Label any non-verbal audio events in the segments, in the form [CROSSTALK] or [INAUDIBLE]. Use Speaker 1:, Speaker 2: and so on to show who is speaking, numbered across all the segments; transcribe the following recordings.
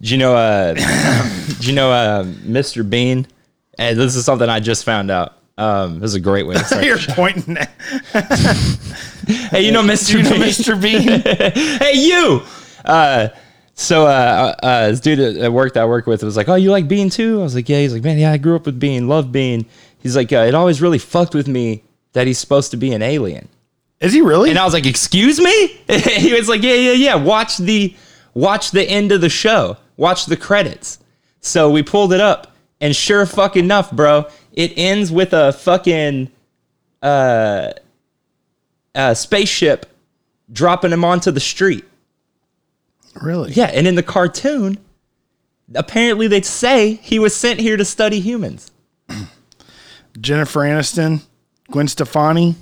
Speaker 1: Do you know? Uh, do you know uh, Mr. Bean? And this is something I just found out. Um, this is a great way. to start.
Speaker 2: [LAUGHS] You're pointing at
Speaker 1: hey, you know Mr.
Speaker 2: you know,
Speaker 1: Bean?
Speaker 2: Mr. Bean.
Speaker 1: [LAUGHS] hey, you. Uh, so uh, uh, this dude at- at work that I work with was like, "Oh, you like Bean too?" I was like, "Yeah." He's like, "Man, yeah, I grew up with Bean. Love Bean." He's like, uh, "It always really fucked with me that he's supposed to be an alien."
Speaker 2: Is he really?
Speaker 1: And I was like, "Excuse me?" [LAUGHS] he was like, "Yeah, yeah, yeah. Watch the watch the end of the show. Watch the credits." So we pulled it up, and sure fucking enough, bro, it ends with a fucking uh, uh, spaceship dropping him onto the street.
Speaker 2: really?
Speaker 1: Yeah, and in the cartoon, apparently they say he was sent here to study humans.
Speaker 2: Jennifer Aniston, Gwen Stefani,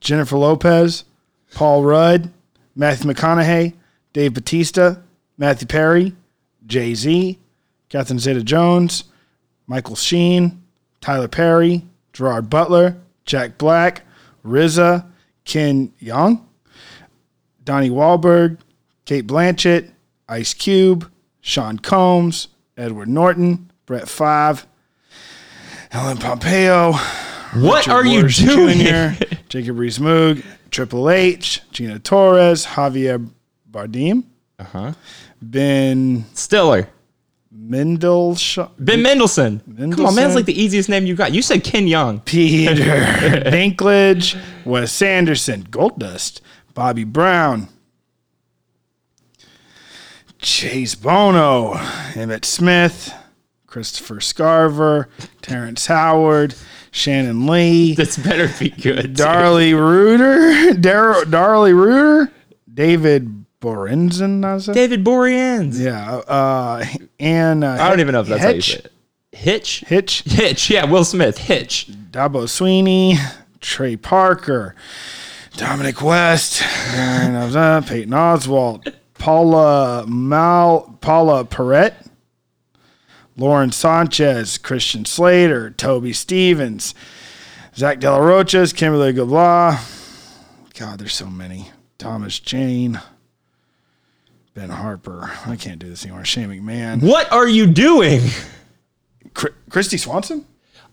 Speaker 2: Jennifer Lopez, Paul Rudd, Matthew McConaughey, Dave Batista, Matthew Perry, Jay Z, Catherine Zeta Jones, Michael Sheen, Tyler Perry, Gerard Butler, Jack Black, Riza, Ken Young, Donnie Wahlberg, Kate Blanchett, Ice Cube, Sean Combs, Edward Norton, Brett Five, Ellen Pompeo,
Speaker 1: What are you
Speaker 2: Walsh
Speaker 1: doing here?
Speaker 2: Jr., [LAUGHS] Jacob Rees-Mogg, Triple H, Gina Torres, Javier Bardem, Ben
Speaker 1: Stiller.
Speaker 2: Mendelsh,
Speaker 1: Ben Mendelsohn. Come on, man.
Speaker 2: Mendelsohn.
Speaker 1: It's like the easiest name you got. You said Ken Young. [LAUGHS]
Speaker 2: [LAUGHS] Peter Dinklage, Wes Anderson, Goldust, Bobby Brown, Chase Bono, Emmett Smith, Christopher Scarver, Terrence Howard, Shannon Lee.
Speaker 1: [LAUGHS] This better be good.
Speaker 2: Darley Reuter, [LAUGHS] Dar- Darley Reuter, David Borenzen, I said?
Speaker 1: David Boreans.
Speaker 2: yeah, uh, and uh,
Speaker 1: I don't even know if that's
Speaker 2: Hitch,
Speaker 1: how you say it. Hitch?
Speaker 2: Hitch,
Speaker 1: Hitch. Yeah, Will Smith. Hitch.
Speaker 2: Dabo Sweeney, Trey Parker, Dominic West, Darren Upton, "Ah, Peyton Oswalt, Paula Mal, Paula Perrette, Lauren Sanchez, Christian Slater, Toby Stevens, Zach De La Rocha's, Kimberly Gabla. God, there's so many. Thomas Jane, Ben Harper. I can't do this anymore. Shane McMahon,
Speaker 1: What are you doing?
Speaker 2: Chr- Christy Swanson.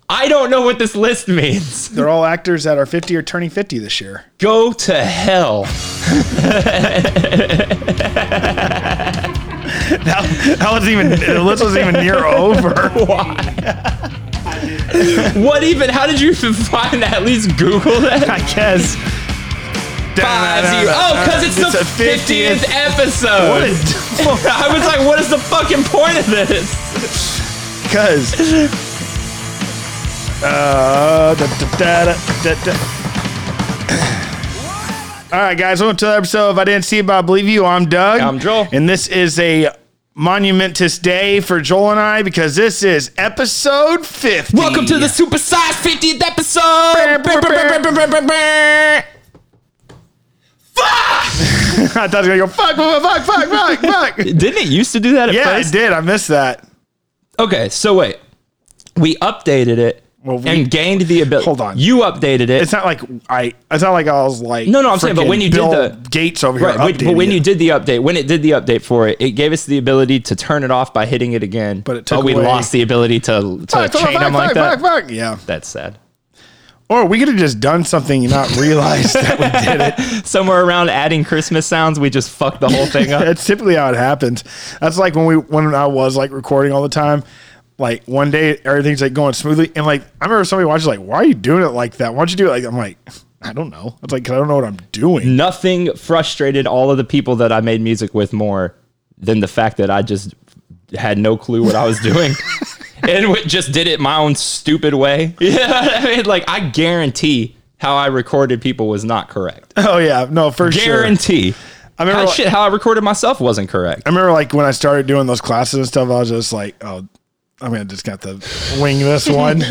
Speaker 1: I don't know what this list means.
Speaker 2: They're all actors that are 50 or turning 50 this year.
Speaker 1: Go to hell.
Speaker 2: [LAUGHS] That, that was even the list was even
Speaker 1: [LAUGHS]
Speaker 2: near over.
Speaker 1: What even? How did you even [LAUGHS] find that? At least Google that.
Speaker 2: I guess.
Speaker 1: Five zero. Oh, because it's, the fiftieth episode.
Speaker 2: What
Speaker 1: [LAUGHS] I was like, what is the fucking point of this?
Speaker 2: Because. Uh, da, da, da, da, da, da. All right, guys. Welcome to the episode of I Didn't See It, But I Believe You. I'm Doug.
Speaker 1: I'm Joel.
Speaker 2: And this is a monumentous day for Joel and I because this is episode 50.
Speaker 1: Welcome to the Super Size fiftieth [LAUGHS] episode.
Speaker 2: I thought I was going to go, fuck, fuck, fuck, fuck,
Speaker 1: [LAUGHS]
Speaker 2: fuck. fuck.
Speaker 1: Didn't it used to do that at
Speaker 2: yeah, I
Speaker 1: first?
Speaker 2: did. I missed that.
Speaker 1: Okay, so wait, we updated it
Speaker 2: Well, we-
Speaker 1: and gained the ability.
Speaker 2: Hold on.
Speaker 1: you updated it.
Speaker 2: it's not like I. It's not like I was like.
Speaker 1: No, no, I'm saying, but
Speaker 2: freaking
Speaker 1: when you did
Speaker 2: Bill
Speaker 1: the-
Speaker 2: Gates over here,
Speaker 1: Right, when- but
Speaker 2: updating
Speaker 1: when
Speaker 2: it.
Speaker 1: you did the update, when it did the update for it, it gave us the ability to turn it off by hitting it again.
Speaker 2: But it took
Speaker 1: we
Speaker 2: away-
Speaker 1: lost the ability to to
Speaker 2: Fuck, fuck,
Speaker 1: chain them like
Speaker 2: fuck,
Speaker 1: that.
Speaker 2: fuck, fuck, fuck. yeah,
Speaker 1: That's sad.
Speaker 2: or we could have just done something and not realized that we did
Speaker 1: [LAUGHS]
Speaker 2: it.
Speaker 1: Somewhere around adding Christmas sounds, we just fucked the whole thing up.
Speaker 2: That's typically how it happens. That's like when we when I was like recording all the time. Like one day everything's like going smoothly, and like I remember somebody watching like, "Why are you doing it like that? Why don't you do it like?" I'm like, I don't know. It's like 'cause I don't know what I'm doing.
Speaker 1: Nothing frustrated all of the people that I made music with more than the fact that I just had no clue what I was
Speaker 2: [LAUGHS]
Speaker 1: doing. and w- just did it my own stupid [LAUGHS] way. You know what I mean? Like, I guarantee how I recorded people was not correct.
Speaker 2: [LAUGHS] Oh yeah, no for [LAUGHS] sure.
Speaker 1: Guarantee.
Speaker 2: I remember
Speaker 1: How,
Speaker 2: like-
Speaker 1: shit, how I recorded myself wasn't correct.
Speaker 2: I remember like when I started doing those classes and stuff, I was just like, oh, I'm gonna just got to wing
Speaker 1: [LAUGHS]
Speaker 2: this one.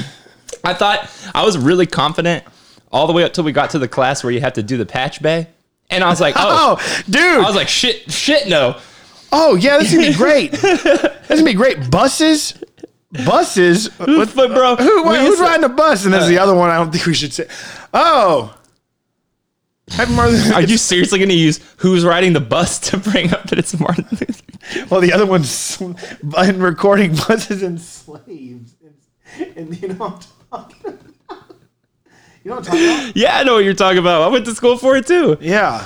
Speaker 1: I thought I was really confident all the way up till we got to the class where you have to do the patch bay. And I was
Speaker 2: [LAUGHS]
Speaker 1: like, oh,
Speaker 2: oh, dude.
Speaker 1: I was like, shit, shit, no.
Speaker 2: oh, yeah, this is gonna
Speaker 1: [LAUGHS]
Speaker 2: be great. this is gonna be great. Buses, buses.
Speaker 1: [LAUGHS]
Speaker 2: Who,
Speaker 1: But, bro,
Speaker 2: who-
Speaker 1: we
Speaker 2: who's
Speaker 1: used to-
Speaker 2: riding a bus? And this is the other one. I don't think we should say. Oh, Happy Martin
Speaker 1: [LAUGHS]
Speaker 2: Luther
Speaker 1: Are you seriously going to use who's riding the bus to bring up that it's Martin Luther?
Speaker 2: Well, the other one's in recording buses and slaves. And, and you know what I'm talking about. You know what I'm
Speaker 1: [LAUGHS]
Speaker 2: talking about?
Speaker 1: Yeah, I know what you're talking about. I went to school for it too.
Speaker 2: Yeah.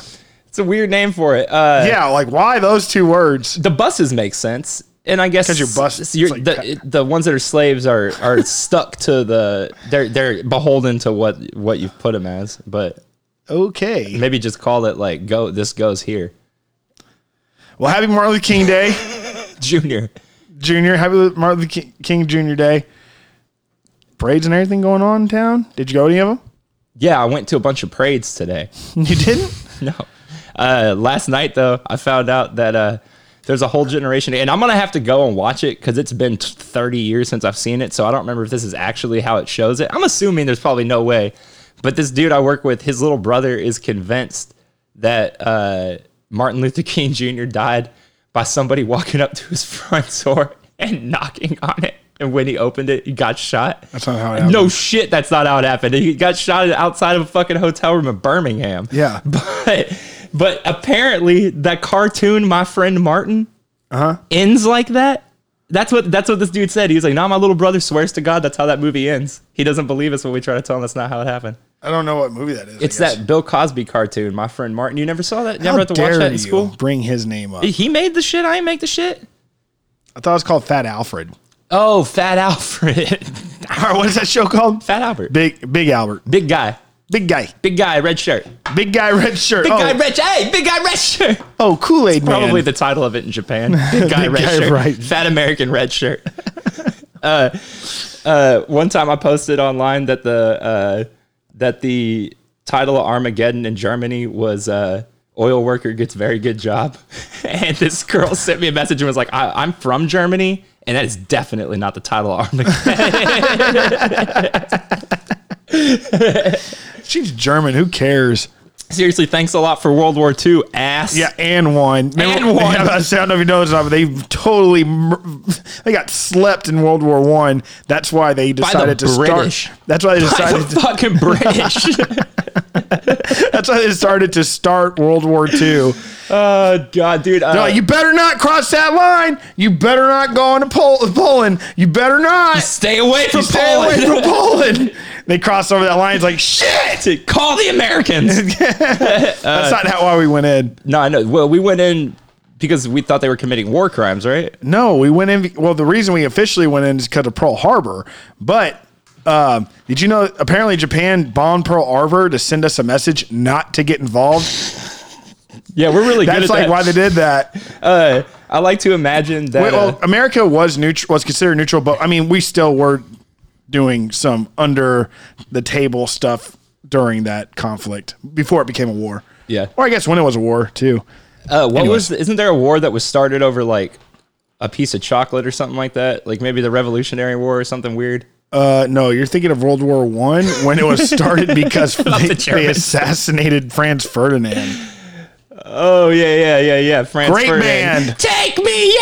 Speaker 1: It's a weird name for it. Uh,
Speaker 2: Yeah, like why those two words?
Speaker 1: The buses make sense. And I guess
Speaker 2: 'Cause your bus-
Speaker 1: s- your-
Speaker 2: it's
Speaker 1: the,
Speaker 2: like-
Speaker 1: the ones that are slaves are, are stuck to the they're they're beholden to what what you've put them as. But
Speaker 2: Okay.
Speaker 1: maybe just call it like go this goes here, [LAUGHS]
Speaker 2: Well, happy Martin Luther King Day,
Speaker 1: Junior.
Speaker 2: Junior. Happy Lu- Martin Luther Ki- King Junior Day. Parades and everything going on in town. Did you go to any of
Speaker 1: Yeah, I went to a bunch of parades today.
Speaker 2: them? [LAUGHS] You didn't?
Speaker 1: [LAUGHS] No. Uh, last night though, I found out that uh, there's a whole generation, and I'm gonna have to go and watch it because it's been t- 30 years since I've seen it, so I don't remember if this is actually how it shows it. I'm assuming there's probably no way, but this dude I work with, his little brother is convinced that uh, Martin Luther King Jr. died by somebody walking up to his [LAUGHS] front door and knocking on it. And when he opened it, he got shot.
Speaker 2: That's not how it happened.
Speaker 1: No shit, that's not how it happened. He got shot outside of a fucking hotel room in Birmingham.
Speaker 2: Yeah.
Speaker 1: But but apparently that cartoon My Friend Martin
Speaker 2: Uh-huh.
Speaker 1: ends like that. That's what that's what this dude said. He was like, "Nah, my little brother swears to God that's how that movie ends. He doesn't believe us when we try to tell him that's not how it happened."
Speaker 2: I don't know what movie that is. I
Speaker 1: It's
Speaker 2: guess.
Speaker 1: that Bill Cosby cartoon, My Friend Martin. You never saw that? You
Speaker 2: How
Speaker 1: never had to watch
Speaker 2: dare
Speaker 1: that in
Speaker 2: you
Speaker 1: school?
Speaker 2: Bring his name up.
Speaker 1: He made the shit. I ain't make the shit.
Speaker 2: I thought it was called Fat Alfred. [LAUGHS]
Speaker 1: Oh, Fat Alfred.
Speaker 2: Or what is that show
Speaker 1: [LAUGHS]
Speaker 2: called?
Speaker 1: Fat Albert.
Speaker 2: Big Big Albert.
Speaker 1: Big guy.
Speaker 2: Big guy.
Speaker 1: Big guy, red shirt.
Speaker 2: Big guy red shirt.
Speaker 1: Big
Speaker 2: oh,
Speaker 1: guy red shirt. Hey, big guy red shirt.
Speaker 2: oh Kool-Aid man.
Speaker 1: Probably the title of it in
Speaker 2: [LAUGHS]
Speaker 1: Japan. Big guy
Speaker 2: Big
Speaker 1: red
Speaker 2: guy,
Speaker 1: shirt.
Speaker 2: right.
Speaker 1: Fat American red shirt. [LAUGHS] uh, uh, one time I posted online that the uh, that the title of Armageddon in Germany was uh, "Oil Worker Gets Very Good Job," [LAUGHS] and this girl sent me a message and was like, I- "I'm from Germany." And that is definitely not the title of Armageddon. [LAUGHS]
Speaker 2: She's German. Who cares?
Speaker 1: Seriously, thanks a lot for World War II, ass.
Speaker 2: Yeah, and one. [LAUGHS]
Speaker 1: And one.
Speaker 2: Yeah, I don't know if you noticed, that, but they totally mur- they got slept in World War One. That's why they decided to
Speaker 1: British.
Speaker 2: start. That's why they
Speaker 1: By the [LAUGHS]
Speaker 2: decided. To,
Speaker 1: [LAUGHS] fucking
Speaker 2: [LAUGHS]
Speaker 1: British. [LAUGHS]
Speaker 2: that's why they started to start World War Two.
Speaker 1: uh, God, dude. Uh,
Speaker 2: you better not cross that line. You better not go into Pol- Poland. You better not.
Speaker 1: stay away from
Speaker 2: Stay
Speaker 1: Poland.
Speaker 2: away from
Speaker 1: [LAUGHS]
Speaker 2: Poland. They cross over that line. It's like shit.
Speaker 1: to call the Americans.
Speaker 2: That's
Speaker 1: Uh,
Speaker 2: not how why we went in.
Speaker 1: [LAUGHS] no, I know. Well, we went in because we thought they were committing war crimes, right?
Speaker 2: No, we went in. Well, the reason we officially went in is because of Pearl Harbor. But um, did you know? Apparently, Japan bombed Pearl Harbor to send us a message not to get involved.
Speaker 1: Yeah, we're really good
Speaker 2: That's
Speaker 1: at
Speaker 2: like
Speaker 1: that.
Speaker 2: why they did that.
Speaker 1: uh, I like to imagine that.
Speaker 2: well,
Speaker 1: uh,
Speaker 2: America was neutral, was considered neutral, but I mean, we still were doing some under the table stuff during that conflict before it became a war.
Speaker 1: Yeah.
Speaker 2: or I guess when it was a war too.
Speaker 1: uh, what was? Isn't there a war that was started over like a piece of chocolate or something like that? Like maybe the Revolutionary War or something weird.
Speaker 2: Uh, no, you're thinking of World War One when it was
Speaker 1: [LAUGHS]
Speaker 2: started because they,
Speaker 1: the
Speaker 2: they
Speaker 1: Germans.
Speaker 2: assassinated Franz Ferdinand.
Speaker 1: Oh yeah, yeah, yeah, yeah. France
Speaker 2: Great
Speaker 1: Ferdinand.
Speaker 2: band.
Speaker 1: Take me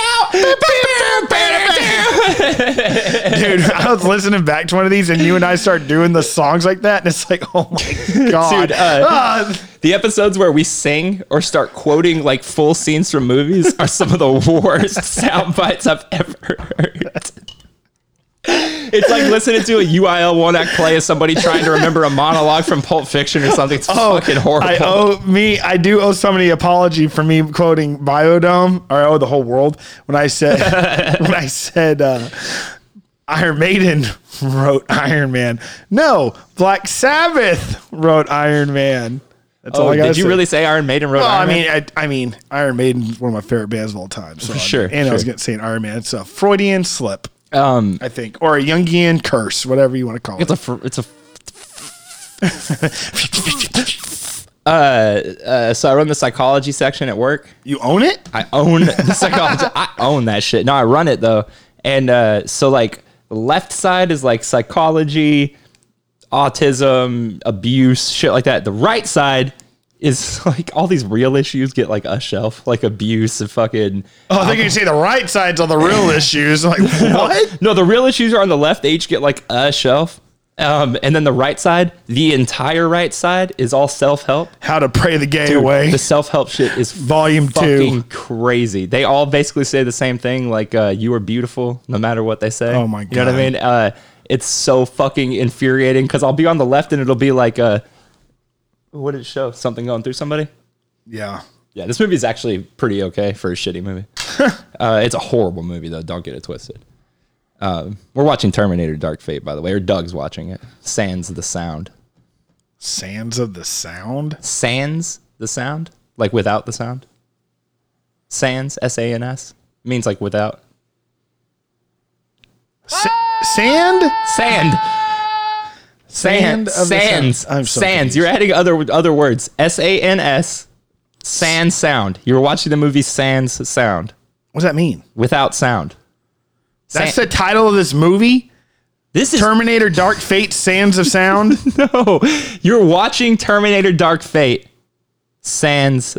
Speaker 1: [LAUGHS] out.
Speaker 2: Dude, [LAUGHS] I was listening back to one of these, and you and I start doing the songs like that, and it's like, oh my
Speaker 1: [LAUGHS]
Speaker 2: god,
Speaker 1: Dude, uh,
Speaker 2: Ah,
Speaker 1: The episodes where we sing or start quoting like full scenes from movies are some of the [LAUGHS] worst sound bites I've ever heard. It's like listening to a UIL one act play as somebody trying to remember a monologue from Pulp Fiction or something. It's fucking horrible.
Speaker 2: Oh, I owe me, I do owe somebody an apology for me quoting Biodome, or I owe the whole world when
Speaker 1: [LAUGHS]
Speaker 2: I said when I said uh, Iron Maiden wrote Iron Man. No, Black Sabbath wrote Iron Man. That's
Speaker 1: oh,
Speaker 2: all I got.
Speaker 1: did you really say Iron Maiden wrote
Speaker 2: Well, I
Speaker 1: Iron Man?
Speaker 2: mean, I, I mean, Iron Maiden's one of my favorite bands of all time. So
Speaker 1: Sure,
Speaker 2: and I was
Speaker 1: sure.
Speaker 2: gonna say Iron Man. It's a Freudian slip.
Speaker 1: Um,
Speaker 2: I think, or a Jungian curse, whatever you want to call
Speaker 1: it's
Speaker 2: it.
Speaker 1: a fr- it's a. uh, uh, so I run the psychology section at work.
Speaker 2: you own it?
Speaker 1: I own the [LAUGHS] psychology. I own that shit. No, I run it though. And uh, so like left side is like psychology, autism, abuse, shit like that. The right side is [LAUGHS] like all these real issues get like a shelf, like abuse and fucking
Speaker 2: Oh, I think you say the right
Speaker 1: [LAUGHS]
Speaker 2: side's on the real issues. Like what?
Speaker 1: Oh, No, the real issues are on the left. They each get like a shelf. Um, and then the right side, the entire right side is all self help.
Speaker 2: How to pray the gay away.
Speaker 1: The self help shit is
Speaker 2: Volume
Speaker 1: fucking
Speaker 2: two.
Speaker 1: crazy. They all basically say the same thing, like uh, "you are beautiful," no matter what they say.
Speaker 2: Oh my
Speaker 1: You know what I
Speaker 2: God.
Speaker 1: mean? Uh, it's so fucking infuriating because I'll be on the left and it'll be like, uh, what did it show? Something going through somebody.
Speaker 2: Yeah.
Speaker 1: Yeah, this movie is actually pretty okay for a shitty
Speaker 2: [LAUGHS]
Speaker 1: movie. uh, it's a horrible movie though. Don't get it twisted. Um, we're watching Terminator: Dark Fate, by the way, or Doug's watching it. Sans the sound.
Speaker 2: Sands of the Sound.
Speaker 1: Sans the sound, like without the sound. Sans S A N S means like without.
Speaker 2: Sa- sand?
Speaker 1: Sand. Sand.
Speaker 2: Sand of the
Speaker 1: Sands.
Speaker 2: sound. I'm so
Speaker 1: Sands. You're adding other other words. S A N S. Sans sound. You were watching the movie Sans Sound
Speaker 2: What does that mean?
Speaker 1: without sound.
Speaker 2: That's
Speaker 1: San-
Speaker 2: the title of this movie?
Speaker 1: This is [LAUGHS]
Speaker 2: Terminator Dark Fate Sands of Sound?
Speaker 1: no. oh, You're watching Terminator Dark Fate. Sans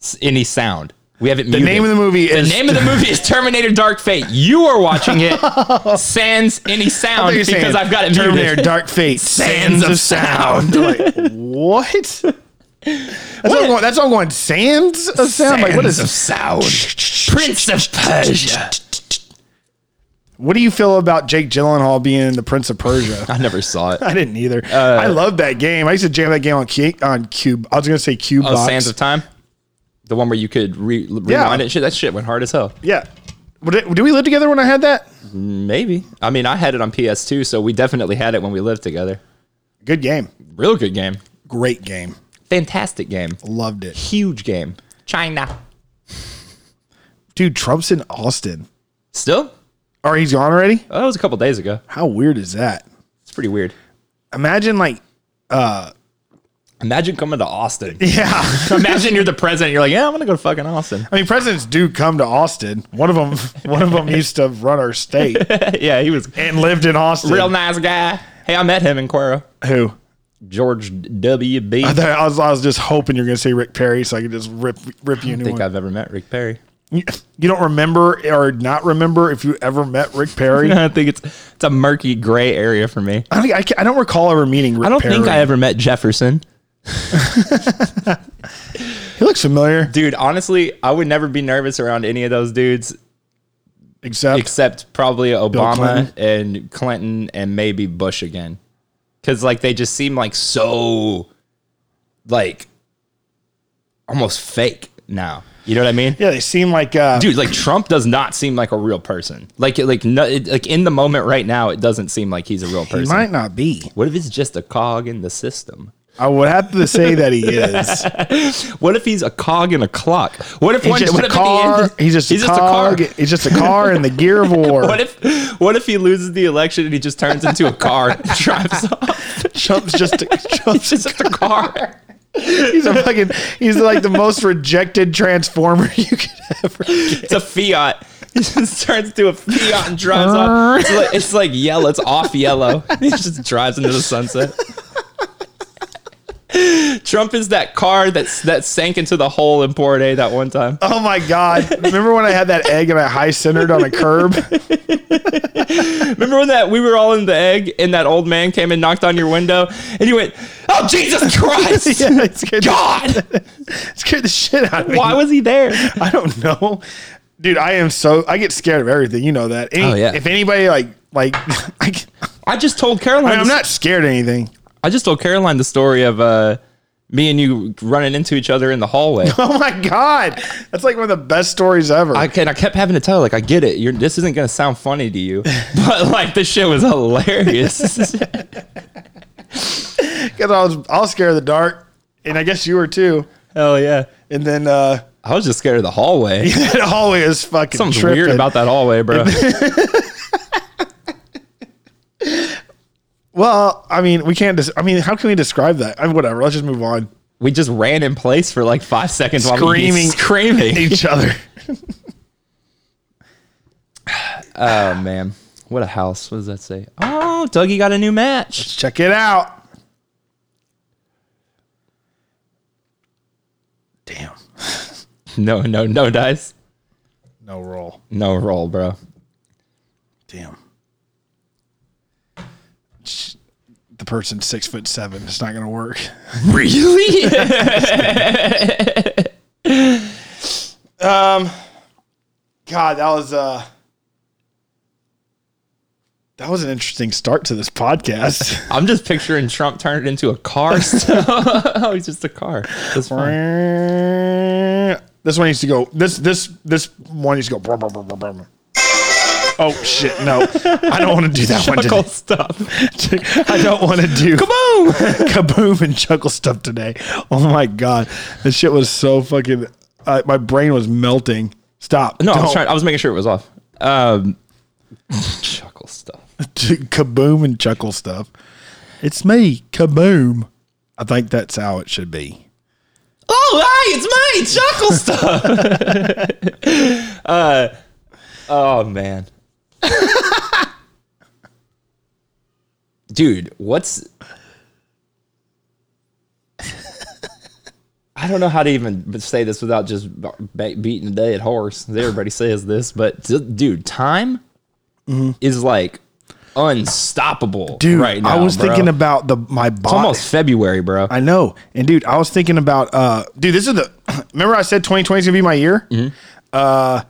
Speaker 1: s- any sound. We have it.
Speaker 2: The name of the movie
Speaker 1: The
Speaker 2: is
Speaker 1: name of the movie is Terminator Dark Fate. You are watching
Speaker 2: [LAUGHS]
Speaker 1: it. Sans any
Speaker 2: I thought
Speaker 1: sound
Speaker 2: you were
Speaker 1: because
Speaker 2: saying
Speaker 1: I've got it
Speaker 2: Terminator
Speaker 1: muted. [LAUGHS]
Speaker 2: Dark Fate Sands, of Sound. like, what? That's what? I'm going, that's what I'm going. Sands of Sound. like what is
Speaker 1: Sands of sound? Prince of Persia.
Speaker 2: What do you feel about Jake Gyllenhaal being the Prince of Persia? [LAUGHS]
Speaker 1: I never saw it.
Speaker 2: I didn't either.
Speaker 1: Uh,
Speaker 2: I love that game. I used to jam that game on Cu- on Cube. I was gonna say Cube
Speaker 1: Oh,
Speaker 2: Box.
Speaker 1: Sands of Time, the one where you could re- rewind it. and Shit, that shit went hard as hell.
Speaker 2: yeah. Would it- Do we live together when I had that?
Speaker 1: Maybe. I mean, I had it on PS2, so we definitely had it when we lived together.
Speaker 2: Good game.
Speaker 1: Real good game.
Speaker 2: Great game.
Speaker 1: Fantastic game.
Speaker 2: Loved it.
Speaker 1: Huge game. China.
Speaker 2: Dude, Trump's in Austin.
Speaker 1: Still?
Speaker 2: Or he's gone already?
Speaker 1: Oh, that was a couple days ago.
Speaker 2: How weird is that?
Speaker 1: It's pretty weird.
Speaker 2: Imagine like [LAUGHS]
Speaker 1: Imagine coming to Austin.
Speaker 2: yeah.
Speaker 1: Imagine you're the president. You're like, yeah, I'm gonna go to fucking Austin. [LAUGHS]
Speaker 2: I mean, presidents do come to Austin. One of them, [LAUGHS] one of them used to run our state
Speaker 1: yeah, he was
Speaker 2: and lived in Austin.
Speaker 1: real nice guy. Hey, I met him in Cuero.
Speaker 2: Who?
Speaker 1: George W. B.
Speaker 2: I,
Speaker 1: I
Speaker 2: thought- I was, I was just hoping you're going to say Rick Perry, so I could just rip rip you a new
Speaker 1: think
Speaker 2: one.
Speaker 1: I've ever met Rick Perry.
Speaker 2: You you don't remember or not remember if you ever met
Speaker 1: [LAUGHS]
Speaker 2: Rick Perry.
Speaker 1: [LAUGHS]
Speaker 2: I
Speaker 1: I think it's it's a murky gray area for me.
Speaker 2: don't, think- I, ca- I don't recall ever meeting Rick
Speaker 1: I don't
Speaker 2: Perry.
Speaker 1: think I ever met Jefferson.
Speaker 2: He looks familiar,
Speaker 1: Dude, honestly, I would never be nervous around any of those dudes
Speaker 2: except
Speaker 1: except probably Obama
Speaker 2: Clinton?
Speaker 1: and Clinton and maybe Bush again. Cuz like they just seem like so like almost fake now. You know what I mean?
Speaker 2: yeah, they seem like uh,
Speaker 1: Dude, like Trump does not seem like a real person. Like like no, it, like in the moment right now it doesn't seem like he's a real
Speaker 2: he
Speaker 1: person.
Speaker 2: might not be.
Speaker 1: What if it's just a cog in the system?
Speaker 2: I would have to say that he
Speaker 1: [LAUGHS]
Speaker 2: is.
Speaker 1: What if he's a cog in a clock? What if
Speaker 2: He's
Speaker 1: one,
Speaker 2: just
Speaker 1: what
Speaker 2: a
Speaker 1: if at the end-
Speaker 2: car. He's just a car. He's just a car in the gear
Speaker 1: [LAUGHS]
Speaker 2: of war.
Speaker 1: What if what if he loses the election and he just turns into a car and [LAUGHS] drives off?
Speaker 2: Trump's just a,
Speaker 1: [LAUGHS] It's just a car.
Speaker 2: He's a fucking. He's like the most rejected transformer [LAUGHS] you could ever.
Speaker 1: It's a Fiat. [LAUGHS] He just turns into a Fiat and drives
Speaker 2: Uh.
Speaker 1: off. It's like, it's like yellow. It's off yellow. [LAUGHS] He just drives into the sunset. [LAUGHS] Trump is that car that's that sank into the hole in Port A that one time.
Speaker 2: Oh my god! Remember when I had that egg and I high centered on a curb?
Speaker 1: Remember when that we were all in the egg and that old man came and knocked on your window and you went, "Oh
Speaker 2: [LAUGHS]
Speaker 1: Jesus Christ,
Speaker 2: [LAUGHS] Yeah, it scared,
Speaker 1: God!
Speaker 2: it scared the shit out of me.
Speaker 1: Why was he there?"
Speaker 2: I don't know, dude. I am so I get scared of everything. You know that. Any-
Speaker 1: Oh, yeah.
Speaker 2: If anybody like like [LAUGHS] I, can-
Speaker 1: I just told Caroline.
Speaker 2: I mean, I'm
Speaker 1: this-
Speaker 2: not scared of anything. [LAUGHS]
Speaker 1: I just told Caroline the story of uh, me and you running into each other in the
Speaker 2: [LAUGHS]
Speaker 1: hallway.
Speaker 2: Oh my god, that's like one of the best stories ever.
Speaker 1: I can, I kept having to tell her, like, I get it. You're, this isn't gonna sound funny to [LAUGHS] you, but like, this shit was hilarious.
Speaker 2: Because I, was I was scared of the dark, and I guess you were too.
Speaker 1: [LAUGHS] Hell yeah!
Speaker 2: And then uh [LAUGHS]
Speaker 1: I was just scared of the hallway.
Speaker 2: it always is fucking
Speaker 1: Something's
Speaker 2: tripping.
Speaker 1: weird about that hallway, [LAUGHS] bro.
Speaker 2: Well, I mean, we can't. Des- I mean, how can we describe that? I mean, whatever. Let's just move on.
Speaker 1: we just ran in place for like five seconds while we
Speaker 2: Screaming.
Speaker 1: screaming.
Speaker 2: [LAUGHS] Each other.
Speaker 1: [LAUGHS] Oh man, what a house! What does that say? Oh, Dougie got a new match.
Speaker 2: Check it out. Damn.
Speaker 1: [LAUGHS] No, no, no dice,
Speaker 2: No roll.
Speaker 1: no roll, bro.
Speaker 2: Damn. Sh- the person's six foot seven. It's not going to work.
Speaker 1: [LAUGHS] Really?
Speaker 2: Um, God, that was uh, that was an interesting start to this podcast.
Speaker 1: [LAUGHS]
Speaker 2: [LAUGHS]
Speaker 1: I'm just picturing Trump turn it into a [LAUGHS] car. Still. oh, he's just a car. [LAUGHS] That's fine.
Speaker 2: Uh, this one needs to go. This this this one needs to go. brum, brum, brum, brum, brum. Oh shit! No, I don't want to do that one
Speaker 1: Chuckle
Speaker 2: today. [LAUGHS]
Speaker 1: stuff.
Speaker 2: I don't want to
Speaker 1: [LAUGHS]
Speaker 2: do
Speaker 1: Kaboom!
Speaker 2: kaboom and chuckle stuff today. Oh my god, this shit was so fucking. Uh, my brain was melting. Stop.
Speaker 1: No, I
Speaker 2: Don't.
Speaker 1: was trying. I was making sure it was off. Um, chuckle stuff.
Speaker 2: kaboom and chuckle stuff. It's me, kaboom. I think that's how it should be.
Speaker 1: Oh, hi, it's me, chuckle stuff. [LAUGHS] uh, oh man, [LAUGHS] dude, what's? I don't know how to even say this without just ba- beating a dead horse. Everybody says this, but d- dude, time is like unstoppable
Speaker 2: Dude,
Speaker 1: right now.
Speaker 2: I was
Speaker 1: bro.
Speaker 2: thinking about the my body.
Speaker 1: it's almost February, bro.
Speaker 2: I know. And dude, I was thinking about uh dude, this is the [CLEARS THROAT] remember I said 2020 is going to be my year? Uh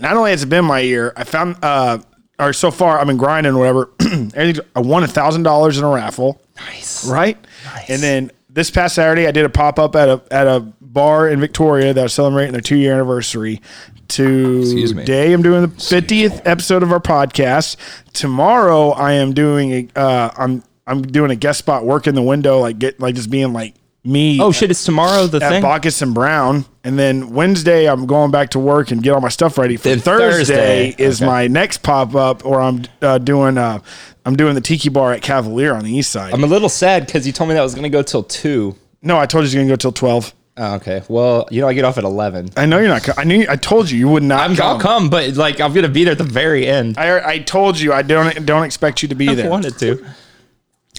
Speaker 2: not only has it been my year, I found uh or so far I've been grinding whatever. [CLEARS THROAT] Everything I won a thousand dollars in a raffle.
Speaker 1: nice.
Speaker 2: right? And then this past Saturday, I did a pop up at a at a bar in Victoria that was celebrating their two year anniversary.
Speaker 1: me.
Speaker 2: Today, I'm doing the 50th episode of our podcast. Tomorrow, I am doing a uh, I'm I'm doing a guest spot, work in the window, like get like just being like me.
Speaker 1: Oh shit! It's tomorrow. The
Speaker 2: At
Speaker 1: thing.
Speaker 2: Bacchus and Brown, and then Wednesday I'm going back to work and get all my stuff ready. For
Speaker 1: Then
Speaker 2: Thursday,
Speaker 1: Thursday.
Speaker 2: is
Speaker 1: Okay.
Speaker 2: my next pop up, or I'm uh, doing uh, I'm doing the Tiki Bar at Cavalier on the East Side.
Speaker 1: I'm a little sad because you told me that was gonna go till two.
Speaker 2: No, I told you it's gonna go till twelve.
Speaker 1: Oh, okay. Well, you know, I get off at eleven.
Speaker 2: I know you're not. co- I knew. I told you you would not.
Speaker 1: I'm, I'll come, but like, I'm gonna be there at the very end.
Speaker 2: I, I told you I don't don't expect you to be
Speaker 1: I
Speaker 2: there.
Speaker 1: wanted to.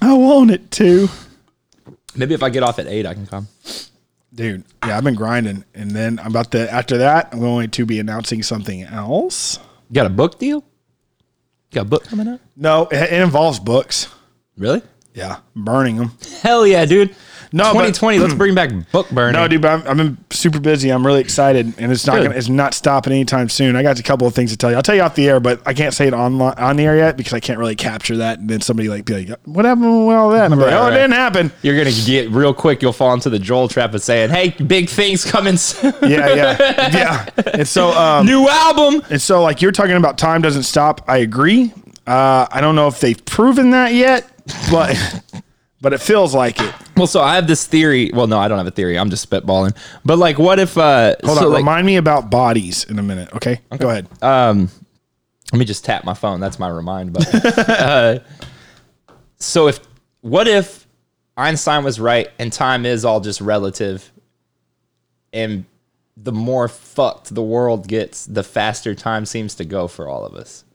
Speaker 2: I want it too,
Speaker 1: Maybe if I get off at eight, I can come.
Speaker 2: dude. Yeah, I've been grinding, and then I'm about to. After that, I'm going to be announcing something else.
Speaker 1: You got a book deal? You got a book coming out?
Speaker 2: No, it, it involves books.
Speaker 1: Really?
Speaker 2: Yeah, burning them.
Speaker 1: Hell yeah, dude.
Speaker 2: No, but-
Speaker 1: 2020. [CLEARS THROAT] let's bring back book burning.
Speaker 2: No, dude, but I'm, I've been super busy. I'm really excited, and it's not
Speaker 1: Good.
Speaker 2: gonna, it's not stopping anytime soon. I got a couple of things to tell you. I'll tell you off the air, but I can't say it on on the air yet because I can't really capture that. And then somebody like be like, "What happened with all that?" And I'm like,
Speaker 1: Right,
Speaker 2: "Oh,
Speaker 1: right.
Speaker 2: it didn't happen."
Speaker 1: You're gonna get real quick. You'll fall into the Joel trap of saying, "Hey, big things coming soon. [LAUGHS]
Speaker 2: yeah, yeah, yeah. And so, um,
Speaker 1: New album."
Speaker 2: and so, like you're talking about, time doesn't stop. I agree. Uh, I don't know if they've proven that yet, but but it feels like it.
Speaker 1: Well, so I have this theory. Well, no, I don't have a theory. I'm just spitballing. But like, what if? uh
Speaker 2: Hold
Speaker 1: so,
Speaker 2: on,
Speaker 1: like, Uh,
Speaker 2: remind me about bodies in a minute, okay? Go ahead.
Speaker 1: Let me just tap my phone. That's my remind button. [LAUGHS] uh, so if what if Einstein was right and time is all just relative, and the more fucked the world gets, the faster time seems to go for all of us.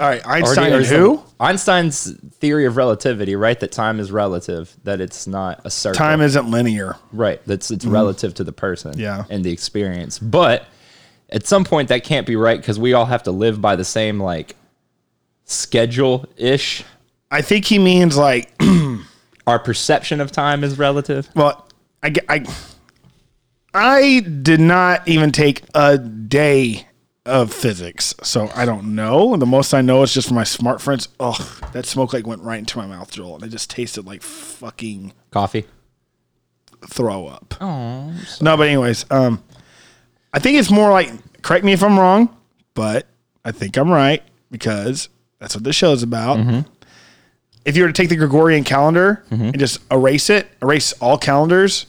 Speaker 2: all right,
Speaker 1: Or do-
Speaker 2: Einstein
Speaker 1: or
Speaker 2: and
Speaker 1: some-
Speaker 2: who?
Speaker 1: Einstein's theory of relativity, right? That time is relative. That it's not a circle.
Speaker 2: Time isn't linear.
Speaker 1: Right. That's it's relative to the person
Speaker 2: Mm-hmm. Yeah.
Speaker 1: and the experience. But at some point that can't be right because we all have to live by the same like schedule ish.
Speaker 2: I think he means like,
Speaker 1: Our perception of time is relative.
Speaker 2: well, I, g- I- I did not even take a day of physics, so I don't know. The most I know is just from my smart friends. Oh, that smoke like went right into my mouth, Joel, and it just tasted like fucking
Speaker 1: Coffee.
Speaker 2: throw up. no, but anyways, um, I think it's more like correct me if I'm wrong, but I think I'm right because that's what this show is about.
Speaker 1: Mm-hmm.
Speaker 2: If you were to take the Gregorian calendar and just erase it, erase all calendars,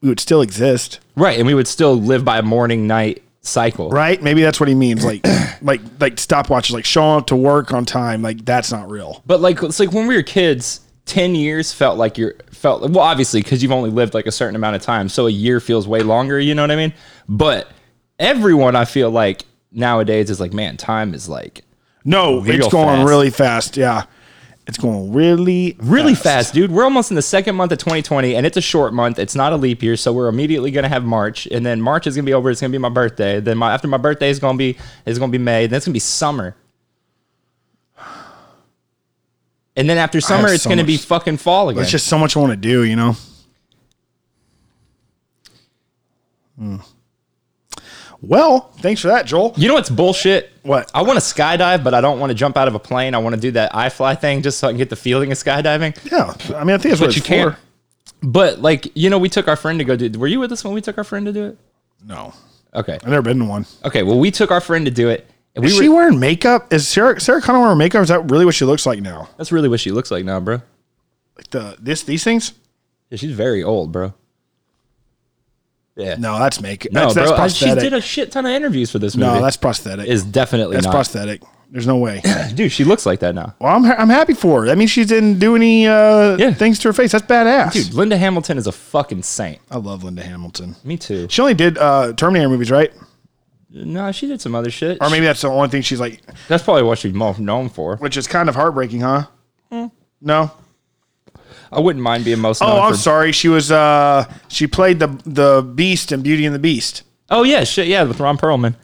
Speaker 2: we would still exist,
Speaker 1: Right. And we would still live by a morning night cycle.
Speaker 2: right? Maybe that's what he
Speaker 1: [CLEARS THROAT]
Speaker 2: means, like like like stopwatches, like showing up to work on time, like that's not real.
Speaker 1: But like it's like when we were kids, ten years felt like you're felt well, obviously, because you've only lived like a certain amount of time. So a year feels way longer, you know what I mean? But everyone I feel like nowadays is like, man, time is like
Speaker 2: No, it's
Speaker 1: Real
Speaker 2: going
Speaker 1: fast.
Speaker 2: really fast. Yeah, it's going really
Speaker 1: really fast, dude. We're almost in the second month of 2020, and it's a short month. It's not a leap year, so we're immediately gonna have March, and then March is gonna be over. It's gonna be my birthday. Then my after my birthday is gonna be is gonna be May. Then it's gonna be summer. And then after summer,
Speaker 2: have
Speaker 1: it's
Speaker 2: so
Speaker 1: going to be
Speaker 2: much-
Speaker 1: fucking fall again.
Speaker 2: There's just so much I want to do, you know? Hmm. Well, thanks for that, Joel.
Speaker 1: you know what's bullshit?
Speaker 2: What?
Speaker 1: I want to skydive, but I don't want to jump out of a plane. I want to do that I fly thing just so I can get the feeling of skydiving.
Speaker 2: Yeah. I mean, I think that's
Speaker 1: But
Speaker 2: what it's
Speaker 1: you can't.
Speaker 2: for.
Speaker 1: But like, you know, we took our friend to go do. Were you with us when we took our friend to do it?
Speaker 2: No.
Speaker 1: Okay.
Speaker 2: I've never been to one.
Speaker 1: Okay. Well, we took our friend to do it. And we
Speaker 2: Is
Speaker 1: were,
Speaker 2: she wearing makeup? Is Sarah Sarah Connor wearing makeup? Or is that really what she looks like now?
Speaker 1: that's really what she looks like now, bro.
Speaker 2: Like the this these things?
Speaker 1: Yeah, she's very old, bro. Yeah.
Speaker 2: No, that's makeup.
Speaker 1: No,
Speaker 2: That's, that's
Speaker 1: bro. I- she
Speaker 2: prosthetic.
Speaker 1: did a shit ton of interviews for this movie.
Speaker 2: no, that's prosthetic.
Speaker 1: is definitely
Speaker 2: that's
Speaker 1: not.
Speaker 2: prosthetic. There's no way.
Speaker 1: Dude, she looks like that now.
Speaker 2: well, I'm ha- I'm happy for her. That means she didn't do any uh,
Speaker 1: Yeah.
Speaker 2: things to her face. That's badass.
Speaker 1: Dude, Linda Hamilton is a fucking saint.
Speaker 2: I love Linda Hamilton.
Speaker 1: Me too.
Speaker 2: She only did uh, Terminator movies, right?
Speaker 1: No, she did some other shit.
Speaker 2: Or maybe that's the only thing she's like,
Speaker 1: That's probably what she's most known for.
Speaker 2: which is kind of heartbreaking, huh?
Speaker 1: Hmm.
Speaker 2: No.
Speaker 1: I wouldn't mind being most known
Speaker 2: Oh, I'm
Speaker 1: for.
Speaker 2: sorry. She was uh, she played the the Beast in Beauty and the Beast.
Speaker 1: Oh yeah, shit, yeah, with Ron Perlman.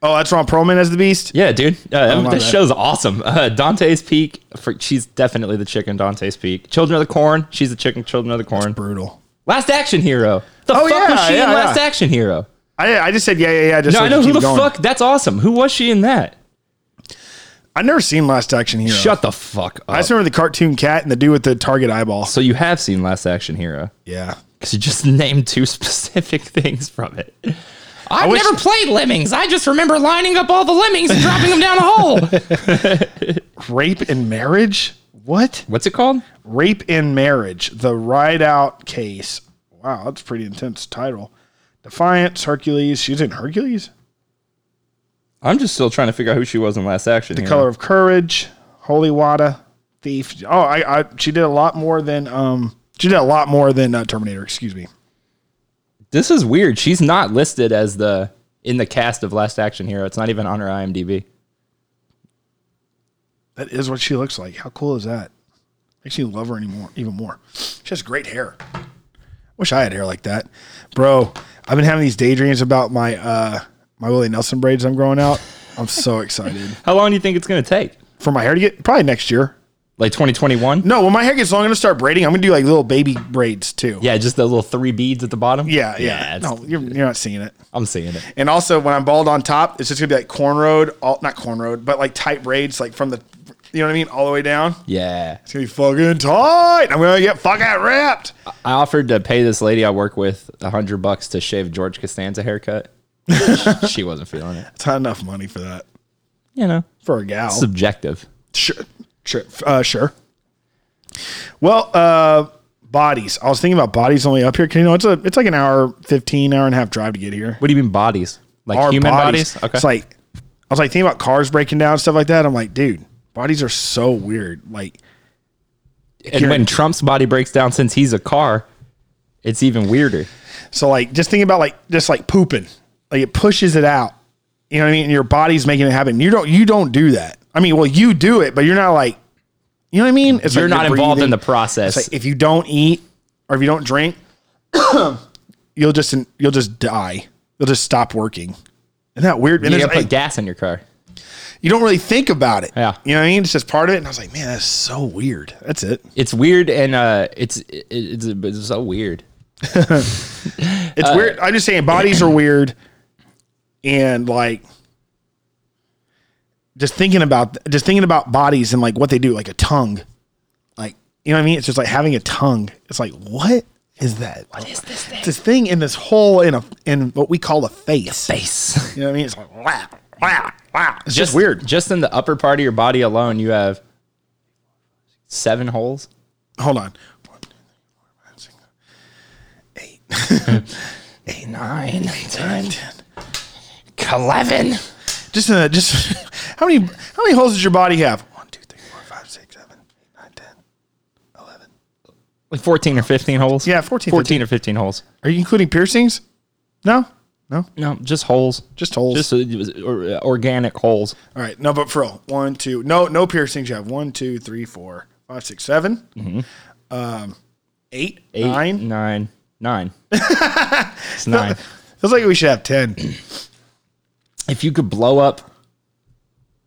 Speaker 2: Oh, that's Ron Perlman as the Beast.
Speaker 1: Yeah, dude, uh, that
Speaker 2: my bad.
Speaker 1: show's awesome. Uh, Dante's Peak. For, she's definitely the chicken. Dante's Peak. Children of the Corn. She's the chicken. Children of the Corn.
Speaker 2: Brutal.
Speaker 1: Last Action Hero. The
Speaker 2: Oh,
Speaker 1: fuck was
Speaker 2: yeah,
Speaker 1: she in
Speaker 2: yeah,
Speaker 1: Last
Speaker 2: yeah.
Speaker 1: Action Hero?
Speaker 2: I I just said yeah yeah yeah. Just
Speaker 1: No,
Speaker 2: so
Speaker 1: I
Speaker 2: we
Speaker 1: know
Speaker 2: could
Speaker 1: who
Speaker 2: keep
Speaker 1: the
Speaker 2: going.
Speaker 1: fuck. That's awesome. Who was she in that?
Speaker 2: I never seen Last Action Hero.
Speaker 1: Shut the fuck
Speaker 2: I
Speaker 1: up.
Speaker 2: just remember the cartoon cat and the dude with the target eyeball.
Speaker 1: So you have seen Last Action Hero
Speaker 2: Yeah.
Speaker 1: because you just [LAUGHS] named two specific things from it. I've
Speaker 2: wish-
Speaker 1: never played Lemmings. I just remember lining up all the lemmings and dropping them down a [LAUGHS] hole.
Speaker 2: Rape and marriage. What?
Speaker 1: What's it called?
Speaker 2: Rape in Marriage, the Ride Out Case. Wow, that's a pretty intense title. Defiance, Hercules. She's in Hercules.
Speaker 1: I'm just still trying to figure out who she was in Last Action. The
Speaker 2: Color of Courage, Holy Water, Thief. Oh, I, I she did a lot more than um she did a lot more than uh, Terminator. Excuse me.
Speaker 1: This is weird. She's not listed as the in the cast of Last Action Hero. It's not even on her IMDb.
Speaker 2: That is what she looks like. How cool is that? Makes me love her anymore, even more. She has great hair. Wish I had hair like that, bro. I've been having these daydreams about my uh my Willie Nelson braids I'm growing out. I'm so [LAUGHS] excited
Speaker 1: How long do you think it's going to take?
Speaker 2: for my hair to get probably next year.
Speaker 1: Like 2021?
Speaker 2: No, when my hair gets long, I'm gonna start braiding. I'm gonna do like little baby braids too.
Speaker 1: Yeah, just the little three beads at the bottom.
Speaker 2: yeah, yeah.
Speaker 1: it's-
Speaker 2: no, you're, you're not seeing it.
Speaker 1: I'm seeing it.
Speaker 2: And also, when I'm bald on top, it's just gonna be like cornrowed, all, not cornrowed, but like tight braids, like from the, you know what I mean, all the way down.
Speaker 1: Yeah.
Speaker 2: It's gonna be fucking tight. I'm gonna get fucking wrapped.
Speaker 1: I offered to pay this lady I work with a hundred bucks to shave George Costanza
Speaker 2: [LAUGHS]
Speaker 1: haircut. she wasn't feeling it.
Speaker 2: It's not enough money for that
Speaker 1: You know,
Speaker 2: for a gal.
Speaker 1: subjective.
Speaker 2: sure, sure, uh, sure. Well, uh, bodies. I was thinking about bodies only up here. 'cause, You know, it's a, it's like an hour, fifteen hour and a half drive to get here.
Speaker 1: What do you mean bodies? Like
Speaker 2: Our
Speaker 1: human
Speaker 2: bodies.
Speaker 1: bodies? Okay.
Speaker 2: It's like I was like thinking about cars breaking down and stuff like that. I'm like, dude, bodies are so weird. Like,
Speaker 1: and when Trump's body breaks down since he's a car, it's even weirder.
Speaker 2: So like just think about like just like pooping. Like it pushes it out. You know what I mean? And your body's making it happen. You don't you don't do that. I mean, well, you do it, but you're not like you know what I mean? It's like
Speaker 1: You're not involved in
Speaker 2: breathing.
Speaker 1: the process.
Speaker 2: It's like if you don't eat or if you don't drink, [COUGHS] you'll just you'll just die. You'll just stop working. Isn't that weird? And
Speaker 1: you
Speaker 2: there's,
Speaker 1: gotta put
Speaker 2: like,
Speaker 1: gas in your car.
Speaker 2: you don't really think about it.
Speaker 1: Yeah.
Speaker 2: You know what I mean? It's just part of it. And I was like, man, that's so weird. That's it.
Speaker 1: It's weird and uh, it's it, it's it's so weird.
Speaker 2: It's weird. I'm just saying bodies are weird, and like just thinking about just thinking about bodies and like what they do, like a tongue, like you know what I mean. It's just like having a tongue. It's like what is that? What is this thing? This thing in this hole in a in what we call a face.
Speaker 1: Face.
Speaker 2: You know what I mean? It's like wow, wow, wow. It's just,
Speaker 1: Just
Speaker 2: weird.
Speaker 1: Just in the upper part of your body alone, you have seven holes.
Speaker 2: Hold on. One, two, three, four, five, six, Eight, eight, nine, ten, ten.
Speaker 1: Eleven.
Speaker 2: Just uh, just [LAUGHS] how many how many holes does your body have? One, two, three, four, five, six, seven, eight, nine, ten, eleven.
Speaker 1: Like fourteen or fifteen holes.
Speaker 2: Yeah, 14,
Speaker 1: Fourteen or fifteen holes.
Speaker 2: Are you including piercings? No, no,
Speaker 1: No, just holes.
Speaker 2: just holes.
Speaker 1: Just uh, or- uh, organic holes.
Speaker 2: All right, no, but for real, one, two, no, no piercings. You have one, two, three, four, five, six, seven, um, eight,
Speaker 1: Mm-hmm. Eight,
Speaker 2: nine.
Speaker 1: nine, nine.
Speaker 2: [LAUGHS]
Speaker 1: it's nine.
Speaker 2: Feels like we should have ten.
Speaker 1: If you could blow up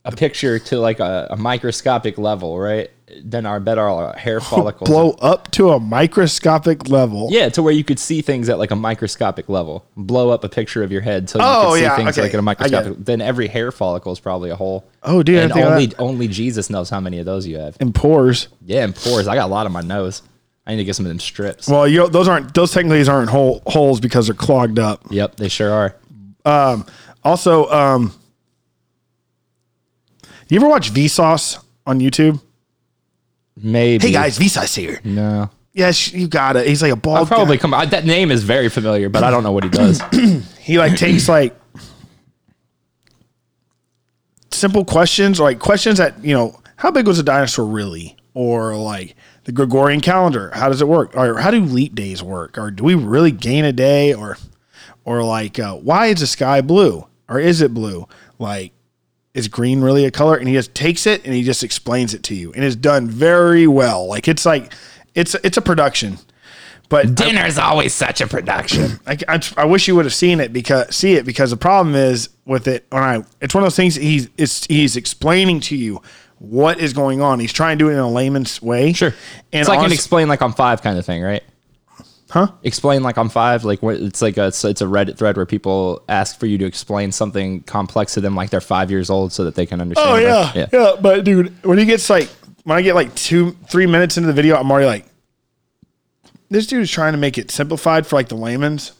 Speaker 1: a picture to like a, a microscopic level, right? Then I bet our hair [CLEARS THROAT] follicles
Speaker 2: [LAUGHS] Blow up to a microscopic level.
Speaker 1: Yeah, to where you could see things at like a microscopic level. Blow up a picture of your head so you
Speaker 2: Oh,
Speaker 1: could see
Speaker 2: yeah,
Speaker 1: things
Speaker 2: okay,
Speaker 1: like at a
Speaker 2: I get it.
Speaker 1: microscopic. Then every hair follicle is probably a hole.
Speaker 2: Oh, dude, I
Speaker 1: And
Speaker 2: think of
Speaker 1: only
Speaker 2: that.
Speaker 1: only Jesus knows how many of those you have.
Speaker 2: And pores.
Speaker 1: Yeah, and pores. I got a lot on my nose. I need to get some of them strips.
Speaker 2: Well, you those aren't those technically aren't hole, holes because they're clogged up.
Speaker 1: yep, they sure are.
Speaker 2: Also, um, you ever watch Vsauce on YouTube?
Speaker 1: Maybe.
Speaker 2: Hey guys, Vsauce here.
Speaker 1: No.
Speaker 2: Yes, you got it. He's like a
Speaker 1: I'll
Speaker 2: bald. guy.
Speaker 1: probably come. I, that name is very familiar, but I don't know what he
Speaker 2: [CLEARS THROAT]
Speaker 1: does.
Speaker 2: He like takes like simple questions, or like questions that you know, how big was a dinosaur really, or like the Gregorian calendar, how does it work, or how do leap days work, or do we really gain a day, or or like uh, why is the sky blue, or is it blue, like is green really a color, and he just takes it and he just explains it to you, and it's done very well, like it's like it's it's a production. But
Speaker 1: Dinner's always such a production.
Speaker 2: I, I, I wish you would have seen it because see it because the problem is with it when I it's one of those things that he's it's, he's explaining to you what is going on. He's trying to do it in a layman's way.
Speaker 1: [CLEARS THROAT] Sure.
Speaker 2: and
Speaker 1: it's like an
Speaker 2: honest-
Speaker 1: explain like I'm five kind of thing, right?
Speaker 2: Huh?
Speaker 1: Explain like I'm five. Like what- it's like a, it's, it's a Reddit thread where people ask for you to explain something complex to them, like they're five years old, so that they can understand.
Speaker 2: oh
Speaker 1: it.
Speaker 2: yeah, yeah But dude, when he gets like when I get like two three minutes into the video, I'm already like, this dude is trying to make it simplified for like the layman's,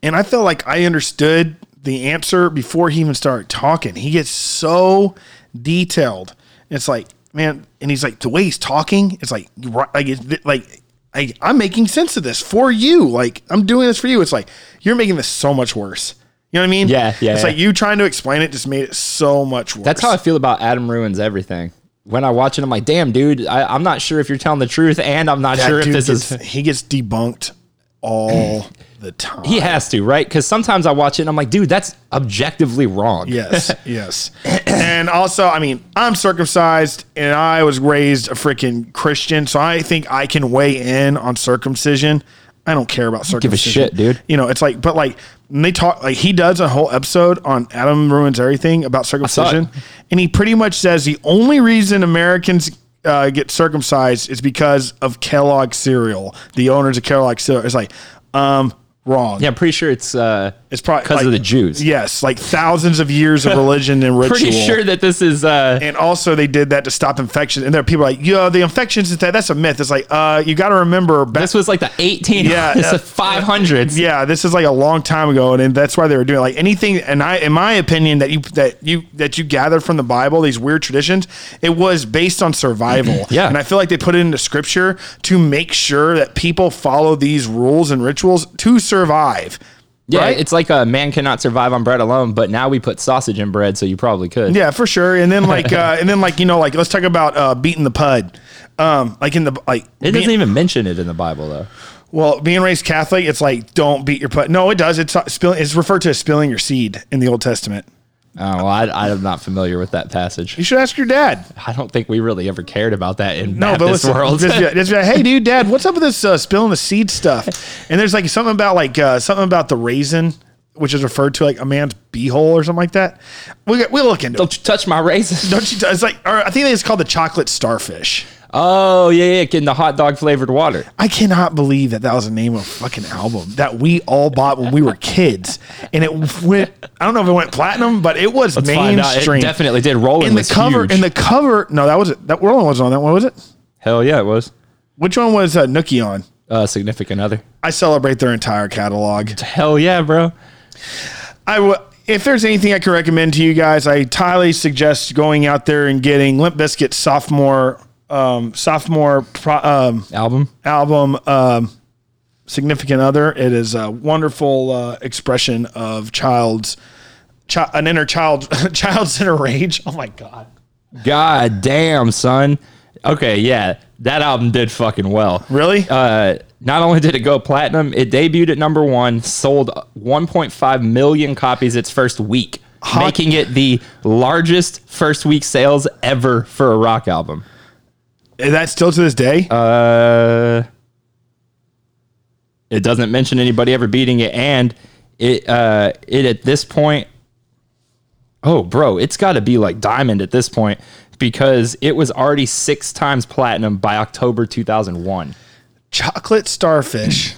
Speaker 2: and I feel like I understood the answer before he even started talking. He gets so detailed. It's like man, and he's like the way he's talking. It's like you're right- like it's th- like. I, I'm making sense of this for you. Like I'm doing this for you. It's like you're making this so much worse. You know what I mean?
Speaker 1: Yeah, yeah,
Speaker 2: It's
Speaker 1: yeah.
Speaker 2: like you trying to explain it just made it so much worse.
Speaker 1: That's how I feel about Adam ruins everything. When I watch it, I'm like, damn, dude, I, I'm not sure if you're telling the truth, and I'm not
Speaker 2: That
Speaker 1: sure if
Speaker 2: dude
Speaker 1: this
Speaker 2: gets,
Speaker 1: is.
Speaker 2: he gets debunked
Speaker 1: [CLEARS THROAT]
Speaker 2: all the time.
Speaker 1: He has to, right? Because sometimes I watch it and I'm like, dude, that's objectively wrong.
Speaker 2: [LAUGHS] Yes, yes. and also, I mean, I'm circumcised and I was raised a freaking Christian, so I think I can weigh in on circumcision. I don't care about
Speaker 1: a
Speaker 2: circumcision.
Speaker 1: shit, dude.
Speaker 2: You know, it's like, but like, when they talk, like, he does a whole episode on Adam Ruins Everything about circumcision. And he pretty much says the only reason Americans uh, get circumcised is because of Kellogg cereal. The owners of Kellogg cereal. It's like, um, wrong.
Speaker 1: Yeah, I'm pretty sure it's uh,
Speaker 2: It's probably
Speaker 1: because of the Jews.
Speaker 2: Yes, like thousands of years
Speaker 1: [LAUGHS]
Speaker 2: of religion and ritual.
Speaker 1: pretty sure that this is uh,
Speaker 2: And also, they did that to stop infection. And there are people like, yo, the infections is that that's a myth. It's like, uh, you got to remember, back,
Speaker 1: this was like the 1800s, [LAUGHS]
Speaker 2: Yeah,
Speaker 1: the
Speaker 2: yeah.
Speaker 1: 500s.
Speaker 2: yeah, this is like a long time ago, and, and that's why they were doing like anything. And I, in my opinion, that you that you that you gather from the Bible, these weird traditions, it was based on survival.
Speaker 1: [CLEARS THROAT] Yeah.
Speaker 2: and I feel like they put it into Scripture to make sure that people follow these rules and rituals to survive.
Speaker 1: Yeah,
Speaker 2: right?
Speaker 1: it's like a man cannot survive on bread alone, but now we put sausage in bread, so you probably could.
Speaker 2: Yeah, for sure. And then
Speaker 1: [LAUGHS]
Speaker 2: like uh, and then like you know like let's talk about uh, beating the pud. Um, like in the like
Speaker 1: It
Speaker 2: being-
Speaker 1: doesn't even mention it in the Bible though.
Speaker 2: well being raised Catholic, it's like don't beat your pud. No, it does. It's uh, spill, It's referred to as spilling your seed in the Old Testament.
Speaker 1: Oh, well, I, I am not familiar with that passage.
Speaker 2: You should ask
Speaker 1: [LAUGHS]
Speaker 2: your dad.
Speaker 1: I don't think we really ever cared about that in
Speaker 2: No, but
Speaker 1: Baptist
Speaker 2: listen,
Speaker 1: world.
Speaker 2: just, just be like, hey, dude, dad, what's up with this uh, spilling the seed stuff? And there's like something about like uh, something about the raisin, which is referred to like a man's beehole or something like that. We got, we look into.
Speaker 1: [LAUGHS]
Speaker 2: it.
Speaker 1: don't you touch my raisins?
Speaker 2: Don't you? It's like or I think it's called the chocolate starfish.
Speaker 1: Oh yeah, yeah, getting the hot dog flavored water.
Speaker 2: I cannot believe that that was the name of a fucking album that we all bought when we were kids, and it went. I don't know if it went platinum, but it was
Speaker 1: Fine, no, it
Speaker 2: mainstream.
Speaker 1: definitely did. Rolling
Speaker 2: in the
Speaker 1: was
Speaker 2: cover,
Speaker 1: huge.
Speaker 2: in the cover. No, that was it. That Roland was on that one. Was it?
Speaker 1: Hell yeah, it was.
Speaker 2: Which one was uh, Nookie on?
Speaker 1: Uh, significant other.
Speaker 2: I celebrate their entire catalog.
Speaker 1: Hell yeah, bro.
Speaker 2: I w- if there's anything I can recommend to you guys, I highly suggest going out there and getting Limp Bizkit's sophomore um, sophomore pro- um,
Speaker 1: Album.
Speaker 2: album um, significant other it is a wonderful uh, expression of child's chi- an inner child [LAUGHS] child's inner rage oh my god
Speaker 1: God damn, son. Okay, yeah, that album did fucking well.
Speaker 2: really
Speaker 1: Uh, not only did it go platinum, it debuted at number one, sold 1.5 million copies its first week, making it the largest first week sales ever for a rock album.
Speaker 2: is that still to this day
Speaker 1: Uh, it doesn't mention anybody ever beating it, and it uh, it at this point, Oh, bro, it's got to be like diamond at this point because it was already six times platinum by October 2001.
Speaker 2: Chocolate starfish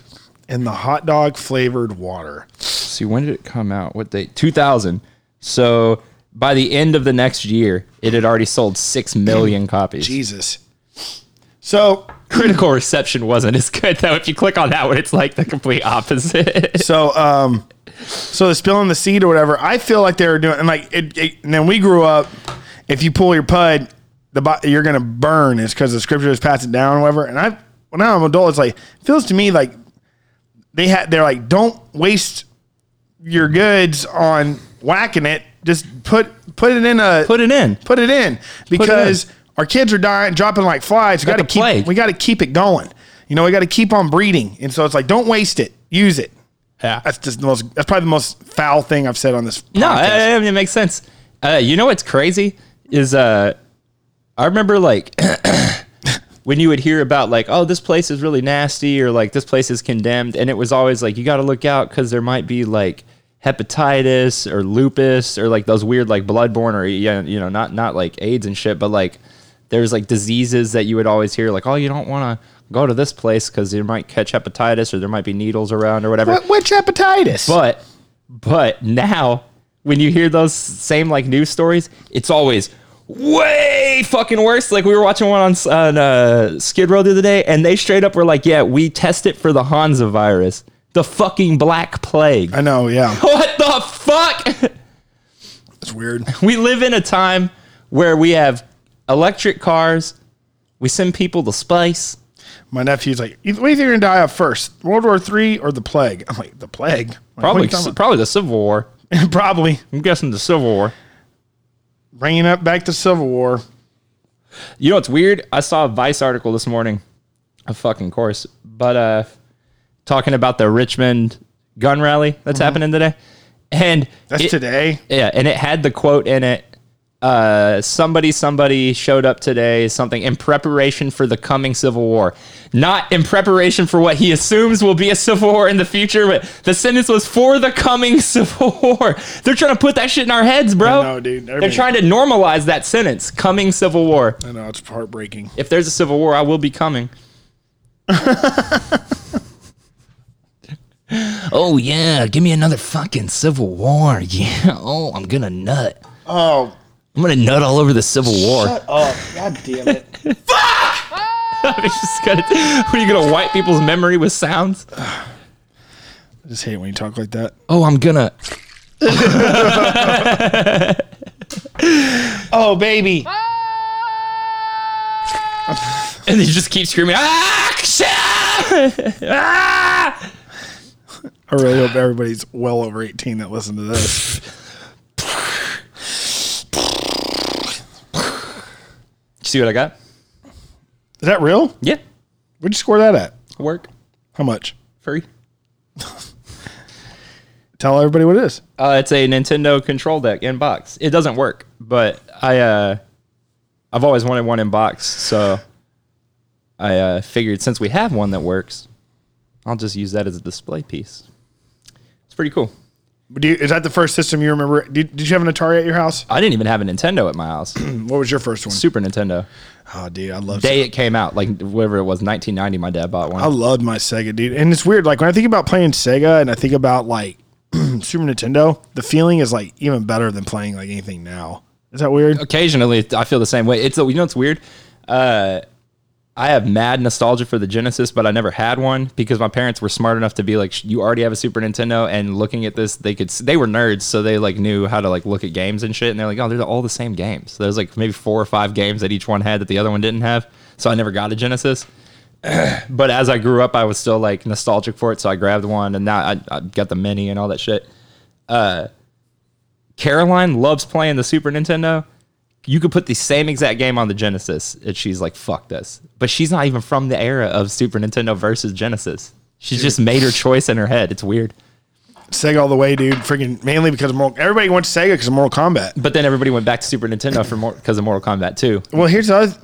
Speaker 2: in the hot dog flavored water.
Speaker 1: see when did it come out what date 2000 so by the end of the next year it had already sold 6 million copies
Speaker 2: Jesus. So
Speaker 1: critical reception wasn't as good though if you click on that one it's like the complete opposite
Speaker 2: So, um, so the spilling the seed or whatever, I feel like they were doing, and like, it, it, and then we grew up. If you pull your pud, the bo- you're gonna burn. It's because the scriptures pass it down, or whatever. And I, when I'm an adult, it's like feels to me like they had. They're like, don't waste your goods on whacking it. Just put put it in a put,
Speaker 1: put it in
Speaker 2: it in because our kids are dying, dropping like flies. We got to
Speaker 1: the
Speaker 2: keep
Speaker 1: plague.
Speaker 2: we got to keep it going. You know, we got to keep on breeding, and so it's like, don't waste it. Use it.
Speaker 1: yeah
Speaker 2: That's just the most. That's probably the most foul thing I've said on this.
Speaker 1: no eh,
Speaker 2: podcast.
Speaker 1: I, I mean, it makes sense uh, you know what's crazy is uh, i remember like [COUGHS] when you would hear about like oh this place is really nasty or like this place is condemned and it was always like you got to look out because there might be like hepatitis or lupus or like those weird like bloodborne or yeah, you know not not like aids and shit but like there's like diseases that you would always hear like oh you don't want to go to this place because you might catch hepatitis or there might be needles around or whatever
Speaker 2: What, which hepatitis?
Speaker 1: but but now when you hear those same like news stories, it's always way fucking worse. Like we were watching one on, on uh, Skid Row the other day, and they straight up were like, "Yeah, we test it for the Hanza virus, the fucking Black Plague."
Speaker 2: I know. Yeah,
Speaker 1: [LAUGHS] what the fuck? [LAUGHS]
Speaker 2: it's weird.
Speaker 1: we live in a time where we have electric cars. We send people to space.
Speaker 2: My nephew's like, "Either- "What do you think you're gonna die of first, World War Three or the plague?" I'm like, "The plague, Like, what are
Speaker 1: Probably,
Speaker 2: you talking
Speaker 1: probably the Civil War.
Speaker 2: about?" [LAUGHS] probably
Speaker 1: I'm guessing the Civil War.
Speaker 2: bringing up back to Civil War."
Speaker 1: You know what's weird? I saw a Vice article this morning, a fucking course, but uh, talking about the Richmond gun rally that's happening today, and
Speaker 2: Mm-hmm. That's
Speaker 1: it-
Speaker 2: today.
Speaker 1: yeah, and it had the quote in it. Uh, somebody, somebody showed up today, something in preparation for the coming Civil War, not in preparation for what he assumes will be a Civil War in the future. But the sentence was for the coming [LAUGHS] Civil War. They're trying to put that shit in our heads, bro.
Speaker 2: know, dude.
Speaker 1: They're
Speaker 2: Everything-
Speaker 1: trying to normalize that sentence, coming Civil War
Speaker 2: I know it's heartbreaking.
Speaker 1: if there's a civil war, I will be coming. [LAUGHS] oh yeah, give me another fucking civil war. [LAUGHS] Yeah. Oh, I'm gonna nut.
Speaker 2: Oh,
Speaker 1: I'm gonna nut all over the civil war.
Speaker 2: oh, god damn it!
Speaker 1: [LAUGHS] I'm just gonna, what are you gonna wipe people's memory with sounds?
Speaker 2: [LAUGHS] I just hate when you talk like that.
Speaker 1: Oh, I'm [LAUGHS] gonna.
Speaker 2: Oh, baby.
Speaker 1: And they just keep screaming. Action! [LAUGHS] ah!
Speaker 2: I really hope everybody's well over 18 that listen to this.
Speaker 1: See what I got?
Speaker 2: Is that real?
Speaker 1: Yeah,
Speaker 2: Where'd you score that at?
Speaker 1: work
Speaker 2: How much?
Speaker 1: free.
Speaker 2: Tell everybody what it is.
Speaker 1: Uh, it's a Nintendo control deck in box. It doesn't work, but I uh, I've always wanted one in box, so I uh, figured since we have one that works, I'll just use that as a display piece. It's pretty cool.
Speaker 2: Do you, is that the first system you remember? Did, did you have an Atari at your house?
Speaker 1: I didn't even have a Nintendo at my house. [CLEARS THROAT]
Speaker 2: What was your first one?
Speaker 1: Super Nintendo.
Speaker 2: Oh, dude, I love.
Speaker 1: Day it came out, like whatever it was, 1990. My dad bought
Speaker 2: I
Speaker 1: one.
Speaker 2: loved my Sega, dude. And it's weird. Like when I think about playing Sega, and I think about like [CLEARS THROAT] Super Nintendo, the feeling is like even better than playing like anything now. Is that weird?
Speaker 1: Occasionally, I feel the same way. It's you know, it's weird. Uh, I have mad nostalgia for the Genesis, but I never had one because my parents were smart enough to be like, "Sh- "You already have a Super Nintendo." And looking at this, they could s- they were nerds, so they like knew how to like look at games and shit. And they're like, "Oh, they're all the same games." So there's like maybe four or five games that each one had that the other one didn't have. So I never got a Genesis. [CLEARS THROAT] but as I grew up, I was still like nostalgic for it, so I grabbed one, and now I, I got the mini and all that shit. Uh, Caroline loves playing the Super Nintendo you could put the same exact game on the Genesis, and she's like, "Fuck this." But she's not even from the era of Super Nintendo versus Genesis. She's just made her choice in her head. It's weird.
Speaker 2: Sega all the way, dude. Freaking mainly because of Mortal. Everybody went to Sega because of Mortal Kombat.
Speaker 1: But then everybody went back to Super Nintendo for more because of Mortal Kombat 2.
Speaker 2: Well, here's the other.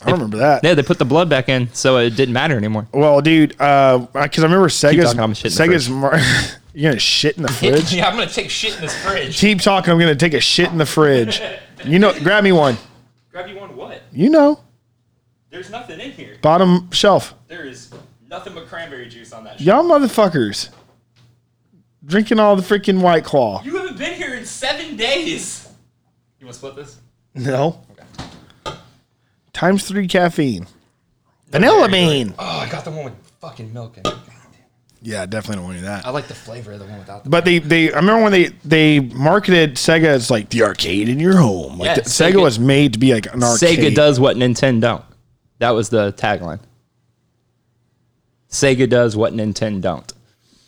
Speaker 2: I remember that.
Speaker 1: Yeah, they put the blood back in, so it didn't matter anymore.
Speaker 2: Well, dude, because I remember
Speaker 1: talking,
Speaker 2: Sega's
Speaker 1: I'm shitting the
Speaker 2: Sega's mar- [LAUGHS] You're gonna shit in the fridge.
Speaker 1: [LAUGHS] yeah, I'm gonna take shit in this fridge.
Speaker 2: Keep talking. I'm gonna take a shit in the fridge. You know, grab me one.
Speaker 1: Grab you one what?
Speaker 2: You know,
Speaker 1: There's nothing in here.
Speaker 2: bottom shelf.
Speaker 1: There is nothing but cranberry juice on that. shit.
Speaker 2: Y'all motherfuckers drinking all the freaking white claw.
Speaker 1: You haven't been here in seven days. You want to split this?
Speaker 2: No. Times three caffeine. Vanilla bean.
Speaker 1: Oh, I got the one with fucking milk in it.
Speaker 2: Yeah, definitely don't want to do that.
Speaker 1: I like the flavor of the one without the.
Speaker 2: But they, they, I remember when they, they marketed Sega as like the arcade in your home. Like
Speaker 1: Yeah,
Speaker 2: the- Sega,
Speaker 1: Sega-
Speaker 2: was made to be like an arcade.
Speaker 1: Sega does what Nintendo don't. That was the tagline. Sega does what Nintendo don't.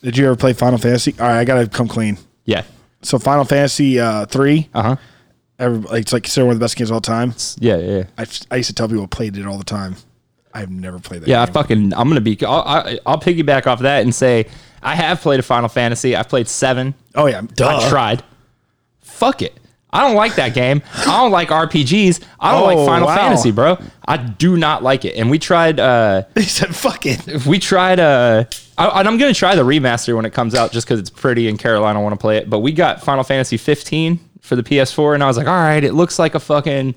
Speaker 2: Did you ever play Final Fantasy? All right, I gotta come clean.
Speaker 1: Yeah.
Speaker 2: So Final Fantasy uh, three,
Speaker 1: Uh huh.
Speaker 2: every- it's like considered one of the best games of all time.
Speaker 1: Yeah, yeah, yeah.
Speaker 2: I, I used to tell people I played it all the time. I've never played that.
Speaker 1: Yeah, I
Speaker 2: game.
Speaker 1: fucking. I'm gonna be. I'll, I, I'll piggyback off that and say I have played a Final Fantasy. I've played seven.
Speaker 2: oh yeah, duh.
Speaker 1: I
Speaker 2: [LAUGHS]
Speaker 1: tried. Fuck it. I don't like that game. I don't like RPGs. I don't
Speaker 2: Oh,
Speaker 1: like Final
Speaker 2: wow.
Speaker 1: Fantasy, bro. I do not like it. And we tried. uh
Speaker 2: He said, "Fuck it."
Speaker 1: we tried uh I, and I'm gonna try the remaster when it comes out just because it's pretty and Carolina want to play it. But we got Final Fantasy 15 for the PS4, and I was like, all right, it looks like a fucking,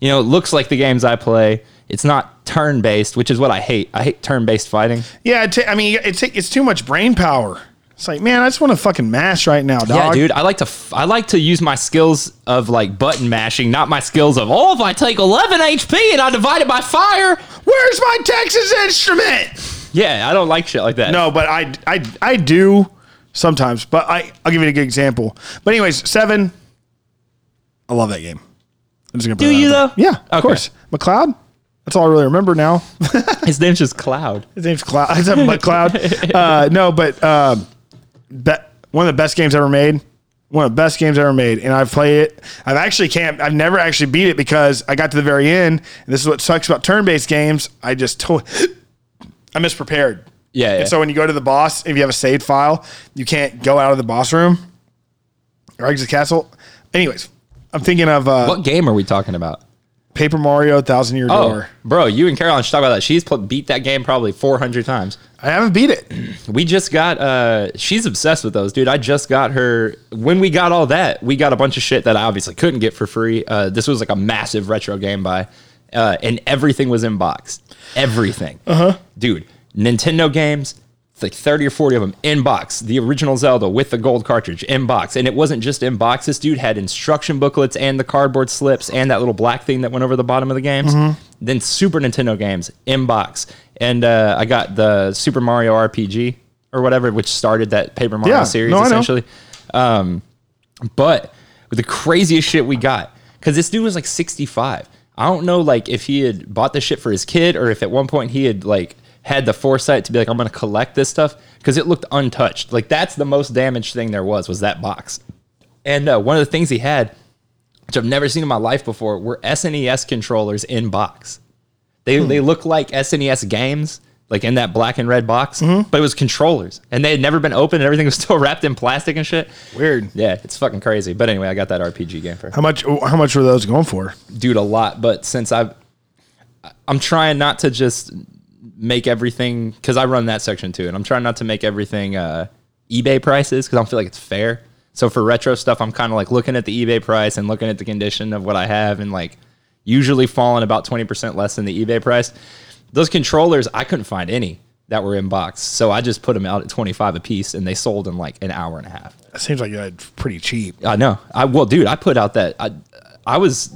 Speaker 1: you know, it looks like the games I play. It's not turn based, which is what I hate. I hate turn based fighting.
Speaker 2: Yeah, it ta- I mean, it ta- it's too much brain power. It's like, man, I just want to fucking mash right now, dog.
Speaker 1: Yeah, dude, I like to f- I like to use my skills of like button mashing, not my skills of oh, if I take 11 HP and I divide it by fire.
Speaker 2: Where's my Texas instrument?
Speaker 1: Yeah, I don't like shit like that.
Speaker 2: No, but I, I, I do sometimes. But I, I'll give you a good example. But anyways, seven. I love that game. I'm just gonna put
Speaker 1: Do
Speaker 2: that
Speaker 1: you,
Speaker 2: out there.
Speaker 1: though?
Speaker 2: Yeah, of
Speaker 1: Okay.
Speaker 2: course. McLeod. That's all I really remember now.
Speaker 1: his name's just Cloud.
Speaker 2: His name's [LAUGHS] Cloud. It's a McCloud. Uh, no, but um, be- one of the best games ever made. One of the best games ever made, and I've played it. I've actually can't. I've never actually beat it because I got to the very end, and this is what sucks about turn-based games. I just [GASPS] told, I'm misprepared.
Speaker 1: Yeah, yeah.
Speaker 2: And so when you go to the boss, if you have a saved file, you can't go out of the boss room or exit castle. Anyways, I'm thinking of uh,
Speaker 1: what game are we talking about?
Speaker 2: Paper Mario Thousand Year
Speaker 1: Oh,
Speaker 2: Door.
Speaker 1: bro, you and Caroline should talk about that. She's pl- beat that game probably 400 times.
Speaker 2: I haven't beat it.
Speaker 1: We just got, uh, she's obsessed with those, dude. I just got her, when we got all that, we got a bunch of shit that I obviously couldn't get for free. Uh, this was like a massive retro game buy, uh, and everything was in box. Everything. Uh huh. Dude, Nintendo games, it's like 30 or 40 of them in box. The original Zelda with the gold cartridge in box. And it wasn't just in box. This dude had instruction booklets and the cardboard slips and that little black thing that went over the bottom of the games. Then Super Nintendo games in box. And uh, I got the Super Mario RPG or whatever, which started that Paper Mario
Speaker 2: Yeah.
Speaker 1: series
Speaker 2: No, I know.
Speaker 1: essentially. Um, but the craziest shit we got, because this dude was like 65. I don't know like if he had bought this shit for his kid or if at one point he had like had the foresight to be like, I'm gonna collect this stuff because it looked untouched. Like that's the most damaged thing there was was that box. And uh, one of the things he had, which I've never seen in my life before, were SNES controllers in box. They they look like SNES games, like in that black and red box, but it was controllers, and they had never been opened, and everything was [LAUGHS] still wrapped in plastic and shit.
Speaker 2: Weird.
Speaker 1: Yeah, it's fucking crazy. But anyway, I got that RPG game for
Speaker 2: How much? How much were those going for?
Speaker 1: dude a lot. But since I've I'm trying not to just make everything because I run that section too, and I'm trying not to make everything uh, eBay prices because I don't feel like it's fair. So for retro stuff, I'm kind of like looking at the eBay price and looking at the condition of what I have, and like usually falling about 20% less than the eBay price. Those controllers, I couldn't find any that were in box, so I just put them out at 25 a piece, and they sold in like an hour and a half.
Speaker 2: That seems like uh, pretty cheap.
Speaker 1: I know. I well, dude, I put out that I, I was.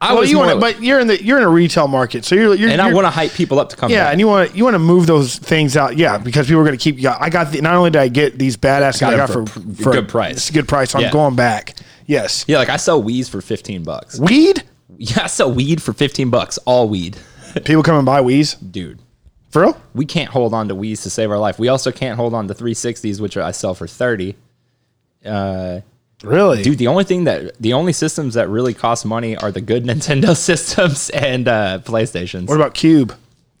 Speaker 1: I
Speaker 2: Well,
Speaker 1: was
Speaker 2: you
Speaker 1: more-
Speaker 2: want to, but you're in the you're in a retail market, so you're, you're
Speaker 1: and I
Speaker 2: you're-
Speaker 1: want to hype people up to come.
Speaker 2: yeah,
Speaker 1: back.
Speaker 2: and you want to you want to move those things out, yeah, because people are going to keep. Yeah, I got the, not only did I get these badass I,
Speaker 1: them
Speaker 2: got
Speaker 1: for
Speaker 2: for,
Speaker 1: a pr-
Speaker 2: for
Speaker 1: good price.
Speaker 2: it's a good price. So
Speaker 1: Yeah.
Speaker 2: I'm going back. Yes,
Speaker 1: yeah. Like I sell weeds for fifteen bucks.
Speaker 2: weed.
Speaker 1: Yeah, I sell weed for fifteen bucks. All weed,
Speaker 2: People come and buy weeds
Speaker 1: dude.
Speaker 2: for real.
Speaker 1: We can't hold on to weeds to save our life. We also can't hold on to three sixties, which I sell for thirty.
Speaker 2: Really,
Speaker 1: Dude, the only thing that the only systems that really cost money are [LAUGHS] the good Nintendo systems and uh, PlayStations.
Speaker 2: What about Cube?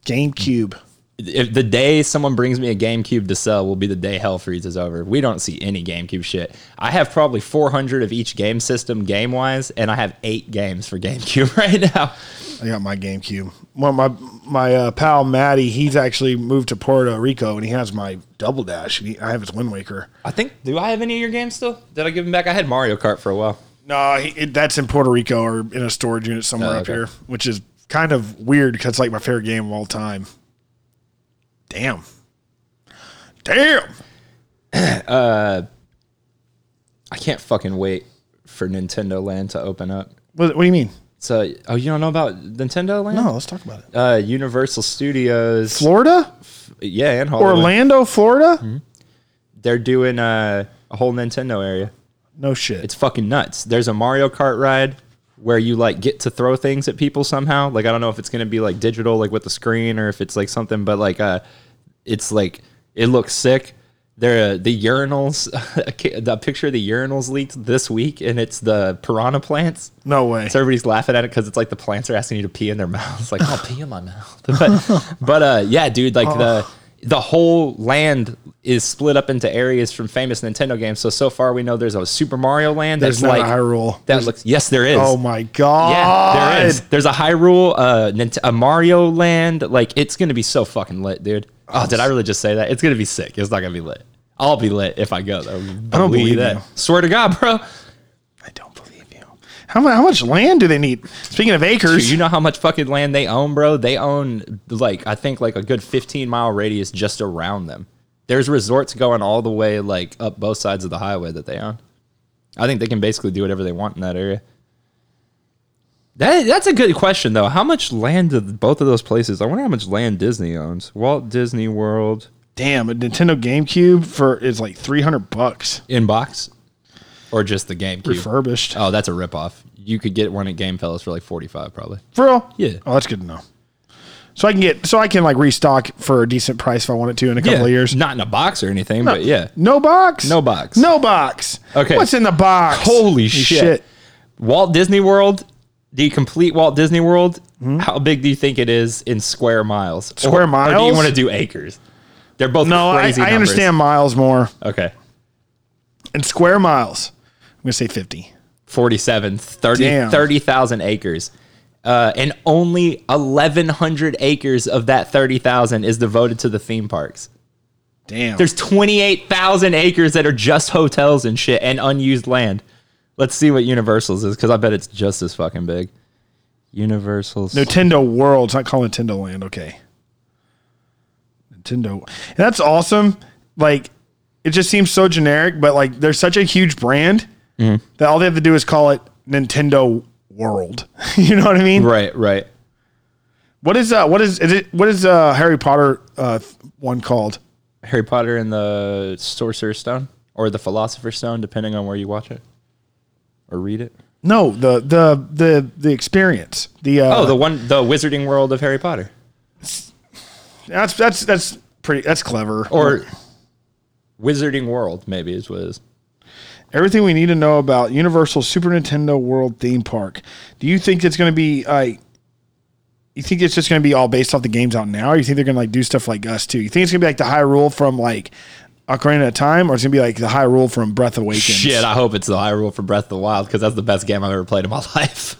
Speaker 2: GameCube.
Speaker 1: if the day someone brings me a GameCube to sell will be the day hell freezes over. We don't see any GameCube shit. I have probably 400 of each game system game wise, and I have eight games for GameCube [LAUGHS] right now.
Speaker 2: I got my GameCube. Well, my my uh, pal Matty, he's actually moved to Puerto Rico, and he has my Double Dash. And he, I have his Wind Waker.
Speaker 1: I think, do I have any of your games still? Did I give them back? I had Mario Kart for a while.
Speaker 2: No, he, it, that's in Puerto Rico or in a storage unit somewhere
Speaker 1: Oh,
Speaker 2: up
Speaker 1: okay.
Speaker 2: here, which is kind of weird because it's like my favorite game of all time. Damn. Damn.
Speaker 1: I can't fucking wait for Nintendo Land to open up.
Speaker 2: What, what do you mean?
Speaker 1: So, oh, you don't know about Nintendo Land?
Speaker 2: No, let's talk about it.
Speaker 1: Uh, Universal Studios,
Speaker 2: Florida?
Speaker 1: yeah, and Hollywood.
Speaker 2: Orlando, Florida?
Speaker 1: Mm-hmm. They're doing uh, a whole Nintendo area.
Speaker 2: No shit.
Speaker 1: It's fucking nuts. There's a Mario Kart ride where you like get to throw things at people somehow. Like I don't know if it's gonna be like digital, like with the screen, or if it's like something, but like uh, it's like it looks sick. There, uh, the urinals, [LAUGHS] a ca- the picture of the urinals leaked this week, and it's the piranha plants.
Speaker 2: no way.
Speaker 1: So everybody's laughing at it because it's like the plants are asking you to pee in their [LAUGHS] mouths. Like, [LAUGHS] oh I'll pee in my mouth. [LAUGHS] But, but uh, yeah, dude, like
Speaker 2: Oh.
Speaker 1: the the whole land is split up into areas from famous Nintendo games. So so far we know there's a Super Mario Land.
Speaker 2: There's
Speaker 1: That's
Speaker 2: not
Speaker 1: like
Speaker 2: a Hyrule.
Speaker 1: That looks. Yes, there is.
Speaker 2: Oh my god.
Speaker 1: yeah, there is. There's a Hyrule, uh, Nint- a Mario Land. Like it's gonna be so fucking lit, dude. Oh, did I really just say that? It's gonna be sick. It's not gonna be lit. I'll be lit if I go though. I
Speaker 2: don't believe you.
Speaker 1: Swear to God, bro.
Speaker 2: I don't believe you. How, mu- how much land do they need? Speaking of acres,
Speaker 1: Dude, you know how much fucking land they own, bro? They own like I think like a good 15 mile radius just around them. There's resorts going all the way like up both sides of the highway that they own. I think they can basically do whatever they want in that area. That that's a good question though. How much land do both of those places? I wonder how much land Disney owns. Walt Disney World
Speaker 2: damn, a Nintendo GameCube for is like 300 bucks
Speaker 1: inbox or just the GameCube.
Speaker 2: refurbished.
Speaker 1: Oh, that's a ripoff. You could get one at Game Fellas for like 45 probably.
Speaker 2: For real?
Speaker 1: Yeah.
Speaker 2: Oh, that's good to know. So I can get so I can like restock for a decent price if I wanted to in a couple of years.
Speaker 1: Not in a box or anything, but yeah.
Speaker 2: No box.
Speaker 1: No box.
Speaker 2: No box.
Speaker 1: Okay.
Speaker 2: What's in the box?
Speaker 1: Holy
Speaker 2: You
Speaker 1: shit. Walt Disney World, the complete Walt Disney World, how big do you think it is in square miles?
Speaker 2: Hmm? Square
Speaker 1: Or- Or do you
Speaker 2: miles?
Speaker 1: want to do acres? They're both
Speaker 2: No, I,
Speaker 1: crazy
Speaker 2: I
Speaker 1: numbers.
Speaker 2: understand miles more
Speaker 1: Okay.
Speaker 2: and square miles. I'm gonna say 50.
Speaker 1: 47, 30
Speaker 2: Damn.
Speaker 1: 30,000 acres. Uh, and only 1,100 acres of that 30,000 is devoted to the theme parks.
Speaker 2: Damn.
Speaker 1: There's 28,000 acres that are just hotels and shit and unused land. Let's see what Universal's is because I bet it's just as fucking big. Universal's.
Speaker 2: Nintendo World. It's not called Nintendo Land. Okay. Nintendo. And that's awesome. Like, it just seems so generic, but like, they're such a huge brand
Speaker 1: Mm-hmm.
Speaker 2: that all they have to do is call it Nintendo World. [LAUGHS] you know what I mean?
Speaker 1: right, right.
Speaker 2: What is uh? What is is it? What is uh Harry Potter uh th- one called?
Speaker 1: Harry Potter and the Sorcerer's Stone or the Philosopher's Stone, depending on where you watch it or read it.
Speaker 2: No, the the the the experience. The uh,
Speaker 1: Oh, the one, the Wizarding World of Harry Potter,
Speaker 2: that's that's that's pretty. That's clever.
Speaker 1: or Wizarding World, maybe is what it is.
Speaker 2: Everything we need to know about Universal Super Nintendo World theme park. Do you think it's going to be like? You think it's just going to be all based off the games out now? Or you think they're going to like do stuff like us too? You think it's going to be like the High Rule from like Ocarina of Time, or it's going to be like the High Rule from Breath Awakens?
Speaker 1: Shit, I hope it's the High Rule for Breath of the Wild because that's the best game I've ever played in my [LAUGHS] life.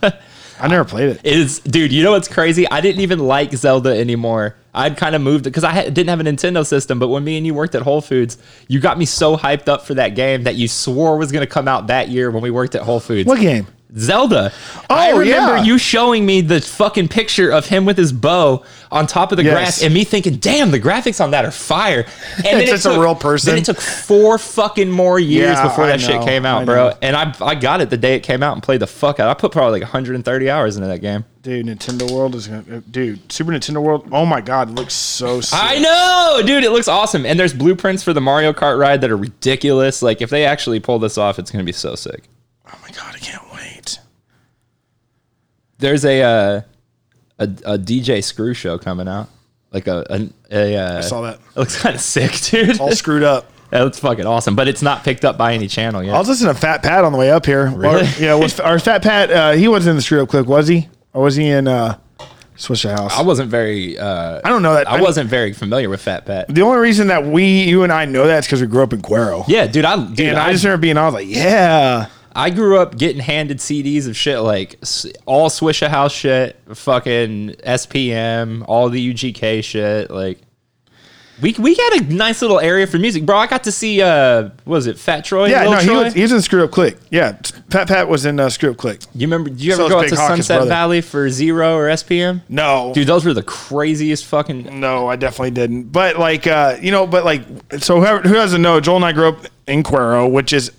Speaker 2: I never played it.
Speaker 1: is dude you know what's crazy i didn't even like zelda anymore i'd kind of moved because i had, didn't have a nintendo system but when me and you worked at whole foods you got me so hyped up for that game that you swore was going to come out that year when we worked at whole foods
Speaker 2: What game?
Speaker 1: zelda i remember
Speaker 2: Oh, yeah.
Speaker 1: you showing me the fucking picture of him with his bow on top of the
Speaker 2: Yes.
Speaker 1: grass and me thinking damn the graphics on that are fire and then
Speaker 2: It's just a real person.
Speaker 1: then it took four fucking more years
Speaker 2: Yeah,
Speaker 1: before
Speaker 2: I
Speaker 1: that shit
Speaker 2: know,
Speaker 1: came
Speaker 2: I
Speaker 1: out bro
Speaker 2: know.
Speaker 1: and I, I got it the day it came out and played the fuck out i put probably like 130 hours into that game
Speaker 2: Dude, Nintendo World is going to. Dude, Super Nintendo World. Oh my God, it looks so sick.
Speaker 1: I know, dude. It looks awesome, and there's blueprints for the Mario Kart ride that are ridiculous. Like if they actually pull this off, it's gonna be so sick.
Speaker 2: oh my God, I can't wait.
Speaker 1: There's a uh, a, a DJ Screw show coming out. Like a an- a, uh,
Speaker 2: Saw that.
Speaker 1: [LAUGHS] It looks kind of sick, dude. [LAUGHS]
Speaker 2: All screwed up.
Speaker 1: that looks fucking awesome, but it's not picked up by any channel yet.
Speaker 2: I was listening to Fat Pat on the way up
Speaker 1: [LAUGHS]
Speaker 2: here. Our- yeah, was our Fat Pat? Uh, he wasn't in the screw up clip, was he? Or was he in? Uh, Swish the house.
Speaker 1: I wasn't very. Uh,
Speaker 2: I don't know that.
Speaker 1: I wasn't very familiar with Fat Pat.
Speaker 2: The only reason that we, you and I know that is because we grew up in Guero.
Speaker 1: Yeah, dude. I dude.
Speaker 2: and I,
Speaker 1: I,
Speaker 2: just remember being, I was like, yeah.
Speaker 1: I grew up getting handed CDs of shit like s- all Swish a House shit, fucking SPM, all the UGK shit. Like, we we had a nice little area for music, bro. I got to see uh, what was it Fat Troy?
Speaker 2: Yeah,
Speaker 1: Lil
Speaker 2: no, he
Speaker 1: Troy?
Speaker 2: was, he was in Screw Up Click. Yeah, Pat Pat was in uh, Screw Up Click.
Speaker 1: you remember? Do you
Speaker 2: so
Speaker 1: ever
Speaker 2: was
Speaker 1: go out
Speaker 2: Big
Speaker 1: to
Speaker 2: Hawk, his
Speaker 1: Sunset
Speaker 2: brother.
Speaker 1: Valley for Zero or SPM?
Speaker 2: No,
Speaker 1: Dude, those were the craziest fucking.
Speaker 2: No, I definitely didn't. But like, uh, you know, but like, so whoever, who doesn't know, Joel and I grew up in Cuero, which is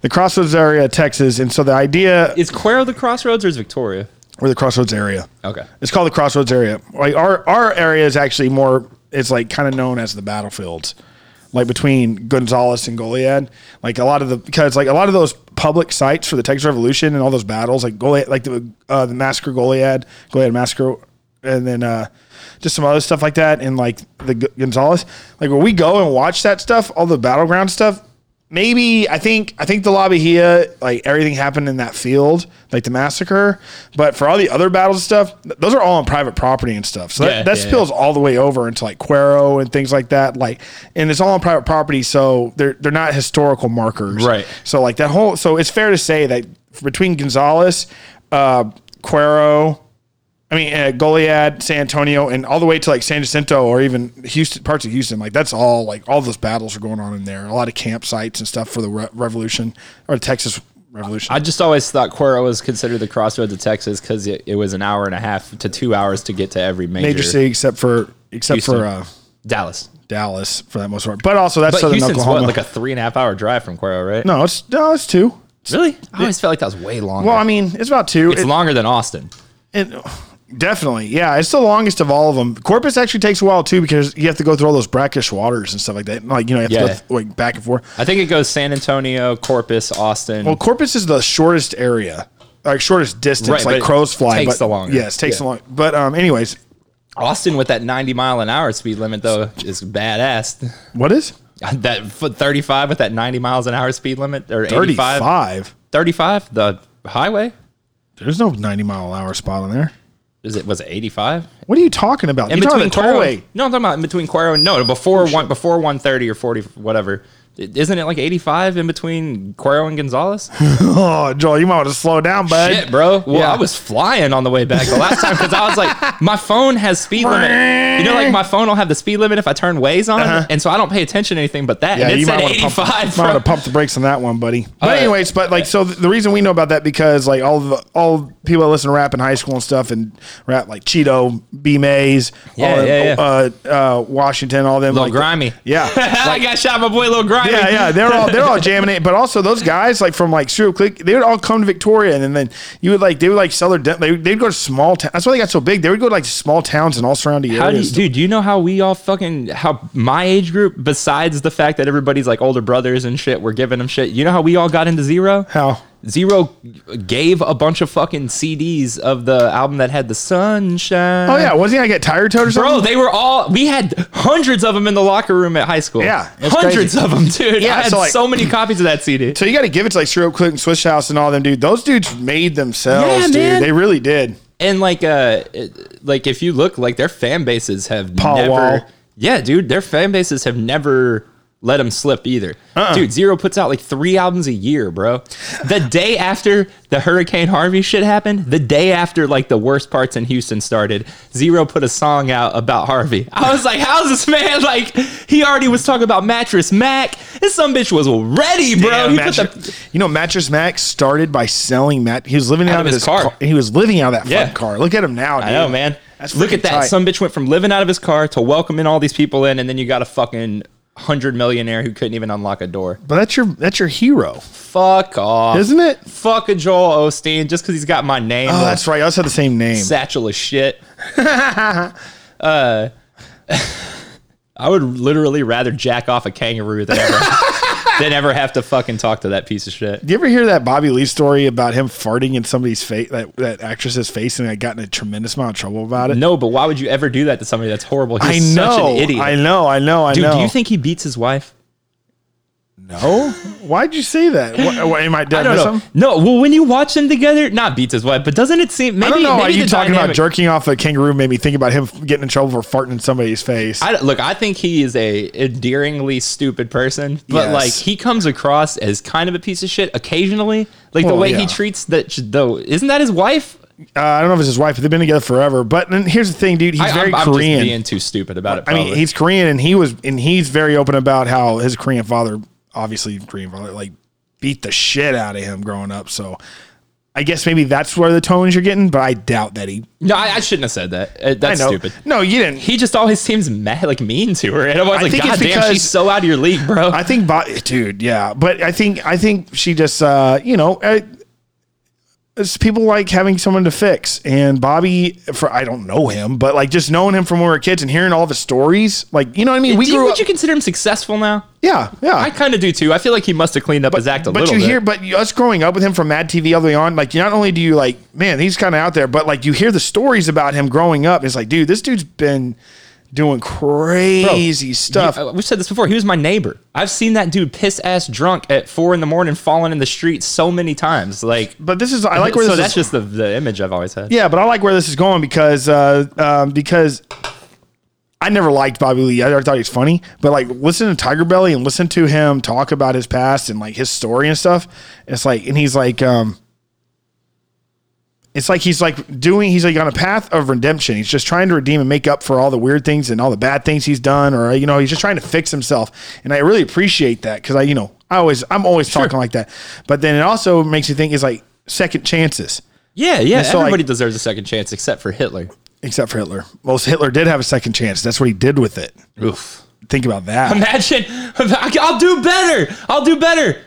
Speaker 2: the Crossroads area of Texas, and so the idea
Speaker 1: Is Cuero the crossroads or is Victoria?
Speaker 2: or the Crossroads area,
Speaker 1: Okay.
Speaker 2: it's called the Crossroads area. Like our our area is actually more, it's like kind of known as the battlefields, like between Gonzales and Goliad. Like a lot of the because like a lot of those public sites for the Texas Revolution and all those battles, like Goliad, like the uh, the massacre Goliad, Goliad massacre, and then uh, just some other stuff like that. And like the G- Gonzales, like when we go and watch that stuff, all the battleground stuff. Maybe I think I think the La Bahia, like everything happened in that field, like the massacre. But for all the other battles and stuff, th- those are all on private property and stuff. So
Speaker 1: Yeah,
Speaker 2: that, that
Speaker 1: yeah,
Speaker 2: spills all the way over into like Cuero and things like that. Like, and it's all on private property, so they're they're not historical markers,
Speaker 1: Right.
Speaker 2: So like that whole, so it's fair to say that between Gonzales, uh, Cuero, I mean, uh, Goliad, San Antonio, and all the way to like San Jacinto or even Houston, parts of Houston. Like that's all like all those battles are going on in there. A lot of campsites and stuff for the re- Revolution or the Texas Revolution.
Speaker 1: I just always thought Cuero was considered the crossroads of Texas because it, it was an hour and a half to two hours to get to every major,
Speaker 2: Major city, except for except
Speaker 1: Houston.
Speaker 2: for uh,
Speaker 1: Dallas.
Speaker 2: Dallas for that most part. But also that's
Speaker 1: But
Speaker 2: southern
Speaker 1: Houston's
Speaker 2: Oklahoma.
Speaker 1: what, like a three and a half hour drive from Cuero, right?
Speaker 2: no, it's no, it's two.
Speaker 1: really. I always felt like that was way longer.
Speaker 2: Well, I mean, it's about two.
Speaker 1: it's
Speaker 2: It-
Speaker 1: longer than Austin.
Speaker 2: It, definitely, yeah. It's the longest of all of them. Corpus actually takes a while too because you have to go through all those brackish waters and stuff like that. Like you know, you have to go
Speaker 1: Yeah.
Speaker 2: th- like back and forth.
Speaker 1: I think it goes San Antonio, Corpus, Austin.
Speaker 2: Well, Corpus is the shortest area, like shortest distance,
Speaker 1: Right, but
Speaker 2: like
Speaker 1: it
Speaker 2: crows fly.
Speaker 1: takes
Speaker 2: but,
Speaker 1: the longest.
Speaker 2: Yes, takes
Speaker 1: Yeah.
Speaker 2: the long. But um, anyways,
Speaker 1: Austin with that 90 mile an hour speed limit though is badass. [LAUGHS]
Speaker 2: what is
Speaker 1: that f- 35 with that 90 miles an hour speed limit or 85
Speaker 2: thirty-five?
Speaker 1: 35 the highway
Speaker 2: There's no ninety mile an hour spot on there.
Speaker 1: is it was it 85
Speaker 2: What are you talking about?
Speaker 1: in
Speaker 2: You're talking
Speaker 1: between
Speaker 2: about Oh, the tollway.
Speaker 1: Cuero, no I'm talking about in between Cuero and no before one before 130 or 40 whatever I- isn't it like 85 in between Cuero and
Speaker 2: [LAUGHS]
Speaker 1: Gonzalez
Speaker 2: Oh, Joel, you might want to slow down, bud.
Speaker 1: shit bro well
Speaker 2: Uh, Yeah.
Speaker 1: I was flying on the way back the last time because I was like [LAUGHS] my phone has speed limit you know like my phone will have the speed limit if I turn Waze on and so I don't pay attention to anything but that
Speaker 2: Uh-huh. Yeah,
Speaker 1: and
Speaker 2: you
Speaker 1: it's at
Speaker 2: might want to
Speaker 1: 85
Speaker 2: pump, might
Speaker 1: bro.
Speaker 2: want to pump the brakes on that one, buddy. But
Speaker 1: right.
Speaker 2: anyways, but like so th- the reason we know about that because like all the all the people that listen to rap in high school and stuff and rap like Cheeto, B Mays,
Speaker 1: Yeah,
Speaker 2: all them,
Speaker 1: yeah,
Speaker 2: Uh, uh, Washington, all them
Speaker 1: Lil
Speaker 2: like,
Speaker 1: Grimy
Speaker 2: Yeah.
Speaker 1: [LAUGHS] I got shot by boy Lil Grimy
Speaker 2: Yeah, yeah, they're all they're all jamming it, but also those guys like from like Serial Click, they would all come to Victoria, and then, then you would like they would like sell their de- they they'd go to small towns. That's why they got so big. They would go to like small towns and all surrounding
Speaker 1: How do you,
Speaker 2: areas.
Speaker 1: dude, do you know how we all fucking how my age group, besides the fact that everybody's like older brothers and shit, we're giving them shit. You know how we all got into Zero?
Speaker 2: How?
Speaker 1: Zero gave a bunch of fucking CDs of the album that had the sunshine.
Speaker 2: Oh yeah, wasn't he gonna get tire toed or something?
Speaker 1: Bro, they were all. We had hundreds of them in the locker room at high school.
Speaker 2: Yeah, it's
Speaker 1: hundreds
Speaker 2: crazy.
Speaker 1: of them, dude.
Speaker 2: Yeah,
Speaker 1: I had
Speaker 2: so, like-
Speaker 1: so many copies of that CD.
Speaker 2: So you got to give it to like Serial Click and Swiss House and all them, dude. Those dudes made themselves,
Speaker 1: Yeah,
Speaker 2: dude.
Speaker 1: man.
Speaker 2: They really did.
Speaker 1: and like uh it- like if you look like their fan bases have
Speaker 2: Paul
Speaker 1: never
Speaker 2: Wall.
Speaker 1: yeah dude their fan bases have never let them slip either
Speaker 2: Uh-uh.
Speaker 1: dude zero puts out like three albums a year bro the day after the hurricane harvey shit happened the day after like the worst parts in houston started zero put a song out about harvey i was like how's this man like he already was talking about mattress mac this some bitch was ready bro
Speaker 2: Damn,
Speaker 1: he put
Speaker 2: Mattress-
Speaker 1: the
Speaker 2: you know, Mattress Mac started by selling mat. He was living out, of his, car. He was living out of that
Speaker 1: Yeah.
Speaker 2: fucking car. Look at him now, dude.
Speaker 1: I know, man.
Speaker 2: That's
Speaker 1: Look
Speaker 2: freaking
Speaker 1: at that.
Speaker 2: tight.
Speaker 1: Some bitch went from living out of his car to welcoming all these people in, and then you got a fucking hundred millionaire who couldn't even unlock a door.
Speaker 2: But that's your that's your hero,
Speaker 1: Fuck off.
Speaker 2: isn't it?
Speaker 1: Fuck a Joel Osteen just because he's got my name
Speaker 2: Oh,
Speaker 1: on
Speaker 2: that's right. I also had the same name.
Speaker 1: a satchel of
Speaker 2: [LAUGHS]
Speaker 1: shit. uh, [LAUGHS] I would literally rather jack off a kangaroo than
Speaker 2: [LAUGHS]
Speaker 1: ever, than ever have to fucking talk to that piece of shit.
Speaker 2: Do you ever hear that Bobby Lee story about him farting in somebody's face, that, that actress's face, and I got in a tremendous amount of trouble about it?
Speaker 1: No, but why would you ever do that to somebody that's horrible? He's
Speaker 2: I know,
Speaker 1: such an idiot.
Speaker 2: I know, I know, I
Speaker 1: Dude,
Speaker 2: know.
Speaker 1: do you think he beats his wife?
Speaker 2: No? Why'd you say that? What, what, am I dead?
Speaker 1: I don't know. No, well, when you watch them together, not beats his wife, but doesn't it seem? Maybe,
Speaker 2: I don't know. Are
Speaker 1: maybe
Speaker 2: you
Speaker 1: the
Speaker 2: talking about
Speaker 1: dynamic-
Speaker 2: jerking off a kangaroo? Made me think about him getting in trouble for farting in somebody's face.
Speaker 1: I, look, I think he is a endearingly stupid person, but
Speaker 2: Yes.
Speaker 1: like he comes across as kind of a piece of shit occasionally. Like the
Speaker 2: Well,
Speaker 1: way
Speaker 2: yeah.
Speaker 1: he treats that, ch- though, isn't that his wife?
Speaker 2: Uh, I don't know if it's his wife, but they've been together forever. But then here's the thing, dude. He's
Speaker 1: I,
Speaker 2: very
Speaker 1: I'm, I'm
Speaker 2: Korean.
Speaker 1: just being too stupid about it.
Speaker 2: I
Speaker 1: Probably.
Speaker 2: mean, he's Korean, and he was, and he's very open about how his Korean father, obviously Korean father, like beat the shit out of him growing up. So, I guess maybe that's where the tones you're getting, but I doubt that he.
Speaker 1: no, I, I shouldn't have said that. Uh,
Speaker 2: I
Speaker 1: that's
Speaker 2: know.
Speaker 1: stupid.
Speaker 2: No, you didn't.
Speaker 1: He just always seems mad, like mean to her, and I'm always like,
Speaker 2: think it's
Speaker 1: God damn,
Speaker 2: because-
Speaker 1: she's so out of your league, bro.
Speaker 2: I think, bo- dude, yeah, but I think I think she just, uh, you know, uh it's people like having someone to fix. And Bobby, for I don't know him, but like just knowing him from when we were kids and hearing all of his stories, like you know what I mean. We
Speaker 1: do you,
Speaker 2: grew
Speaker 1: would
Speaker 2: up,
Speaker 1: you consider him successful now?
Speaker 2: yeah, yeah.
Speaker 1: I kind of do too. I feel like he must have cleaned up his act a
Speaker 2: but
Speaker 1: little
Speaker 2: you
Speaker 1: bit.
Speaker 2: hear, but you- us growing up with him from Mad TV all the way on, like not only do you like, man, he's kind of out there, but like you hear the stories about him growing up. It's like, dude, this dude's been doing crazy stuff.
Speaker 1: He- uh, we've said this before. He was my neighbor. I've seen that dude piss ass drunk at four in the morning, falling in the street so many times. Like,
Speaker 2: but this is, I like where
Speaker 1: [LAUGHS] so
Speaker 2: this
Speaker 1: that's
Speaker 2: is.
Speaker 1: just the, the image I've always had.
Speaker 2: Yeah, but I like where this is going because uh, um, because I never liked Bobby Lee. I never thought he was funny, but like listen to Tiger Belly and listen to him talk about his past and like his story and stuff. It's like and he's like um it's like he's like doing he's like on a path of redemption. He's just trying to redeem and make up for all the weird things and all the bad things he's done or you know, he's just trying to fix himself. And I really appreciate that cuz I you know, I always I'm always talking like that. But then it also makes you think is like second chances.
Speaker 1: Yeah, yeah.
Speaker 2: so, like-
Speaker 1: everybody deserves a second chance except for Hitler.
Speaker 2: except for Hitler. Well, Hitler did have a second chance. That's what he did with it.
Speaker 1: Oof.
Speaker 2: Think about
Speaker 1: [LAUGHS]
Speaker 2: that.
Speaker 1: Imagine, I'll do better. I'll do better.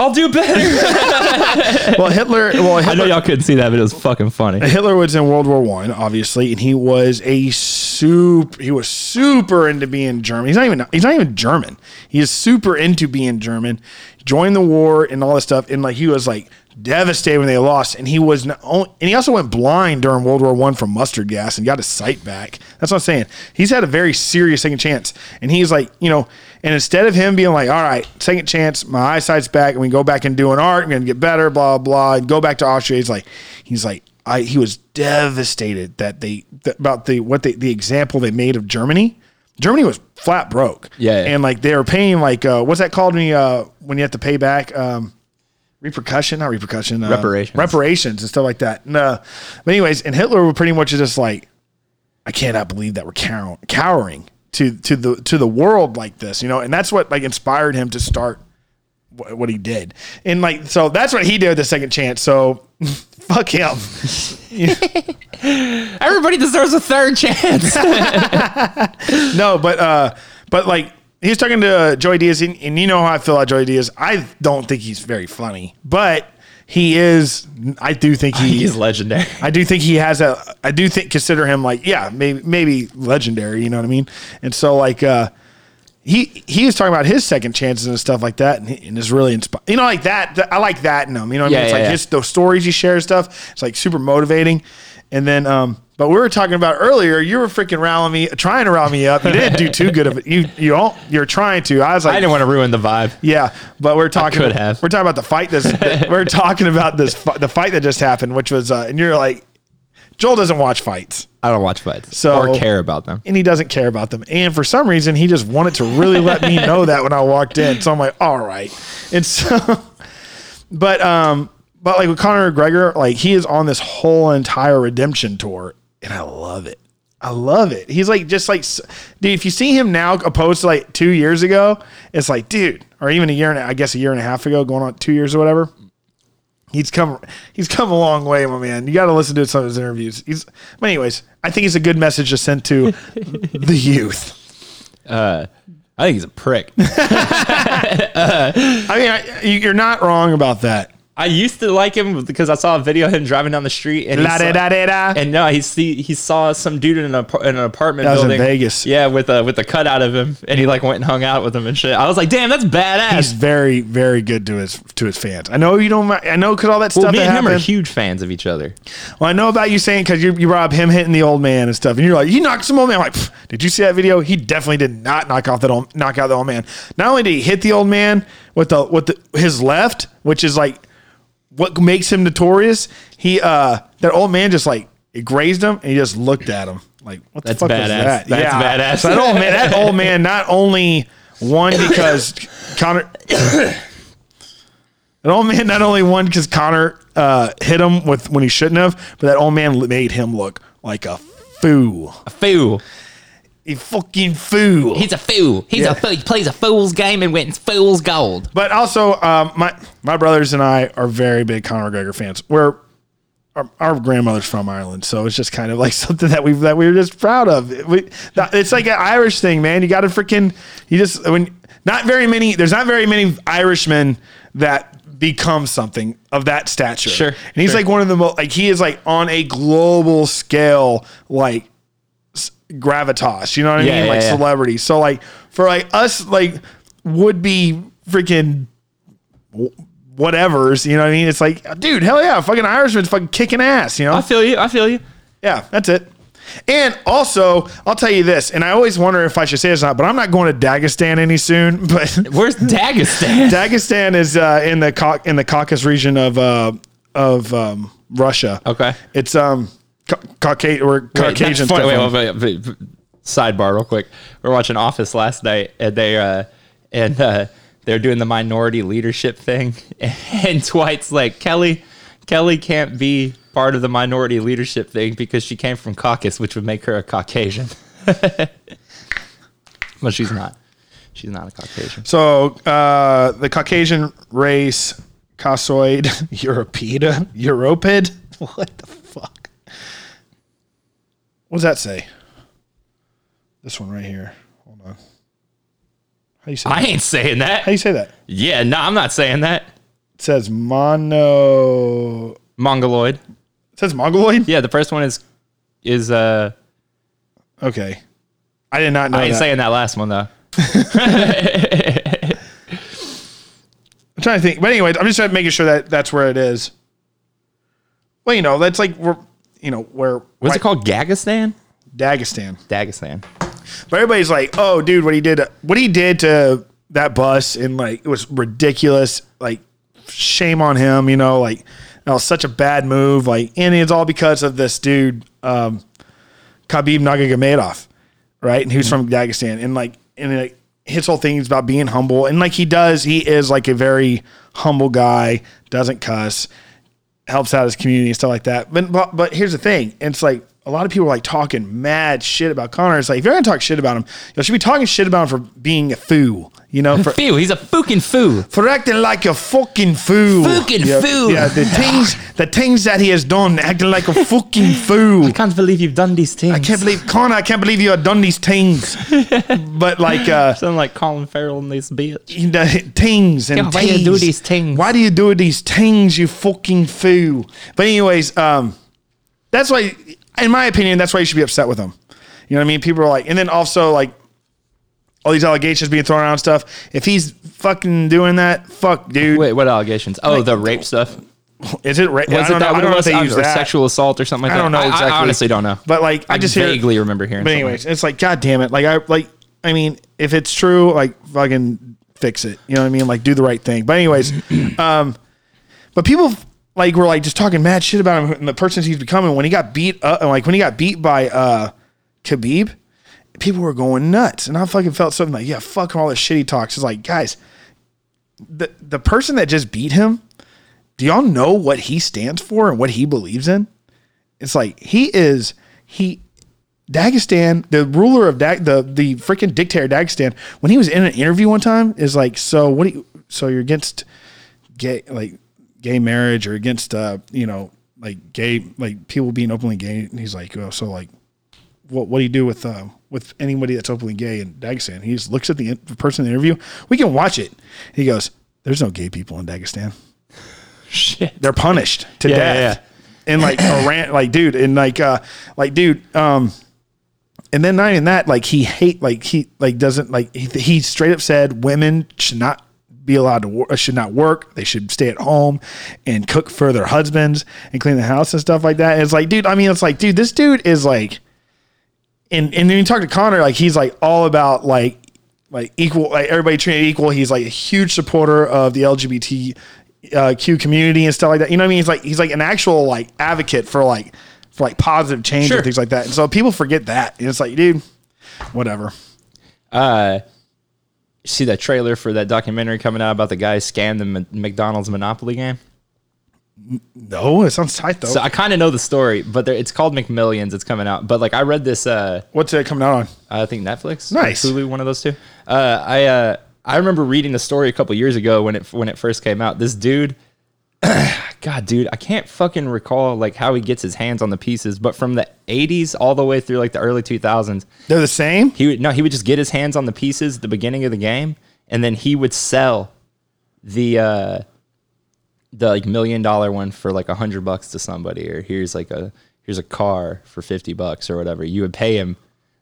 Speaker 1: I'll do better.
Speaker 2: well, Hitler.
Speaker 1: [LAUGHS]
Speaker 2: Well,
Speaker 1: I know
Speaker 2: Hitler,
Speaker 1: y'all couldn't see that, but it was fucking funny.
Speaker 2: Hitler was in World War One, obviously, and he was a super. He was super into being German. He's not even. He's not even German. He is super into being German. Joined the war and all this stuff, and like he was like devastated when they lost, and he was not. Only, and he also went blind during World War One from mustard gas and got his sight back. That's what I'm saying. He's had a very serious second chance, and he's like, you know, and instead of him being like, all right, second chance, my eyesight's back, and we go back and doing art, and get better, blah blah, and go back to Austria. He's like, he's like, I he was devastated that they that, about the what they the example they made of Germany. Germany was flat broke.
Speaker 1: Yeah.
Speaker 2: and like they were paying like uh, what's that called when you uh, when you have to pay back. Um, repercussion, not repercussion, uh,
Speaker 1: Reparations.
Speaker 2: reparations and stuff like that. And, uh, but anyways, and Hitler was pretty much just like, I cannot believe that we're cow- cowering to to the to the world like this, you know. And that's what like inspired him to start wh- what he did. And like, so that's what he did with the second chance. So. [LAUGHS] Fuck him.
Speaker 1: Everybody deserves a third [LAUGHS] chance.
Speaker 2: No, but uh but like he was talking to uh, Joey Diaz and, and you know how I feel about Joey Diaz. I don't think he's very funny, but he is I do think he
Speaker 1: He's legendary.
Speaker 2: I do think he has a. I do think consider him like yeah, maybe maybe legendary. You know what I mean? And so like uh, he he was talking about his second chances and stuff like that, and, he, and is really inspired. You know, like that, th- I like that in him. You know what
Speaker 1: Yeah,
Speaker 2: I mean? It's
Speaker 1: yeah,
Speaker 2: like
Speaker 1: yeah.
Speaker 2: his those stories he shares stuff. It's like super motivating. And then um, but we were talking about earlier. You were freaking rallying me, trying to rile me up. You didn't do too good of it. You you all you're trying to. I was like,
Speaker 1: I didn't want to ruin the vibe.
Speaker 2: yeah, but we're talking.
Speaker 1: could have.
Speaker 2: We're talking about the fight. This
Speaker 1: [LAUGHS]
Speaker 2: we're talking about this fi- the fight that just happened, which was uh, and you're like, Joel doesn't watch fights
Speaker 1: I don't watch fights
Speaker 2: So-
Speaker 1: or care about them.
Speaker 2: and he doesn't care about them, and for some reason he just wanted to really let me know that when I walked in. So I'm like, all right, and so, [LAUGHS] but um, but like with Conor McGregor, like he is on this whole entire redemption tour, and I love it. I love it. He's like just like, s- dude. If you see him now opposed to like two years ago, it's like, dude, or even a year and a- I guess a year and a half ago, going on two years or whatever. He's come he's come a long way, my man. You got to listen to some of his interviews. He's, but anyways, I think it's a good message to send to the youth.
Speaker 1: Uh, I think he's a prick.
Speaker 2: I mean, I, you- you're not wrong about that.
Speaker 1: I used to like him because I saw a video of him driving down the street and he
Speaker 2: La da
Speaker 1: saw-
Speaker 2: da da da.
Speaker 1: And no, he see he saw some dude in an, ap- in an apartment
Speaker 2: That was in
Speaker 1: building,
Speaker 2: Vegas.
Speaker 1: Yeah, with a with a cutout of him, and he like went and hung out with him and shit. I was like, damn, that's badass.
Speaker 2: He's very, very good to his to his fans. I know you don't. mi- I know because all that
Speaker 1: well,
Speaker 2: stuff
Speaker 1: me
Speaker 2: that
Speaker 1: and him are
Speaker 2: happened.
Speaker 1: huge fans of each other.
Speaker 2: Well, I know about you saying because you, you brought up him hitting the old man and stuff, and you're like, he knocked some old man. I'm like, "Pfft, did you see that video? He definitely did not knock off that old, knock out the old man. Not only did he hit the old man with the with the, his left, which is like what makes him notorious. He uh that old man just like it grazed him, and he just looked at him like, what the
Speaker 1: That's
Speaker 2: fuck was
Speaker 1: badass.
Speaker 2: that?
Speaker 1: That's badass.
Speaker 2: So that old man, that old man, not only won
Speaker 1: [COUGHS]
Speaker 2: because Connor. That old man not only won because Connor uh, hit him with when he shouldn't have, but that old man l- made him look like a fool,
Speaker 1: A fool.
Speaker 2: a fucking fool.
Speaker 1: He's a fool. He's a fool. He plays a fool's game and wins fool's gold.
Speaker 2: but also, um, my my brothers and I are very big Conor McGregor fans. We're our, our grandmother's from Ireland, so it's just kind of like [LAUGHS] something that we that we were just proud of. We, that- it's like an Irish thing, man. You got to freaking you just when not very many. There's not very many Irishmen that become something of that stature.
Speaker 1: Sure,
Speaker 2: and he's
Speaker 1: sure.
Speaker 2: like one of the most like he is like on a global scale like s- gravitas. You know what I
Speaker 1: Yeah,
Speaker 2: mean?
Speaker 1: yeah,
Speaker 2: like
Speaker 1: yeah.
Speaker 2: celebrity. So like for like us like would be freaking whatever's, you know what I mean? It's like, dude, hell yeah, fucking Irishman's fucking kicking ass, you know?
Speaker 1: I feel you. I feel you.
Speaker 2: Yeah, that's it. And also, I'll tell you this, and I always wonder if I should say this or not, but I'm not going to Dagestan any soon. [LAUGHS] But
Speaker 1: [LAUGHS] Where's Dagestan?
Speaker 2: Dagestan is uh, in the Cau- in the Caucasus region of uh, of um, Russia.
Speaker 1: Okay.
Speaker 2: it's um, ca- Caucasian or
Speaker 1: Wait, that's
Speaker 2: Caucasian.
Speaker 1: funny.
Speaker 2: stuff.
Speaker 1: Wait, wait, wait, wait. Sidebar, real quick. We were watching Office last night, and they uh, and uh, they're doing the minority leadership thing, [LAUGHS] and Dwight's like Kelly, Kelly can't be part of the minority leadership thing because she came from Caucus, which would make her a Caucasian. [LAUGHS] but she's not. She's not a Caucasian.
Speaker 2: So uh, the Caucasian race, [LAUGHS] Caucasoid, Europeda, Europid. [LAUGHS] What the fuck? What does that say? This one right here. Hold on. How do you say?
Speaker 1: I ain't saying
Speaker 2: How do
Speaker 1: that.
Speaker 2: you say that?
Speaker 1: Yeah, no, I'm not saying that.
Speaker 2: It says mono. It
Speaker 1: Mongoloid.
Speaker 2: says mongoloid.
Speaker 1: Yeah, the first one is is uh.
Speaker 2: Okay. I did not know
Speaker 1: I ain't
Speaker 2: that.
Speaker 1: saying that last one though.
Speaker 2: I'm trying to think. But anyway, I'm just trying to making sure that that's where it is. Well, you know, that's like we're, you know, where
Speaker 1: What's it called? Gagistan?
Speaker 2: Dagestan.
Speaker 1: Dagestan.
Speaker 2: But everybody's like, "Oh, dude, what he did? What he did to that bus? And like, it was ridiculous. Like, shame on him. You know, like that was such a bad move. Like, and it's all because of this dude, um, Khabib Nurmagomedov, right? And
Speaker 1: Mm-hmm.
Speaker 2: who's from Dagestan. And like, and like his whole thing is about being humble. And like he does, he is like a very humble guy. Doesn't cuss helps out his community and stuff like that. But, but but here's the thing: it's like a lot of people are like talking mad shit about Connor. It's like if you're gonna talk shit about him, you should be talking shit about him for being a fool. You
Speaker 1: [LAUGHS]
Speaker 2: know, for,
Speaker 1: Foo, he's a fucking foo.
Speaker 2: for acting like a fucking fool.
Speaker 1: Fucking
Speaker 2: yeah,
Speaker 1: fool.
Speaker 2: Yeah, the things the things that he has done, acting like a
Speaker 1: [LAUGHS]
Speaker 2: fucking fool.
Speaker 1: Can't believe you've done these things.
Speaker 2: I can't believe Connor. I can't believe you have done these
Speaker 1: [LAUGHS]
Speaker 2: things. but like. uh
Speaker 1: Sound like Colin Farrell in this bitch.
Speaker 2: you know, things and
Speaker 1: Yeah, why do you do
Speaker 2: teas.
Speaker 1: these things?
Speaker 2: Why do you do these things, you fucking fool? But anyways, um, that's why, in my opinion, that's why you should be upset with them. You know what I mean? People are like, and then also like all these allegations being thrown around and stuff. If he's fucking doing that, fuck, dude,
Speaker 1: Wait, what allegations? Oh, the rape stuff. Was
Speaker 2: is it? Ra- I
Speaker 1: it
Speaker 2: don't know.
Speaker 1: that
Speaker 2: I
Speaker 1: what it
Speaker 2: don't know if
Speaker 1: was?
Speaker 2: they
Speaker 1: Uh,
Speaker 2: use
Speaker 1: or
Speaker 2: that.
Speaker 1: sexual assault or something like
Speaker 2: I
Speaker 1: that?
Speaker 2: don't know exactly.
Speaker 1: I honestly don't know.
Speaker 2: But like, I, just hear-
Speaker 1: vaguely remember hearing.
Speaker 2: But
Speaker 1: something.
Speaker 2: anyways, it's like, god damn it! Like I like, I mean, if it's true, like fucking fix it. You know what I mean? Like do the right thing. But anyways, [CLEARS THROAT] um, but people like were like just talking mad shit about him and the person he's becoming when he got beat up and like when he got beat by uh Khabib, people were going nuts, and I fucking felt something like, yeah, fuck all this shit he talks. It's like, guys, the the person that just beat him, do y'all know what he stands for and what he believes in? It's like he is he Dagestan, the ruler of Dag, the the freaking dictator of Dagestan, when he was in an interview one time, is like, so what? Do you, so you're against gay, like gay marriage, or against uh, you know, like gay, like people being openly gay? And he's like, oh, so like, what what do you do with uh, with anybody that's openly gay in Dagestan? He just looks at the, in- the person in the interview. We can watch it. He goes, "There's no gay people in Dagestan."
Speaker 1: Shit.
Speaker 2: They're punished to
Speaker 1: Yeah, yeah,
Speaker 2: death. And like Iran, like dude, and like uh, like dude, um, and then not even that, like he hate, like he like doesn't like he, he straight up said women should not be allowed to work, should not work. They should stay at home and cook for their husbands and clean the house and stuff like that. And it's like, dude, I mean, it's like, dude, this dude is like, and and then you talk to Connor, like he's like all about like like equal, like everybody treated equal. He's like a huge supporter of the LGBT uh, Q community and stuff like that. You know what I mean? He's like he's like an actual like advocate for like for like positive change
Speaker 1: Sure.
Speaker 2: and things like that. And so people forget that. And it's like, dude, whatever.
Speaker 1: Uh, See that trailer for that documentary coming out about the guy who scammed the M- McDonald's Monopoly game?
Speaker 2: No, it sounds tight though.
Speaker 1: So I kind of know the story, but there, it's called McMillions. It's coming out. But like I read this, uh,
Speaker 2: What's it coming out on?
Speaker 1: I think Netflix, or
Speaker 2: Nice.
Speaker 1: Hulu, one of those two. Uh, I uh, I remember reading the story a couple years ago when it when it first came out. This dude, [CLEARS THROAT] God, dude, I can't fucking recall like how he gets his hands on the pieces, but from the '80s all the way through like the early 2000s,
Speaker 2: They're the same.
Speaker 1: he would no he would just get his hands on the pieces at the beginning of the game and then he would sell the uh the like million dollar one for like a hundred bucks to somebody or here's like a here's a car for 50 bucks or whatever you would pay him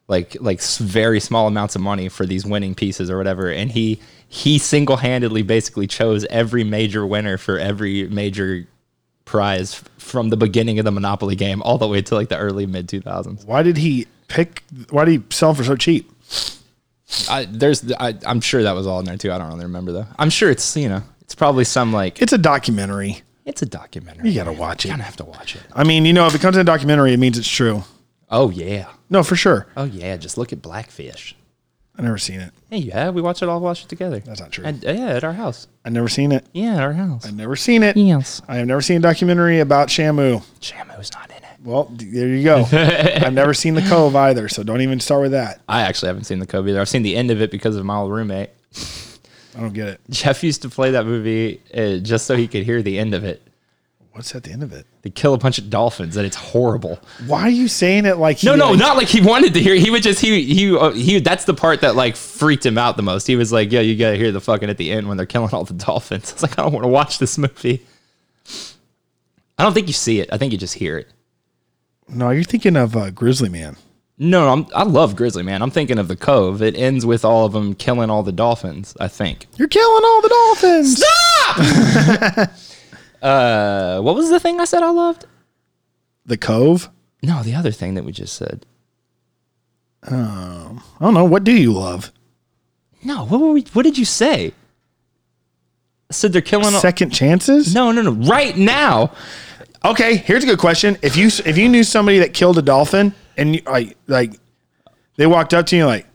Speaker 1: like like s- very small amounts of money for these winning pieces or whatever and he he single-handedly basically chose every major winner for every major prize f- from the beginning of the monopoly game all the way to like the early mid 2000s
Speaker 2: Why did he pick? Why did he sell for so cheap?
Speaker 1: I, there's, I, I'm sure that was all in there too. I don't really remember though. I'm sure it's, you know, it's probably some like,
Speaker 2: It's a documentary.
Speaker 1: it's a documentary.
Speaker 2: You gotta watch it.
Speaker 1: kind of have to watch it.
Speaker 2: I mean, you know, if it comes in a documentary, it means it's true.
Speaker 1: Oh yeah.
Speaker 2: No, for sure.
Speaker 1: Oh yeah. Just look at Blackfish.
Speaker 2: I never seen it.
Speaker 1: Hey, yeah, we watch it all, watch it together.
Speaker 2: That's not true.
Speaker 1: And, uh, yeah, at our house.
Speaker 2: I never seen it.
Speaker 1: Yeah, at our house.
Speaker 2: I never seen it.
Speaker 1: Yes.
Speaker 2: I have never seen a documentary about Shamu.
Speaker 1: Shamu's not in it.
Speaker 2: Well, d- there
Speaker 1: [LAUGHS]
Speaker 2: you go. I've never seen The Cove either, so don't even start with that.
Speaker 1: I actually haven't seen the Kobe either. I've seen the end of it because of my old roommate. [LAUGHS]
Speaker 2: I don't get it.
Speaker 1: Jeff used to play that movie uh, just so he could hear the end of it.
Speaker 2: What's at the end of it?
Speaker 1: They kill a bunch of dolphins and it's horrible.
Speaker 2: Why are you saying it like
Speaker 1: No,
Speaker 2: he,
Speaker 1: no,
Speaker 2: like-
Speaker 1: not like he wanted to hear. He would just he he uh, he. That's the part that like freaked him out the most. He was like, "Yeah, you gotta hear the fucking at the end when they're killing all the dolphins." [LAUGHS] I was like, "I don't want to watch this movie." I don't think you see it. I think you just hear it.
Speaker 2: No, you're thinking of uh, Grizzly Man.
Speaker 1: No, I'm, I love Grizzly Man. I'm thinking of the Cove. It ends with all of them killing all the dolphins. I think.
Speaker 2: You're killing all the dolphins.
Speaker 1: Uh, what was the thing I said I loved?
Speaker 2: The Cove?
Speaker 1: No, the other thing that we just said.
Speaker 2: I don't know. What do you love?
Speaker 1: No, what were we? What did you say? I said they're killing. all-
Speaker 2: Second chances?
Speaker 1: no, no, no! Right now.
Speaker 2: Okay, here's a good question. If you if you knew somebody that killed a dolphin and you, like like they walked up to you like,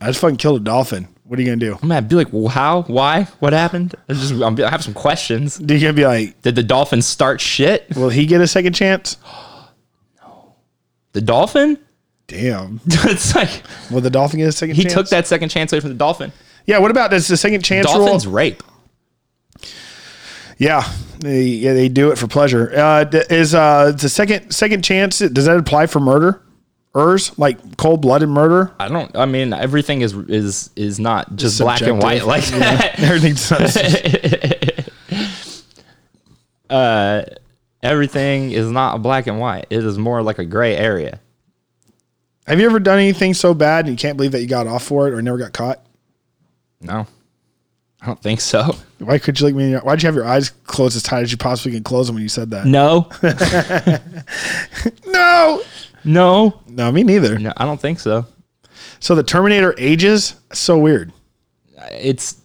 Speaker 2: I just fucking killed a dolphin. What are you gonna do? [LAUGHS]
Speaker 1: I'm gonna be like, well, how? Why? What happened? I just I'm, I have some questions.
Speaker 2: You're gonna be like,
Speaker 1: Did the dolphin start shit?
Speaker 2: will he get a second chance?
Speaker 1: The dolphin? [LAUGHS]
Speaker 2: Damn.
Speaker 1: it's like
Speaker 2: Will the dolphin get a second
Speaker 1: he
Speaker 2: chance?
Speaker 1: took that second chance away from the dolphin.
Speaker 2: Yeah, what about does the second chance
Speaker 1: Dolphins
Speaker 2: rule?
Speaker 1: rape.
Speaker 2: Yeah, they, yeah, they do it for pleasure. Uh, d- is uh, the second second chance does that apply for murder? Ers like cold
Speaker 1: [LAUGHS]
Speaker 2: blooded murder.
Speaker 1: I don't. I mean, everything is is is not just black and white
Speaker 2: Subjective.
Speaker 1: like that.
Speaker 2: Everything's [LAUGHS]
Speaker 1: [LAUGHS] Uh, Everything is not black and white. It is more like a gray area.
Speaker 2: Have you ever done anything so bad and you can't believe that you got off for it or never got caught?
Speaker 1: No, I don't think
Speaker 2: [LAUGHS]
Speaker 1: so.
Speaker 2: Why could you look me? in the- Why'd you have your eyes closed as tight as you possibly can close them when you said that?
Speaker 1: No,
Speaker 2: No,
Speaker 1: no,
Speaker 2: no, me neither.
Speaker 1: no. I don't think so.
Speaker 2: So the Terminator ages. So weird.
Speaker 1: It's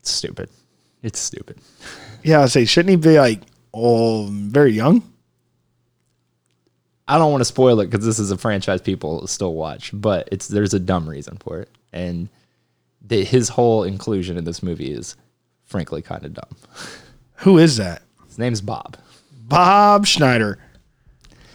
Speaker 1: stupid. It's stupid.
Speaker 2: Yeah, I say, shouldn't he be like, oh, very young?
Speaker 1: I don't want to spoil it because this is a franchise people still watch, but it's there's a dumb reason for it, and the, his whole inclusion in this movie is frankly kind of dumb.
Speaker 2: Who is that?
Speaker 1: His name's [LAUGHS] Bob.
Speaker 2: Bob Schneider.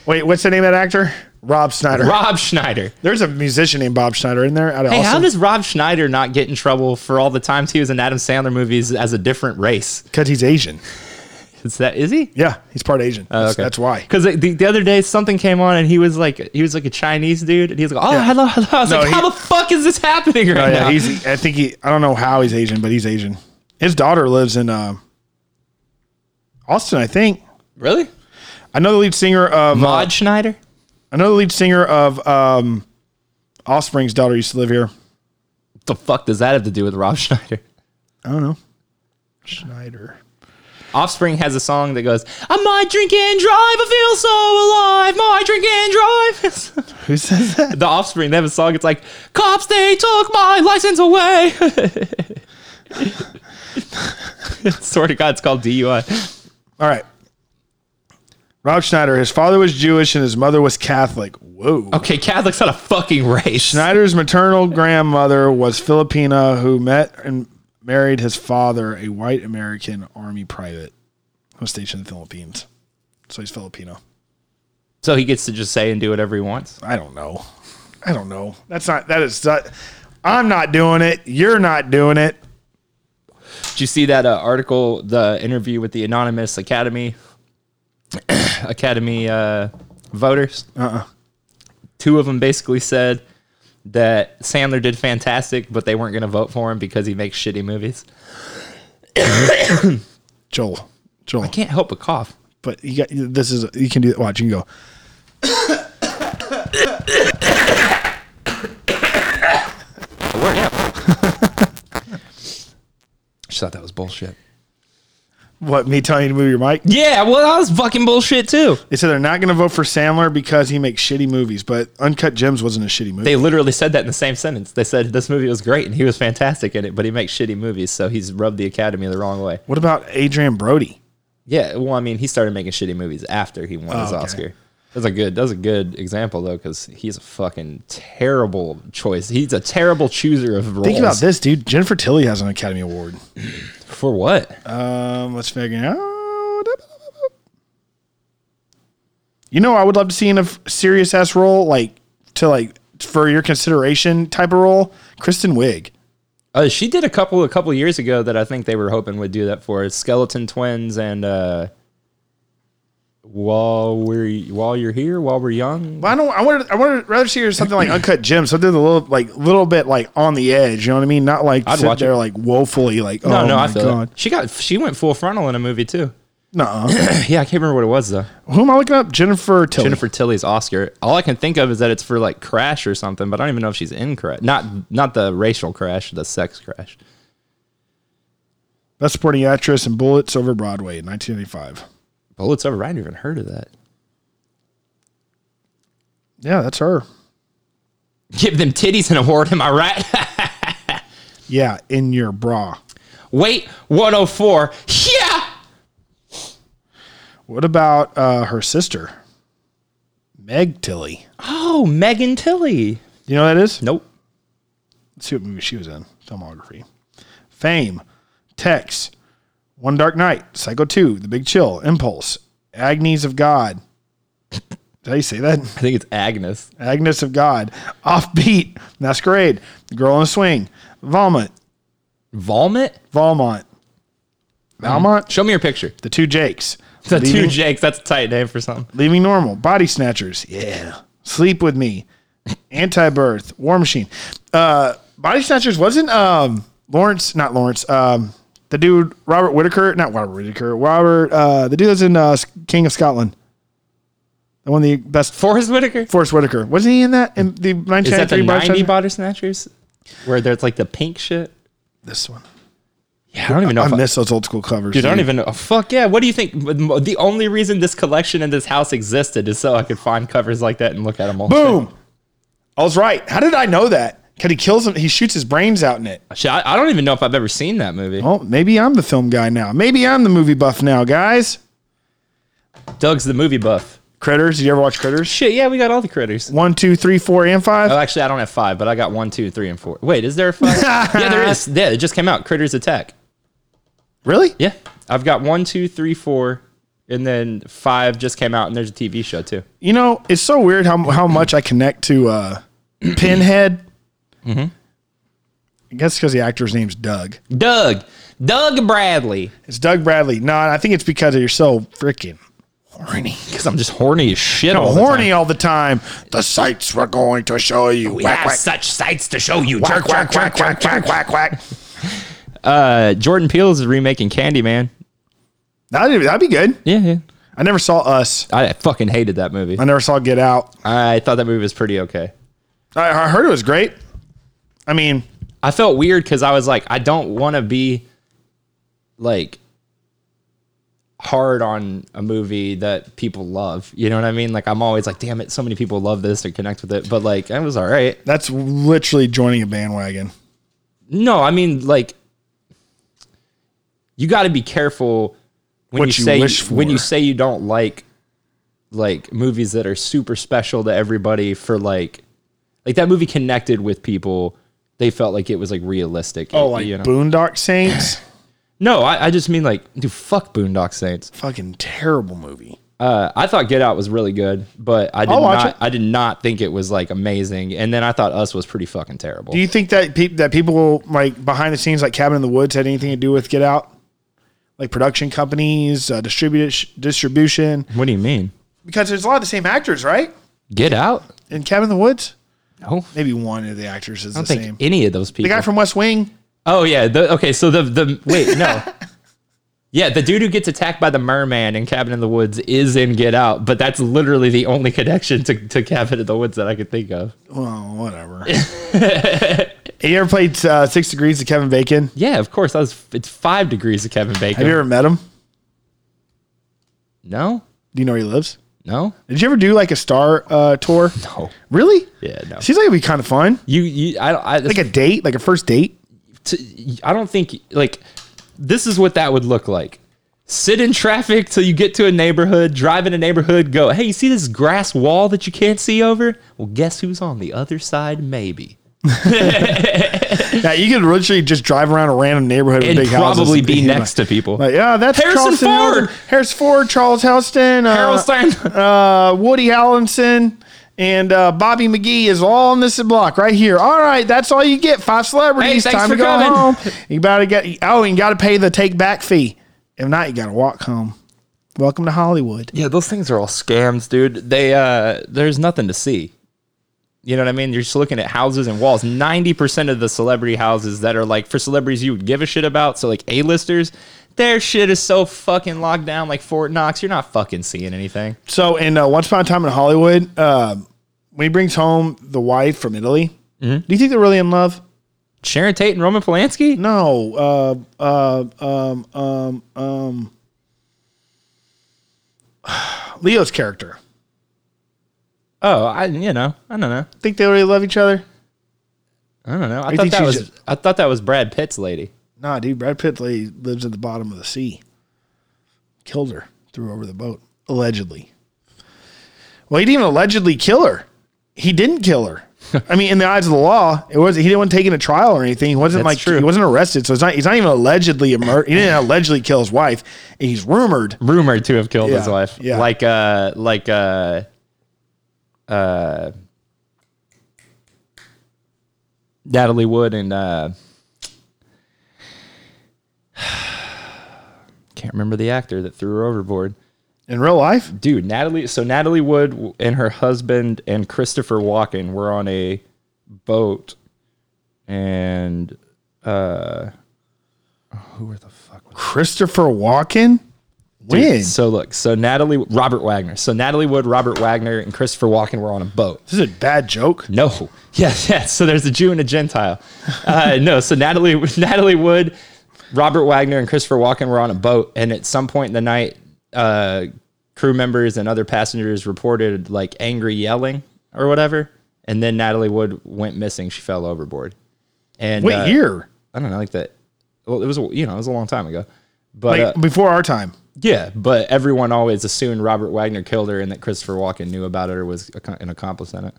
Speaker 2: Wait, what's the name of that actor? Rob Schneider.
Speaker 1: Rob Schneider.
Speaker 2: There's a musician named Bob Schneider in there. Out of
Speaker 1: Hey, how
Speaker 2: Austin.
Speaker 1: does Rob Schneider not get in trouble for all the times he was in Adam Sandler movies as a different race?
Speaker 2: Because he's Asian.
Speaker 1: Is that is he?
Speaker 2: Yeah, he's part Asian. that's,
Speaker 1: okay.
Speaker 2: that's why.
Speaker 1: Because the, the other day something came on and he was like he was like a Chinese dude and he was like oh
Speaker 2: Yeah.
Speaker 1: hello hello I was
Speaker 2: No,
Speaker 1: like how
Speaker 2: he-
Speaker 1: the fuck is this happening right
Speaker 2: Oh, yeah,
Speaker 1: now?
Speaker 2: he's. I think he. I don't know how he's Asian, but he's Asian. His daughter lives in. Uh, Austin, I think.
Speaker 1: Really?
Speaker 2: I know the lead singer of uh,
Speaker 1: Mod Schneider?
Speaker 2: I know the lead singer of um, Offspring's daughter used to live here.
Speaker 1: What the fuck does that have to do with Rob [LAUGHS] Schneider?
Speaker 2: I don't know. Schneider.
Speaker 1: Offspring has a song that goes, I might drink and drive, I feel so alive, might drink and drive. [LAUGHS]
Speaker 2: Who says that?
Speaker 1: the Offspring, they have a song, it's like, Cops, they took my license away. [LAUGHS] Swear to God, it's called DUI.
Speaker 2: All right. Rob Schneider. His father was Jewish and his mother was Catholic. Whoa.
Speaker 1: Okay, Catholic's not a fucking race.
Speaker 2: Schneider's maternal grandmother was Filipina, who met and married his father, a white American army private who was stationed in the Philippines. So he's Filipino.
Speaker 1: So he gets to just say and do whatever he wants.
Speaker 2: I don't know. I don't know. That's not. That is. Not, I'm not doing it. You're not doing it.
Speaker 1: Did you see that uh, article, the interview with the anonymous Academy [CLEARS THROAT] Academy uh, voters? Uh-uh. Two of them basically said that Sandler did fantastic, but they weren't going to vote for him because he makes shitty movies.
Speaker 2: Joel. Joel.
Speaker 1: Can't help but cough.
Speaker 2: But you got. This is. You can do. that. Watch. You can go.
Speaker 1: Just thought that was bullshit.
Speaker 2: What? Me telling you to move your mic?
Speaker 1: Yeah, well, that was fucking bullshit too.
Speaker 2: They said they're not going to vote for Sandler because he makes shitty movies. But Uncut Gems wasn't a shitty movie.
Speaker 1: They literally said that in the same sentence. They said this movie was great and he was fantastic in it, but he makes shitty movies, so he's rubbed the Academy the wrong way.
Speaker 2: what about Adrian Brody?
Speaker 1: Yeah, well, I mean, he started making shitty movies after he won his
Speaker 2: Oh, okay.
Speaker 1: Oscar. That's a good. That's a good example though, because he's a fucking terrible choice. He's a terrible chooser of roles.
Speaker 2: Think about this, dude. Jennifer Tilly has an Academy Award.
Speaker 1: For what?
Speaker 2: Um, let's figure it out. You know, I would love to see in a serious ass role, like to like for your consideration type of role. Kristen Wiig.
Speaker 1: Uh, she did a couple a couple years ago that I think they were hoping would do that for us. Skeleton Twins and uh, while we're while you're here, while we're young.
Speaker 2: But I don't. I wanted. I wanted rather see her in something like Uncut Gems, something a little like little bit like on the edge. You know what I mean? Not like
Speaker 1: I'd
Speaker 2: sit
Speaker 1: watch it.
Speaker 2: there like woefully like.
Speaker 1: No,
Speaker 2: oh
Speaker 1: no,
Speaker 2: my
Speaker 1: I feel
Speaker 2: god.
Speaker 1: it. she got she went full frontal in a movie too. [CLEARS THROAT]
Speaker 2: No.
Speaker 1: yeah, I can't remember what it was though.
Speaker 2: Who am I looking up? Jennifer Tilly.
Speaker 1: Jennifer Tilly's Oscar. All I can think of is that it's for like Crash or something, but I don't even know if she's in Crash. Not not the racial crash, the sex crash.
Speaker 2: Best supporting actress in Bullets over Broadway in 1985.
Speaker 1: Bullets over. I hadn't even heard of that.
Speaker 2: Yeah, that's her.
Speaker 1: Give them titties an award, am I right? [LAUGHS]
Speaker 2: Yeah, in your bra.
Speaker 1: Wait, 104. Yeah.
Speaker 2: What about uh, her sister, Meg Tilly?
Speaker 1: Oh, Megan Tilly.
Speaker 2: You know who that is?
Speaker 1: Nope.
Speaker 2: Let's see what movie she was in. Filmography, Fame, Tex, One Dark Night, Psycho Two, The Big Chill, Impulse, Agnes of God. Did I say that? [LAUGHS]
Speaker 1: I think it's Agnes.
Speaker 2: Agnes of God, Offbeat, Masquerade, The Girl on the Swing, Valmont,
Speaker 1: Vomit?
Speaker 2: Valmont, Valmont,
Speaker 1: Show me your picture.
Speaker 2: The Two Jakes,
Speaker 1: Hmm. [LAUGHS] The two
Speaker 2: Leaving-
Speaker 1: Jakes. That's a tight name for something.
Speaker 2: Leaving Normal, Body Snatchers, yeah. Sleep
Speaker 1: [LAUGHS]
Speaker 2: with Me, Anti Birth, War Machine. Uh, Body Snatchers wasn't um Lawrence, not Lawrence. Um, the dude Robert Whitaker, not Robert Whitaker. Robert, uh, the dude that's in uh, King of Scotland. The one the best
Speaker 1: Forrest Whitaker.
Speaker 2: Forrest Whitaker wasn't he in that in the
Speaker 1: Is that the
Speaker 2: 1993 Body
Speaker 1: 90
Speaker 2: Snatchers?
Speaker 1: body snatchers? Where there's like the pink shit?
Speaker 2: This one.
Speaker 1: Yeah, I don't even know
Speaker 2: I
Speaker 1: if I-
Speaker 2: miss those old school covers.
Speaker 1: Dude, I don't
Speaker 2: dude.
Speaker 1: even know. Fuck yeah. What do you think? The only reason this collection in this house existed is so I could find covers like that and look at them all.
Speaker 2: Boom. I was right. How did I know that? Cause he kills him. He shoots his brains out in it.
Speaker 1: Shit, I, I don't even know if I've ever seen that movie.
Speaker 2: Oh, maybe I'm the film guy now. Maybe I'm the movie buff now, guys.
Speaker 1: Doug's the movie buff.
Speaker 2: Critters. Did you ever watch Critters? Uh,
Speaker 1: Shit, yeah, we got all the critters.
Speaker 2: One, two, three, four, and five.
Speaker 1: Oh, actually, I don't have five, but I got one, two, three, and four. Wait, is there a [LAUGHS] five? yeah, there is. Yeah, it just came out. Critters Attack.
Speaker 2: really?
Speaker 1: Yeah, I've got one, two, three, four, and then five just came out, and there's a TV show too.
Speaker 2: You know, it's so weird how how much I connect to [CLEARS THROAT] uh, Pinhead. Mm-hmm. I guess because the actor's name's Doug.
Speaker 1: Doug, Doug Bradley.
Speaker 2: It's Doug Bradley. No, I think it's because you're so freaking horny.
Speaker 1: Because I'm just horny as shit. all
Speaker 2: horny all the time. Oh, The sights we're going to show you.
Speaker 1: The time. We
Speaker 2: Whack,
Speaker 1: have
Speaker 2: whack,
Speaker 1: such sights to show you.
Speaker 2: whack,
Speaker 1: jerk, jerk,
Speaker 2: whack, whack, whack, whack, whack, whack.
Speaker 1: Uh, Jordan Peele's is remaking Candyman.
Speaker 2: That'd, that'd be good.
Speaker 1: Yeah, yeah.
Speaker 2: I never saw Us.
Speaker 1: I fucking hated that movie.
Speaker 2: I never saw Get Out.
Speaker 1: I thought that movie was pretty okay.
Speaker 2: I, I heard it was great. I mean,
Speaker 1: I felt weird because I was like, I don't want to be like hard on a movie that people love. You know what I mean? Like I'm always like, damn it, so many people love this and connect with it. But like it was all right.
Speaker 2: that's literally joining a bandwagon.
Speaker 1: No, I mean like you gotta be careful when
Speaker 2: What
Speaker 1: you
Speaker 2: you
Speaker 1: say
Speaker 2: wish
Speaker 1: when you
Speaker 2: for.
Speaker 1: say you don't like like movies that are super special to everybody for like like that movie connected with people. They felt like it was like realistic.
Speaker 2: Oh, like
Speaker 1: you know? [SIGHS]
Speaker 2: Boondock Saints.
Speaker 1: No, I, I just mean like, dude, fuck Boondock Saints.
Speaker 2: Fucking terrible movie.
Speaker 1: Uh, I thought Get Out was really good, but I did
Speaker 2: I'll watch
Speaker 1: not.
Speaker 2: it.
Speaker 1: I did not think it was like amazing. And then I thought Us was pretty fucking terrible.
Speaker 2: Do you think that peop that people like behind the scenes, like Cabin in the Woods, had anything to do with Get Out? Like production companies, uh, distribute distribution,
Speaker 1: what do you mean?
Speaker 2: because there's a lot of the same actors, right?
Speaker 1: Get Out?
Speaker 2: In Cabin in the Woods,
Speaker 1: No, I
Speaker 2: maybe one of the actors is the
Speaker 1: don't think
Speaker 2: same.
Speaker 1: any of those people.
Speaker 2: The guy from West Wing,
Speaker 1: oh yeah. The, okay, so the the wait no. Yeah, the dude who gets attacked by the merman in Cabin in the Woods is in Get Out, but that's literally the only connection to, to Cabin in the Woods that I could think of.
Speaker 2: well,
Speaker 1: [LAUGHS]
Speaker 2: whatever. you ever played uh, Six Degrees of Kevin Bacon?
Speaker 1: Yeah, of course. That was, it's five degrees of Kevin Bacon.
Speaker 2: Have you ever met him?
Speaker 1: no?
Speaker 2: Do you know where he lives?
Speaker 1: No?
Speaker 2: Did you ever do like a star uh, tour?
Speaker 1: [LAUGHS] No.
Speaker 2: Really?
Speaker 1: Yeah, no.
Speaker 2: Seems like it'd be kind of fun.
Speaker 1: You, you, I, don't- I,
Speaker 2: Like a date, like a
Speaker 1: [LAUGHS]
Speaker 2: first date.
Speaker 1: t- I don't think like this is what that would look like. Sit in traffic till you get to a neighborhood, drive in a neighborhood, go, hey, you see this grass wall that you can't see over? Well, guess who's on the other side, maybe.
Speaker 2: Yeah, you could literally just drive around a random neighborhood
Speaker 1: And
Speaker 2: with big houses
Speaker 1: probably
Speaker 2: and [LAUGHS]
Speaker 1: be
Speaker 2: you know,
Speaker 1: next to people.
Speaker 2: Like, yeah, that's
Speaker 1: Harrison
Speaker 2: Charleston
Speaker 1: Ford!
Speaker 2: Heston- Harrison Ford, Charles Helston, uh,
Speaker 1: Harrelstein.
Speaker 2: uh, Woody Allenson, and uh, Bobby McGee is all on this block right here. All right, that's all you get. Five celebrities.
Speaker 1: Hey, thanks
Speaker 2: Time
Speaker 1: for
Speaker 2: to go
Speaker 1: coming.
Speaker 2: home. You gotta get. Oh, and you gotta pay the take back fee. If not, you gotta walk home. Welcome to Hollywood.
Speaker 1: [LAUGHS] yeah, those things are all scams, dude. They uh there's nothing to see. You know what I mean? You're just looking at houses and walls. 90% of the celebrity houses that are like for celebrities you would give a shit about, so like A-listers, their shit is so fucking locked down like Fort Knox. You're not fucking seeing anything.
Speaker 2: So in uh, Once Upon a Time in Hollywood, um, when he brings home the wife from Italy,
Speaker 1: Mm-hmm.
Speaker 2: do you think they're really in love?
Speaker 1: Sharon Tate and Roman Polanski?
Speaker 2: No. Uh, uh, um, um, um, [SIGHS] Leo's character.
Speaker 1: Oh, I you know, I don't know.
Speaker 2: Think they really love each other?
Speaker 1: I don't know. I, thought
Speaker 2: think
Speaker 1: that
Speaker 2: she's
Speaker 1: was I thought that was Brad Pitt's lady.
Speaker 2: Nah, dude. Brad Pitt li- lives at the bottom of the sea. Killed her. Threw her over the boat. Allegedly. Well, he didn't even allegedly kill her. He didn't
Speaker 1: [LAUGHS]
Speaker 2: kill her. I mean, in the eyes of the law, it was he didn't want to take into trial or anything. He wasn't
Speaker 1: That's
Speaker 2: like
Speaker 1: true.
Speaker 2: he wasn't arrested, so it's not he's not even allegedly a murder.
Speaker 1: [LAUGHS]
Speaker 2: He didn't allegedly kill his wife. He's rumored
Speaker 1: Rumored to have killed his
Speaker 2: Yeah,
Speaker 1: wife.
Speaker 2: yeah.
Speaker 1: Like uh like uh uh Natalie Wood and uh [SIGHS] can't remember the actor that threw her overboard.
Speaker 2: in real life.
Speaker 1: dude natalie so natalie wood w- and her husband and christopher walken were on a boat and uh who were the fuck was
Speaker 2: Christopher Walken?
Speaker 1: dude,
Speaker 2: When?
Speaker 1: so look so natalie robert wagner so natalie wood robert wagner and christopher walken were on a boat
Speaker 2: This is a bad joke.
Speaker 1: no yes [LAUGHS] yes so there's a jew and a gentile uh no so natalie [LAUGHS] natalie wood robert wagner and christopher walken were on a boat and at some point in the night uh crew members and other passengers reported like angry yelling or whatever. And then Natalie Wood went missing. She fell overboard. And
Speaker 2: What
Speaker 1: uh,
Speaker 2: year?
Speaker 1: I don't know, like that. Well, it was a- you know it was a long time ago, but
Speaker 2: Like
Speaker 1: uh,
Speaker 2: before our time.
Speaker 1: yeah, but everyone always assumed Robert Wagner killed her and that Christopher Walken knew about it or was ac- an accomplice in it.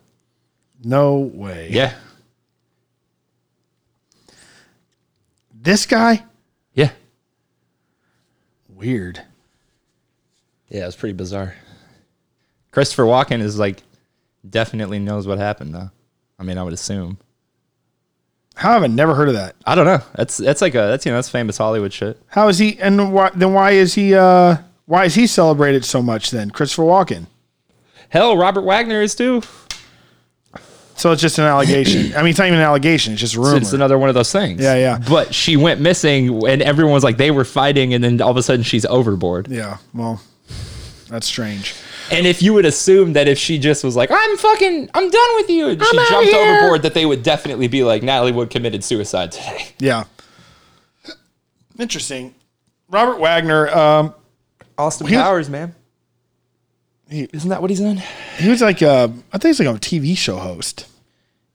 Speaker 2: No way.
Speaker 1: Yeah,
Speaker 2: This guy?
Speaker 1: yeah,
Speaker 2: Weird.
Speaker 1: yeah. It was pretty bizarre. Christopher Walken is like definitely knows what happened though. I mean, I would assume.
Speaker 2: How have I never heard of that?
Speaker 1: I don't know. That's that's like a that's you know that's famous Hollywood shit.
Speaker 2: How is he and why then why is he uh why is he celebrated so much then? Christopher Walken.
Speaker 1: Hell, Robert Wagner is too.
Speaker 2: So it's just an allegation. I mean, it's not even an allegation. It's just rumor.
Speaker 1: It's another one of those things.
Speaker 2: Yeah, yeah.
Speaker 1: But she went missing, and everyone was like, they were fighting, and then all of a sudden she's overboard.
Speaker 2: yeah. Well, that's strange.
Speaker 1: And if you would assume that if she just was like, I'm fucking, I'm done with you, and she
Speaker 2: outta
Speaker 1: jumped
Speaker 2: here.
Speaker 1: overboard, that they would definitely be like, Natalie Wood committed suicide today.
Speaker 2: Yeah. Interesting. Robert Wagner. Um,
Speaker 1: Austin
Speaker 2: was-
Speaker 1: Powers, man.
Speaker 2: He-
Speaker 1: Isn't that what he's in?
Speaker 2: he was like, uh, I think he's like a TV show host.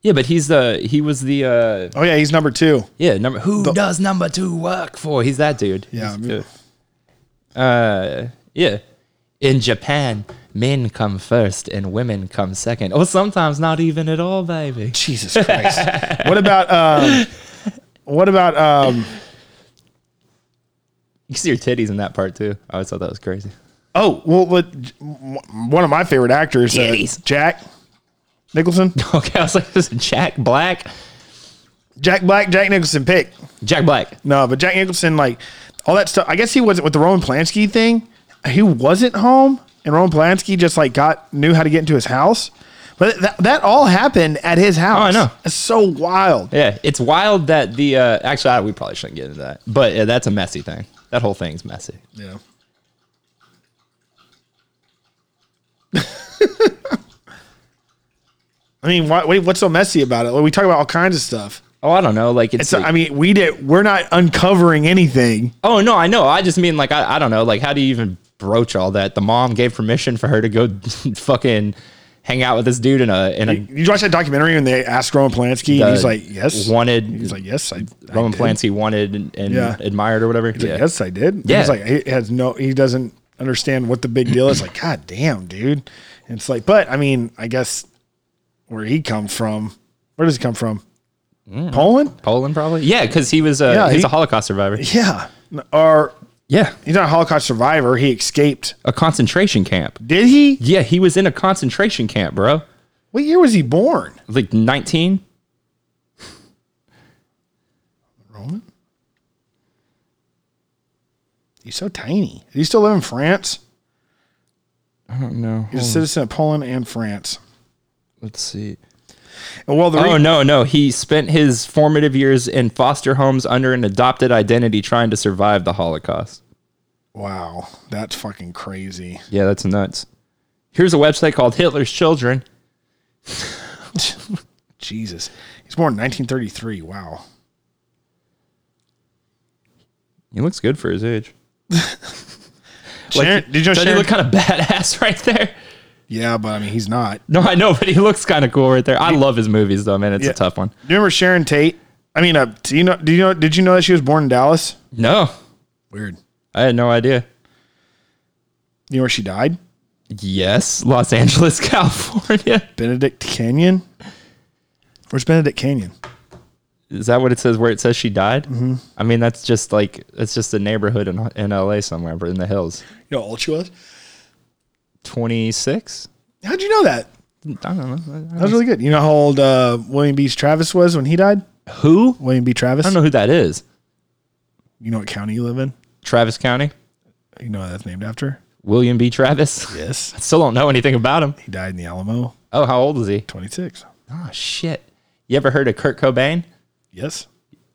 Speaker 1: Yeah, but he's the he was the uh
Speaker 2: Oh yeah, he's number two.
Speaker 1: yeah number who does number two work for? He's that dude.
Speaker 2: Yeah,
Speaker 1: He's
Speaker 2: I mean-
Speaker 1: the- uh, yeah. In Japan, men come first and women come second, or sometimes not even at all, baby.
Speaker 2: Jesus Christ. what about um, what about um,
Speaker 1: You see your titties in that part too. I always thought that was crazy. [LAUGHS]
Speaker 2: oh well, what, one of my favorite actors, uh,
Speaker 1: Titties.
Speaker 2: Jack Nicholson,
Speaker 1: Okay, I was like, this is Jack Black.
Speaker 2: Jack Black, Jack Nicholson pick.
Speaker 1: Jack Black.
Speaker 2: No, but Jack Nicholson, like all that stuff. I guess he wasn't with the Roman Polanski thing. He wasn't home, and Roman Polanski just like got knew how to get into his house. But that, that all happened at his house.
Speaker 1: Oh, I know.
Speaker 2: It's so wild.
Speaker 1: Yeah, it's wild that the uh, actually I, we probably shouldn't get into that, but yeah, that's a messy thing. That whole thing's messy.
Speaker 2: Yeah. [LAUGHS] I mean, why, wait, what's so messy about it? Like, we talk about all kinds of stuff.
Speaker 1: Oh, I don't know. Like it's,
Speaker 2: So,
Speaker 1: like-
Speaker 2: I mean, we did. We're not uncovering anything.
Speaker 1: Oh no, I know. I just mean like I, I don't know. Like how do you even broach all that? The mom gave permission for her to go [LAUGHS] fucking hang out with this dude in a in a
Speaker 2: Did you watch that documentary when they asked Roman Polanski, and he's
Speaker 1: uh,
Speaker 2: like, "Yes."
Speaker 1: wanted
Speaker 2: he's like, "Yes." I, I
Speaker 1: Roman
Speaker 2: did."
Speaker 1: Polanski wanted and, and
Speaker 2: Yeah.
Speaker 1: admired or whatever.
Speaker 2: He's
Speaker 1: yeah.
Speaker 2: like, yes, I did.
Speaker 1: Yeah.
Speaker 2: He's like, he has no, he doesn't understand what the big deal is. Like, God damn, dude. And it's like, but I mean, I guess where he come from, where does he come from?
Speaker 1: Mm.
Speaker 2: Poland?
Speaker 1: Poland probably. Yeah, because he was a
Speaker 2: Yeah,
Speaker 1: he's
Speaker 2: he-
Speaker 1: a Holocaust survivor.
Speaker 2: Yeah. Or
Speaker 1: Yeah,
Speaker 2: he's not a Holocaust survivor. He escaped.
Speaker 1: a concentration camp.
Speaker 2: Did he?
Speaker 1: Yeah, he was in a concentration camp, bro.
Speaker 2: What year was he born?
Speaker 1: Like nineteen.
Speaker 2: Roman? He's so tiny. Does he still live in France?
Speaker 1: I don't know.
Speaker 2: He's a citizen of Poland and France.
Speaker 1: Let's see.
Speaker 2: And well, the
Speaker 1: Oh
Speaker 2: re-
Speaker 1: no, no. He spent his formative years in foster homes under an adopted identity, trying to survive the Holocaust.
Speaker 2: wow, that's fucking crazy.
Speaker 1: Yeah, that's nuts. Here's a website called Hitler's Children.
Speaker 2: Jesus. He's born in 1933. Wow.
Speaker 1: He looks good for his age.
Speaker 2: Sharon, did you
Speaker 1: Doesn't he
Speaker 2: know Sharon?
Speaker 1: look kind of badass [LAUGHS] right there?
Speaker 2: yeah, but I mean, he's not.
Speaker 1: No, I know, but he looks kind of cool right there. I love his movies though, man. It's
Speaker 2: Yeah.
Speaker 1: a tough one.
Speaker 2: Do you remember Sharon Tate? I mean, uh, do you know? Do you know? Did you know that she was born in Dallas?
Speaker 1: No,
Speaker 2: Weird.
Speaker 1: I had no idea.
Speaker 2: You know where she died?
Speaker 1: Yes, Los Angeles, [LAUGHS] California.
Speaker 2: Benedict Canyon. Where's Benedict Canyon?
Speaker 1: Is that what it says? Where it says she died? Mm-hmm. I mean, that's just like that's just a neighborhood in in LA somewhere, but in the hills.
Speaker 2: You know how old she was?
Speaker 1: Twenty six.
Speaker 2: How'd you know that?
Speaker 1: I don't know.
Speaker 2: That was really good. You know how old uh, William B. Travis was when he died?
Speaker 1: Who? I
Speaker 2: William B. Travis.
Speaker 1: don't know who that is.
Speaker 2: You know what county you live in?
Speaker 1: Travis County.
Speaker 2: You know what that's named after?
Speaker 1: William B. Travis. [LAUGHS]
Speaker 2: Yes.
Speaker 1: Still don't know anything about him.
Speaker 2: He died in the Alamo.
Speaker 1: Oh, how old is he?
Speaker 2: 26.
Speaker 1: Oh shit. You ever heard of Kurt Cobain?
Speaker 2: Yes.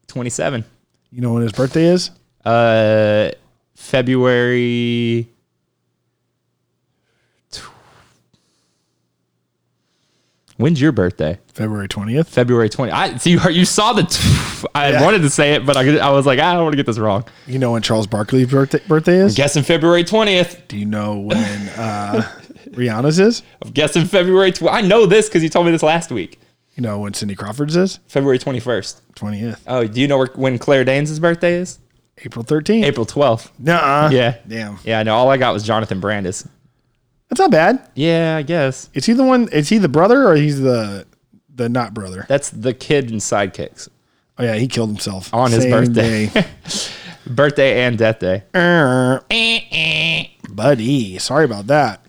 Speaker 1: 27.
Speaker 2: You know when his birthday is?
Speaker 1: Uh February tw- When's your birthday?
Speaker 2: February 20th.
Speaker 1: February 20. I see you you saw the t- [LAUGHS] I
Speaker 2: Yeah.
Speaker 1: wanted to say it but I, I was like "Ah, I don't want to get this wrong.
Speaker 2: You know when Charles Barkley's birthday, birthday is?
Speaker 1: Guessing February 20th.
Speaker 2: Do you know when
Speaker 1: [LAUGHS]
Speaker 2: uh, Rihanna's is?
Speaker 1: I'm guessing February 20. I know this cuz you told me this last week.
Speaker 2: You know when Cindy Crawford's is?
Speaker 1: February 21st.
Speaker 2: 20th.
Speaker 1: Oh, do you know where, when Claire Danes' birthday is?
Speaker 2: April 13th.
Speaker 1: April 12th.
Speaker 2: Nuh-uh.
Speaker 1: Yeah.
Speaker 2: Damn.
Speaker 1: Yeah, I know. All I got was Jonathan Brandis.
Speaker 2: That's not bad.
Speaker 1: Yeah, I guess.
Speaker 2: Is he the one, is he the brother or he's the the not brother?
Speaker 1: That's the kid in Sidekicks.
Speaker 2: Oh yeah, he killed himself.
Speaker 1: On his
Speaker 2: Same
Speaker 1: birthday.
Speaker 2: day.
Speaker 1: Birthday and death day.
Speaker 2: Er,
Speaker 1: [LAUGHS]
Speaker 2: [LAUGHS] Buddy, sorry about that.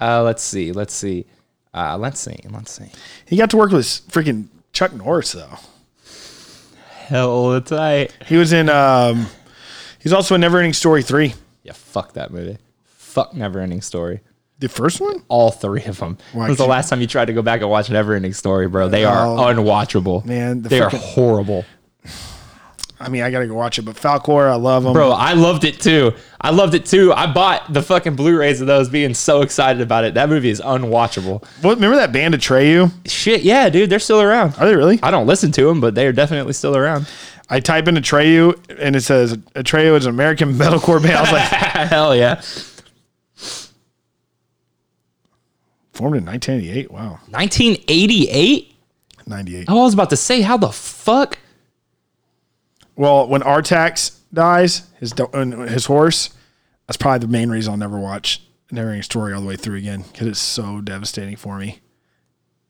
Speaker 1: Uh, let's see. Let's see. Uh, let's see. Let's see.
Speaker 2: He got to work with freaking Chuck Norris though.
Speaker 1: Hell, it's tight.
Speaker 2: He was in um he's also in Never Ending Story 3.
Speaker 1: Yeah, fuck that movie. Fuck Never Ending Story.
Speaker 2: The first one?
Speaker 1: All three of them.
Speaker 2: Why
Speaker 1: When was the
Speaker 2: can't-
Speaker 1: last time you tried to go back and watch an Never Ending Story, bro? They are
Speaker 2: Oh,
Speaker 1: unwatchable.
Speaker 2: man, the
Speaker 1: they are
Speaker 2: frickin-
Speaker 1: horrible.
Speaker 2: I mean, I gotta go watch it, but Falcor, I love him.
Speaker 1: Bro, I loved it too. I loved it too. I bought the fucking Blu-rays of those, being so excited about it. That movie is unwatchable.
Speaker 2: What, remember that band Atreyu?
Speaker 1: Shit, yeah, dude, they're still around.
Speaker 2: Are they really?
Speaker 1: I don't listen to them, but they are definitely still around.
Speaker 2: I type in Atreyu and it says Atreyu is an American [LAUGHS] metalcore band. I was
Speaker 1: [LAUGHS]
Speaker 2: like,
Speaker 1: Hell yeah.
Speaker 2: formed in 1988. Wow,
Speaker 1: 1988?
Speaker 2: 98.
Speaker 1: Oh, I was about to say, how the fuck?
Speaker 2: Well, when Artax dies, his do- and his horse, that's probably the main reason I'll never watch Never Ending Story all the way through again because it's so devastating for me.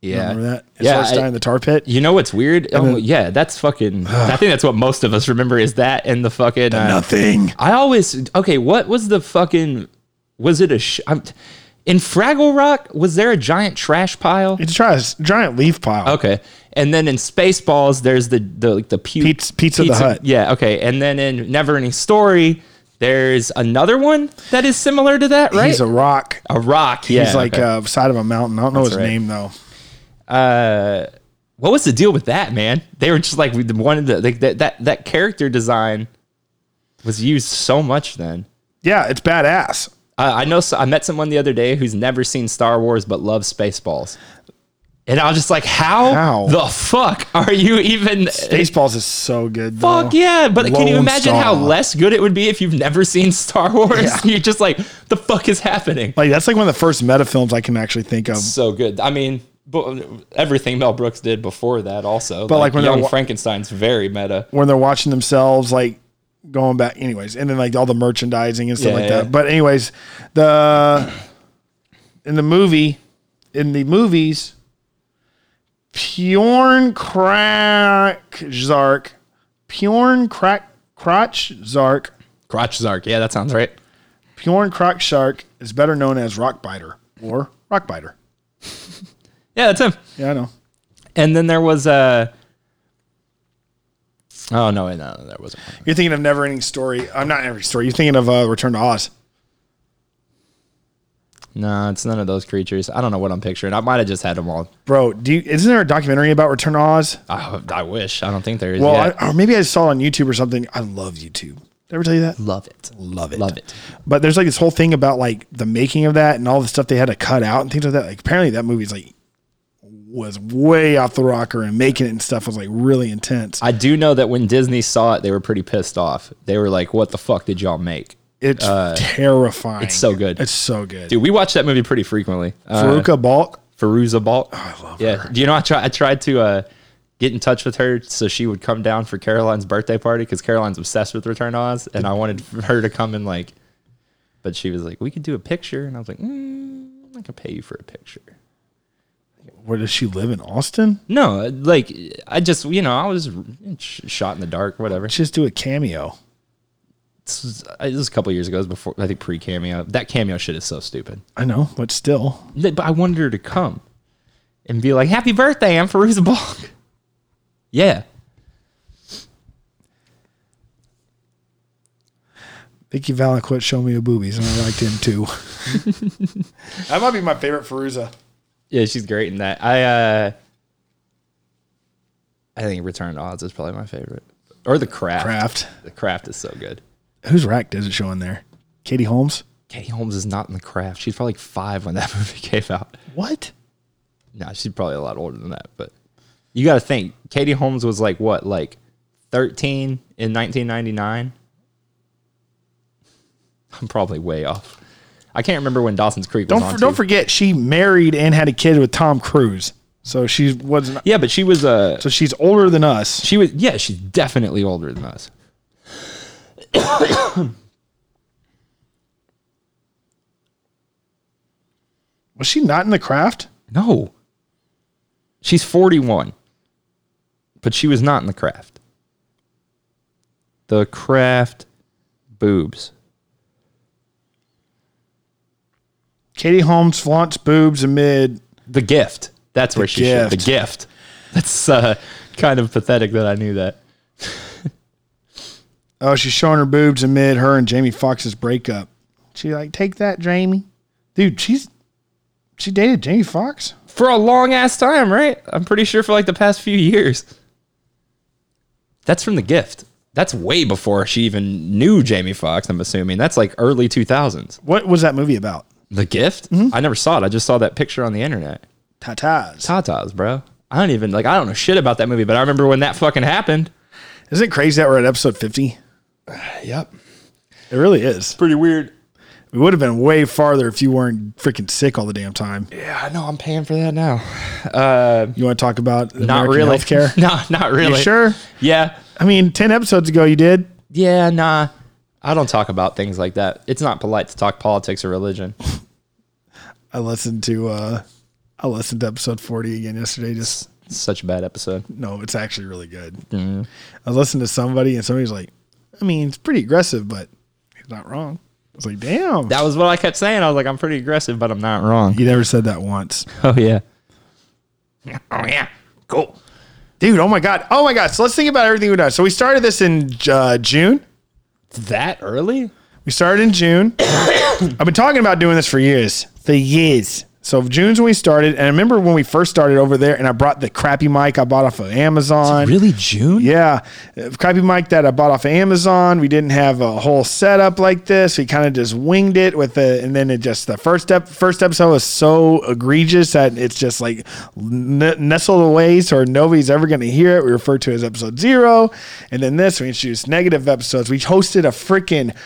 Speaker 1: Yeah.
Speaker 2: Remember that? His
Speaker 1: Yeah,
Speaker 2: horse
Speaker 1: I-
Speaker 2: dying in the tar pit.
Speaker 1: You know what's weird? Oh, yeah, that's
Speaker 2: [SIGHS]
Speaker 1: fucking. I think that's what most of us remember is that and the fucking. uh,
Speaker 2: Nothing.
Speaker 1: I always okay. What was the fucking? Was it a? Sh- I'm, in Fraggle Rock, was there a giant trash pile?
Speaker 2: It's a try this giant leaf pile.
Speaker 1: Okay, and then in Spaceballs, there's the the like the pu-
Speaker 2: Pizza- Pizza the Hut.
Speaker 1: Yeah. Okay, and then in Neverending Story, there's another one that is similar to that, right?
Speaker 2: He's a rock.
Speaker 1: a rock. Yeah.
Speaker 2: He's like
Speaker 1: okay.
Speaker 2: uh, side of a mountain. I don't know his
Speaker 1: right.
Speaker 2: name though.
Speaker 1: what was the deal with that man? They were just like we wanted to like that that that character design was used so much then.
Speaker 2: Yeah, it's badass.
Speaker 1: I I know. so- I met someone the other day who's never seen Star Wars but loves Spaceballs, and I was just like, "How,
Speaker 2: How?
Speaker 1: the fuck are you even?"
Speaker 2: Spaceballs is so good. though.
Speaker 1: Fuck yeah! But can you
Speaker 2: Lone
Speaker 1: imagine how
Speaker 2: Star.
Speaker 1: less good it would be if you've never seen Star [LAUGHS] Wars?
Speaker 2: Yeah.
Speaker 1: You're just like, "The fuck is happening?"
Speaker 2: Like that's like one of the first meta films I can actually think of.
Speaker 1: So good. I mean, but uh, everything Mel Brooks did before that also. But
Speaker 2: like, when they're
Speaker 1: Young
Speaker 2: wa-
Speaker 1: Frankenstein's very meta.
Speaker 2: when they're watching themselves like going back anyways and then like all the merchandising and stuff
Speaker 1: Yeah,
Speaker 2: like
Speaker 1: yeah.
Speaker 2: that but anyways the in the movie in the movies Pjorn Crack Zark Pjorn Crack Crotch Zark
Speaker 1: Crotch Zark. Yeah, that sounds right.
Speaker 2: Pjorn Crack Shark is better known as Rockbiter or Rockbiter.
Speaker 1: Yeah, that's him.
Speaker 2: Yeah, I know.
Speaker 1: And then there was Uh, oh no! Wait, no, there wasn't. one.
Speaker 2: You're thinking of Never Ending Story. I'm not Never Story. You're thinking of uh, Return to Oz.
Speaker 1: No, it's none of those creatures. I don't know what I'm picturing. I might have just had them all.
Speaker 2: Bro, do you, isn't there a documentary about Return to Oz?
Speaker 1: I, I wish. I don't think there is.
Speaker 2: Well,
Speaker 1: yet.
Speaker 2: I, or maybe I saw it on YouTube or something. I love YouTube. Did I ever tell you that?
Speaker 1: love it.
Speaker 2: Love it.
Speaker 1: Love it.
Speaker 2: But there's like this whole thing about like the making of that and all the stuff they had to cut out and things like that. Like apparently that movie's like was way off the rocker and making it and stuff was like really intense.
Speaker 1: I do know that when Disney saw it, they were pretty pissed off. They were like, "What the fuck did y'all make?"
Speaker 2: It's terrifying. It's
Speaker 1: Uh, so good.
Speaker 2: It's so good.
Speaker 1: Dude, we watch that movie pretty frequently. Uh,
Speaker 2: Faruka Balk.
Speaker 1: Feruza Balk. Oh, I love yeah. Do you know I try, I tried to uh, get in touch with her so she would come down for Caroline's birthday party because Caroline's obsessed with Return to Oz, and I wanted for her to come and like, but she was like, "We could do a picture," and I was like, mm, "I can pay you for a picture."
Speaker 2: Where does she live in Austin?
Speaker 1: No, uh, like I just you know I was sh- shot in the dark, whatever.
Speaker 2: Just do a cameo.
Speaker 1: This was, uh, this was a couple years ago. It was before I think pre cameo. That cameo shit is so stupid.
Speaker 2: I know, but still.
Speaker 1: Th- But I wanted her to come and be like, "Happy birthday, I'm Feruza Balk." [LAUGHS] Yeah,
Speaker 2: Vicky Valancourt showed me her boobies and I liked him too. [LAUGHS] that might be my favorite Feruza.
Speaker 1: yeah, she's great in that. I uh, I think Return to Oz is probably my favorite, or the craft.
Speaker 2: Craft.
Speaker 1: The craft is so good.
Speaker 2: Who's rack does it show in there? Katie Holmes?
Speaker 1: Katie Holmes is not in the craft. She's probably like five when that [LAUGHS] movie came out.
Speaker 2: What?
Speaker 1: No, she's probably a lot older than that, but you got to think. Katie Holmes was like what, like 13 in 1999? [LAUGHS] I'm probably way off. I can't remember when Dawson's Creek was
Speaker 2: Don't
Speaker 1: on.
Speaker 2: don't
Speaker 1: too.
Speaker 2: forget she married and had a kid with Tom Cruise. So she wasn't
Speaker 1: yeah, but she was uh
Speaker 2: so she's older than us.
Speaker 1: she was yeah, she's definitely older than us.
Speaker 2: Was she not in the craft?
Speaker 1: No. She's 41. But she was not in the craft. The craft boobs.
Speaker 2: Katie Holmes flaunts boobs amid
Speaker 1: The gift. That's where she should. The
Speaker 2: Gift.
Speaker 1: gift. That's uh, kind of pathetic that I knew that.
Speaker 2: oh, she's showing her boobs amid her and Jamie Foxx's breakup. She like, take that, Jamie. Dude, she's She dated Jamie Foxx?
Speaker 1: for a long ass time, right? I'm pretty sure for like the past few years. That's from The Gift. That's way before she even knew Jamie Foxx, I'm assuming. That's like early 2000s.
Speaker 2: What was that movie about?
Speaker 1: The Gift? I never saw it. I just saw that picture on the internet.
Speaker 2: Tatas.
Speaker 1: Tatas, bro. I don't even, like, I don't know shit about that movie, but I remember when that fucking happened.
Speaker 2: Isn't it crazy that we're at episode 50?
Speaker 1: Yep.
Speaker 2: It really is.
Speaker 1: Pretty weird.
Speaker 2: We would have been way farther if you weren't freaking sick all the damn time.
Speaker 1: Yeah, I know. I'm paying for that now.
Speaker 2: You want to talk about
Speaker 1: Not
Speaker 2: American
Speaker 1: really.
Speaker 2: healthcare?
Speaker 1: no, [LAUGHS] not really.
Speaker 2: You sure?
Speaker 1: Yeah.
Speaker 2: I mean, 10 episodes ago you did.
Speaker 1: Yeah, nah. I don't talk about things like that. It's not polite to talk politics or religion.
Speaker 2: I listened to uh I listened to episode 40 again yesterday just
Speaker 1: such a bad episode.
Speaker 2: no, it's actually really good. I listened to somebody, and somebody's like, I mean, it's pretty aggressive, but he's not wrong. I was like, damn.
Speaker 1: That was what I kept saying. I was like, I'm pretty aggressive, but I'm not wrong.
Speaker 2: you never said that once.
Speaker 1: Oh yeah.
Speaker 3: Oh yeah, cool.
Speaker 2: Dude, oh my God. Oh my God. So let's think about everything we've done. So we started this in uh, June.
Speaker 1: That early?
Speaker 2: We started in June. [COUGHS] I've been talking about doing this for years. For years. So June's when we started. And I remember when we first started over there, and I brought the crappy mic I bought off of Amazon.
Speaker 1: Really June?
Speaker 2: Yeah, Uh, crappy mic that I bought off of Amazon. We didn't have a whole setup like this. We kind of just winged it with the, and then it just the first step, first episode was so egregious that it's just like n- nestled away, so nobody's ever going to hear it. We refer to it as episode zero, and then this we introduced negative episodes. We hosted a freaking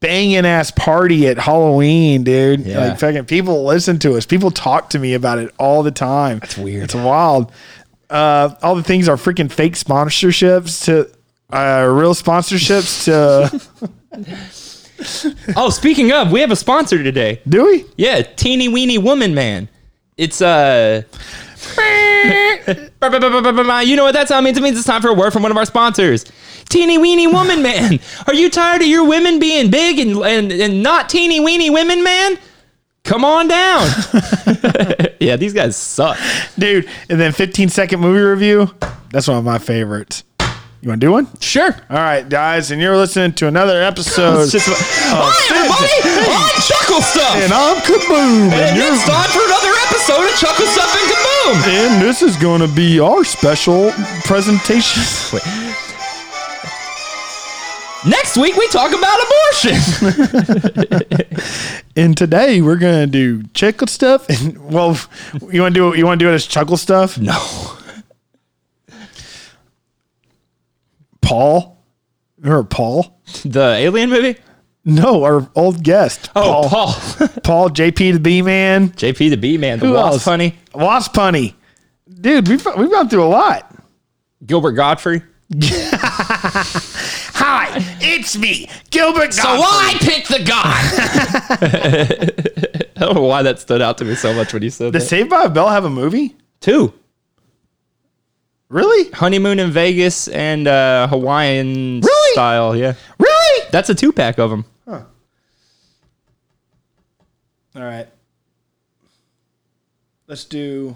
Speaker 2: banging ass party at Halloween, dude.
Speaker 1: Yeah.
Speaker 2: Like fucking people listen to us. People talk to me about it all the time. That's
Speaker 1: weird.
Speaker 2: It's wild. Uh, all the things are freaking fake sponsorships to uh, real sponsorships [LAUGHS] to
Speaker 1: Oh, speaking of, we have a sponsor today.
Speaker 2: do we?
Speaker 1: Yeah, teeny weeny woman man. It's uh [LAUGHS] you know what that sound means? It means it's time for a word from one of our sponsors. Teeny weeny woman man. Are you tired of your women being big and and, and not teeny weeny women man? Come on down. [LAUGHS] yeah, these guys suck.
Speaker 2: Dude, and then 15 second movie review. That's one of my favorites. You want to do one?
Speaker 1: Sure.
Speaker 2: All right, guys, and you're listening to another [LAUGHS] episode.
Speaker 1: Hi, everybody! I'm Chuckle Stuff!
Speaker 2: and I'm Kaboom, and,
Speaker 1: And
Speaker 2: you're,
Speaker 1: it's time for another episode of Chuckle Stuff and Kaboom!
Speaker 2: and this is going to be our special presentation.
Speaker 1: Next week, we talk about abortion. [LAUGHS]
Speaker 2: And today we're gonna do chuckle stuff. And well, you want to do it? You want to do it as chuckle stuff?
Speaker 1: No.
Speaker 2: Paul, remember Paul?
Speaker 1: The alien movie?
Speaker 2: No, our old guest.
Speaker 1: Oh, Paul.
Speaker 2: Paul, JP the B man,
Speaker 1: JP the B Man, the
Speaker 2: Who
Speaker 1: Wasp
Speaker 2: else?
Speaker 1: Honey,
Speaker 2: Wasp Punny. Dude, we've we've gone through a lot.
Speaker 1: Gilbert Godfrey.
Speaker 2: Hi, it's me, Gilbert. Godfrey.
Speaker 1: picked the guy. I don't know why that stood out to me so much when you said
Speaker 2: Does
Speaker 1: that.
Speaker 2: Saved by a Bell have a movie?
Speaker 1: Two.
Speaker 2: Really?
Speaker 1: Honeymoon in Vegas and uh, Hawaiian
Speaker 2: Really?
Speaker 1: style. Yeah.
Speaker 2: Really?
Speaker 1: That's a two pack of
Speaker 2: [LAUGHS]
Speaker 1: them.
Speaker 2: All right. Let's do.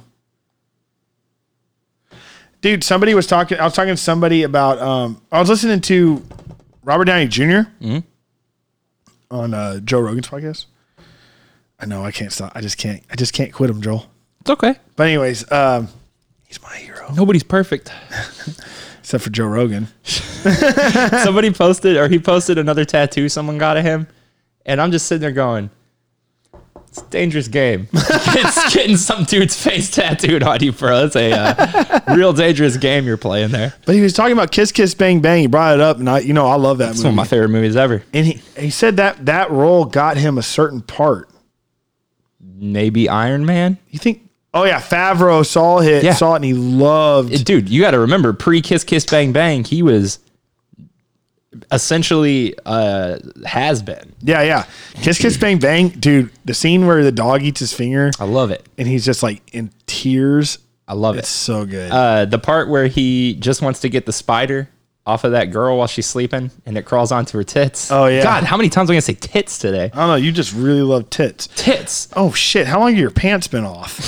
Speaker 2: Dude, somebody was talking. I was talking to somebody about. Um, I was listening to Robert Downey junior on uh, Joe Rogan's podcast. I know I can't stop. I just can't. I just can't quit him, Joel.
Speaker 1: It's okay.
Speaker 2: But anyways, um, he's my hero
Speaker 1: Nobody's perfect.
Speaker 2: except for Joe Rogan.
Speaker 1: somebody posted or he posted another tattoo someone got of him and i'm just sitting there going it's a dangerous game
Speaker 2: [LAUGHS]
Speaker 1: it's getting some dude's face tattooed on you bro that's a uh, real dangerous game you're playing there
Speaker 2: But he was talking about Kiss Kiss Bang Bang. He brought it up, and I, you know, I love that
Speaker 1: it's one
Speaker 2: movie.
Speaker 1: of my favorite movies ever
Speaker 2: and he, he said that that role got him a certain part.
Speaker 1: maybe iron man
Speaker 2: You think? Oh yeah, Favreau saw it,
Speaker 1: Yeah.
Speaker 2: saw it, and he loved.
Speaker 1: dude you gotta remember pre-kiss kiss bang bang he was essentially uh has been
Speaker 2: yeah, yeah. Kiss Kiss Bang Bang, dude. The scene where the dog eats his finger
Speaker 1: i love it
Speaker 2: and he's just like in tears.
Speaker 1: i love it
Speaker 2: It's so good.
Speaker 1: uh, the part where he just wants to get the spider off of that girl while she's sleeping and it crawls onto her tits.
Speaker 2: Oh, yeah.
Speaker 1: God, how many times am I gonna say tits today?
Speaker 2: I don't know. You just really love tits.
Speaker 1: Tits.
Speaker 2: Oh shit! How long have your pants
Speaker 1: [LAUGHS]
Speaker 2: been off?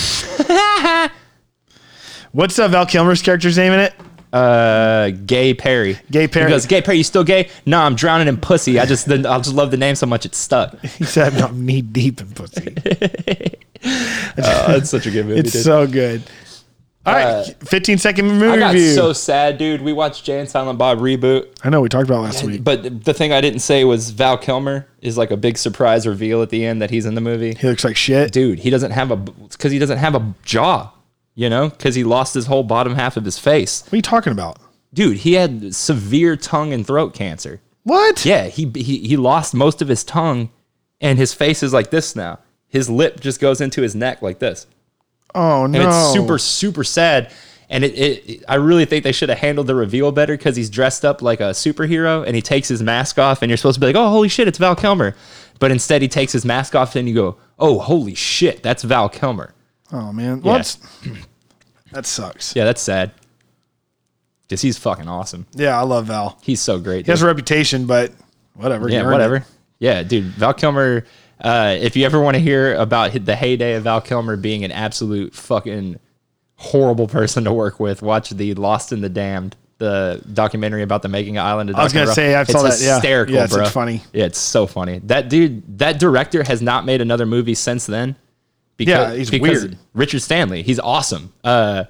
Speaker 2: What's uh, Val Kilmer's character's name in it?
Speaker 1: Uh, Gay Perry.
Speaker 2: Gay Perry.
Speaker 1: He goes, Gay Perry, you still gay? No, I'm drowning in pussy. I just,
Speaker 2: [LAUGHS]
Speaker 1: I just love the name so much it stuck. [LAUGHS]
Speaker 2: He said, "I'm knee deep in pussy."
Speaker 1: Uh, it's such a good movie.
Speaker 2: It's
Speaker 1: dude.
Speaker 2: so good. All right, 15 second
Speaker 1: Uh, I
Speaker 2: movie
Speaker 1: got
Speaker 2: review.
Speaker 1: so sad, dude. We watched Jay and Silent Bob reboot,
Speaker 2: I know we talked about it last week.
Speaker 1: but the thing I didn't say was Val Kilmer is like a big surprise reveal at the end that he's in the movie.
Speaker 2: He looks like shit.
Speaker 1: dude, he doesn't have a because he doesn't have a jaw, you know, because he lost his whole bottom half of his face.
Speaker 2: What are you talking about?
Speaker 1: Dude, he had severe tongue and throat cancer.
Speaker 2: What?
Speaker 1: Yeah, he he he lost most of his tongue, and his face is like this now. His lip just goes into his neck like this,
Speaker 2: Oh no.
Speaker 1: and it's super super sad. And it, it, it- I really think they should have handled the reveal better because he's dressed up like a superhero and he takes his mask off, and you're supposed to be like, oh holy shit, it's Val Kilmer, but instead he takes his mask off and you go, oh holy shit, that's Val Kilmer.
Speaker 2: Oh man. What? That sucks. Yeah.
Speaker 1: Yeah, that's sad. Cause he's fucking awesome.
Speaker 2: I love Val.
Speaker 1: He's so great.
Speaker 2: He has a reputation, but whatever. he
Speaker 1: yeah,
Speaker 2: earned it.
Speaker 1: whatever. Yeah, dude, Val Kilmer. Uh, if you ever want to hear about hi- the heyday of Val Kilmer being an absolute fucking horrible person to work with, watch the Lost in the Damned, the documentary about the making of Island of
Speaker 2: I was
Speaker 1: Dr.
Speaker 2: gonna
Speaker 1: Rock.
Speaker 2: say, I
Speaker 1: it's
Speaker 2: saw that, yeah.
Speaker 1: hysterical,
Speaker 2: Yeah, it's
Speaker 1: bro.
Speaker 2: funny.
Speaker 1: Yeah, it's so funny. That dude, that director has not made another movie since then.
Speaker 2: Yeah, he's weird.
Speaker 1: Richard Stanley, he's awesome. Uh,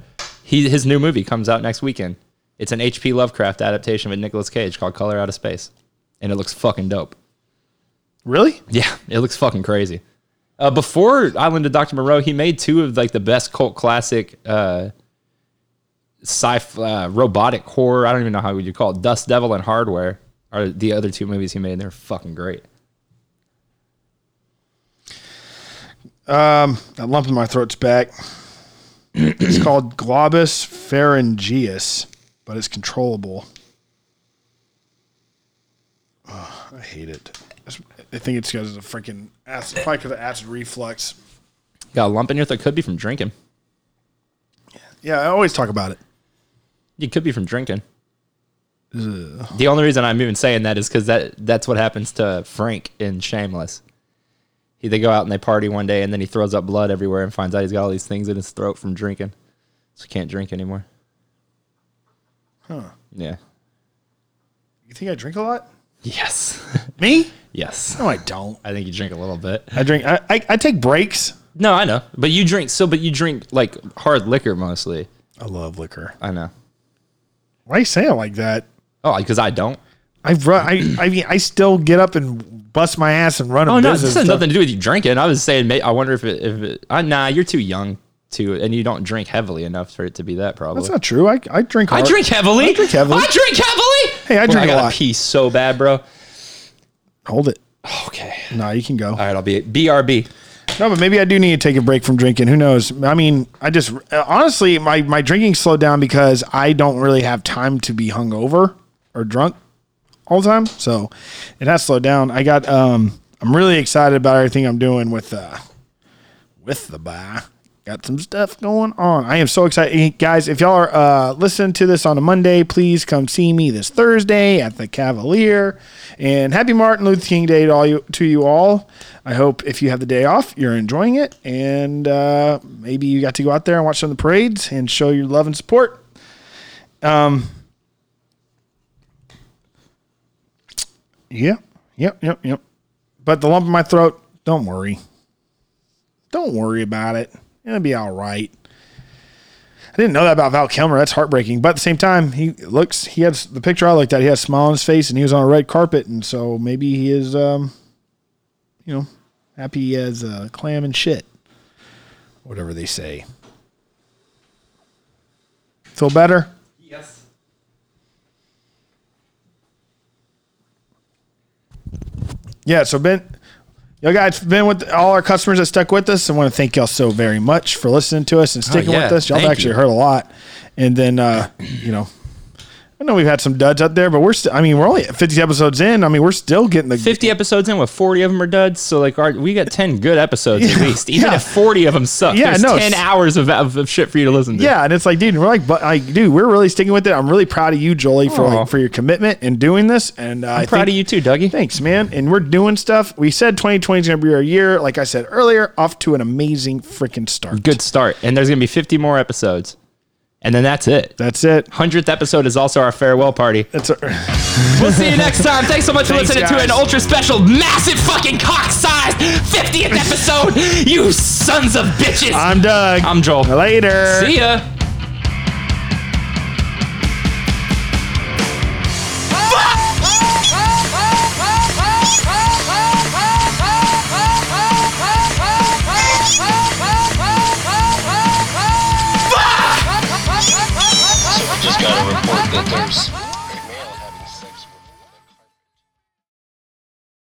Speaker 1: he his new movie comes out next weekend. It's an H.P. Lovecraft adaptation with Nicolas Cage called Color Out of Space, and it looks fucking dope.
Speaker 2: Really?
Speaker 1: Yeah, it looks fucking crazy. Uh, before Island of Dr. Moreau, he made two of like the best cult classic uh, sci uh, robotic horror. I don't even know how you call it. Dust Devil and Hardware are the other two movies he made. and They're fucking great.
Speaker 2: Um, That lump in my throat's back. it's called globus pharyngeus, but it's controllable. Ugh, I hate it. It's- I think it's because of the freaking acid, probably because of acid reflux.
Speaker 1: Got a lump in your throat. Could be from drinking.
Speaker 2: Yeah, I always talk about it.
Speaker 1: It could be from drinking. The only reason I'm even saying that is because that that's what happens to Frank in Shameless. He, they go out and they party one day, and then he throws up blood everywhere and finds out he's got all these things in his throat from drinking, so he can't drink anymore. Huh? [LAUGHS] Yeah.
Speaker 2: You think I drink a lot?
Speaker 1: Yes. [LAUGHS]
Speaker 2: Me?
Speaker 1: yes.
Speaker 2: No, I don't.
Speaker 1: I think you drink a little bit.
Speaker 2: I drink. I, I, I take breaks.
Speaker 1: No, I know, but you drink so, but you drink like hard liquor mostly.
Speaker 2: I love liquor.
Speaker 1: I know.
Speaker 2: Why you say it like that?
Speaker 1: Oh, because I don't.
Speaker 2: I run. I I mean, I still get up and bust my ass and run. A
Speaker 1: Oh no,
Speaker 2: business
Speaker 1: this has
Speaker 2: and stuff.
Speaker 1: nothing to do with you drinking. I was saying, may- I wonder if it, if it, uh, nah, you're too young to, and you don't drink heavily enough for it to be that problem.
Speaker 2: That's not true. I I drink.
Speaker 1: I
Speaker 2: hard.
Speaker 1: drink heavily. I
Speaker 2: drink heavily.
Speaker 1: I drink heavily.
Speaker 2: Hey, I
Speaker 1: Boy,
Speaker 2: drink a
Speaker 1: gotta
Speaker 2: lot.
Speaker 1: Pee so bad, bro.
Speaker 2: Hold it.
Speaker 1: Okay.
Speaker 2: No, you can go.
Speaker 1: All right, I'll be BRB.
Speaker 2: No, but maybe I do need to take a break from drinking. Who knows? I mean, I just honestly, my my drinking slowed down because I don't really have time to be hungover or drunk all the time. So it has slowed down. I got um, I'm really excited about everything I'm doing with uh, with the bar. Got some stuff going on. I am so excited, Hey, guys. If y'all are uh, listening to this on a Monday, please come see me this Thursday at the Cavalier. And happy Martin Luther King Day to all you to you all. I hope if you have the day off, you're enjoying it, and uh, maybe you got to go out there and watch some of the parades and show your love and support. Um, yeah, yep, yep, yep. But the lump in my throat, don't worry. Don't worry about it. It'll be all right. I didn't know that about Val Kilmer. That's heartbreaking. But at the same time, he looks, he has the picture I looked at, he had a smile on his face and he was on a red carpet. And so maybe he is, um, you know, happy as a clam and shit. Whatever they say. Feel better?
Speaker 1: Yes.
Speaker 2: Yeah, so Ben, y'all guys, been with all our customers that stuck with us. I want to thank y'all so very much for listening to us and sticking
Speaker 1: Oh, yeah,
Speaker 2: with us. Y'all have
Speaker 1: thank
Speaker 2: actually
Speaker 1: you.
Speaker 2: heard a lot, and then uh, you know, I know we've had some duds out there, but we're still. I mean, we're only at fifty episodes in. I mean, we're still getting the
Speaker 1: 50 episodes in with 40 of them are duds. So, like, our, we got 10 good episodes at least. Even
Speaker 2: yeah.
Speaker 1: if 40 of them suck,
Speaker 2: Yeah,
Speaker 1: there's
Speaker 2: no,
Speaker 1: 10
Speaker 2: s-
Speaker 1: hours of, of, of shit for you to listen to.
Speaker 2: Yeah, and it's like, dude, we're like, but like, dude, we're really sticking with it. I'm really proud of you, Jolie, for
Speaker 1: Aw.
Speaker 2: like, for your commitment and doing this. And uh, I
Speaker 1: Proud
Speaker 2: think-
Speaker 1: of you too, Dougie.
Speaker 2: Thanks, man. And we're doing stuff. We said 2020 is going to be our year. Like I said earlier, off to an amazing freaking start.
Speaker 1: Good start. And there's going to be 50 more episodes. And then that's it.
Speaker 2: That's it.
Speaker 1: 100th episode is also our farewell party.
Speaker 2: That's our-
Speaker 1: We'll see you next time. Thanks so much for
Speaker 2: Thanks,
Speaker 1: listening to
Speaker 2: guys.
Speaker 1: an ultra special, massive fucking cock sized 50 50th episode, you sons of bitches.
Speaker 2: I'm Doug.
Speaker 1: I'm Joel.
Speaker 2: Later.
Speaker 1: See ya.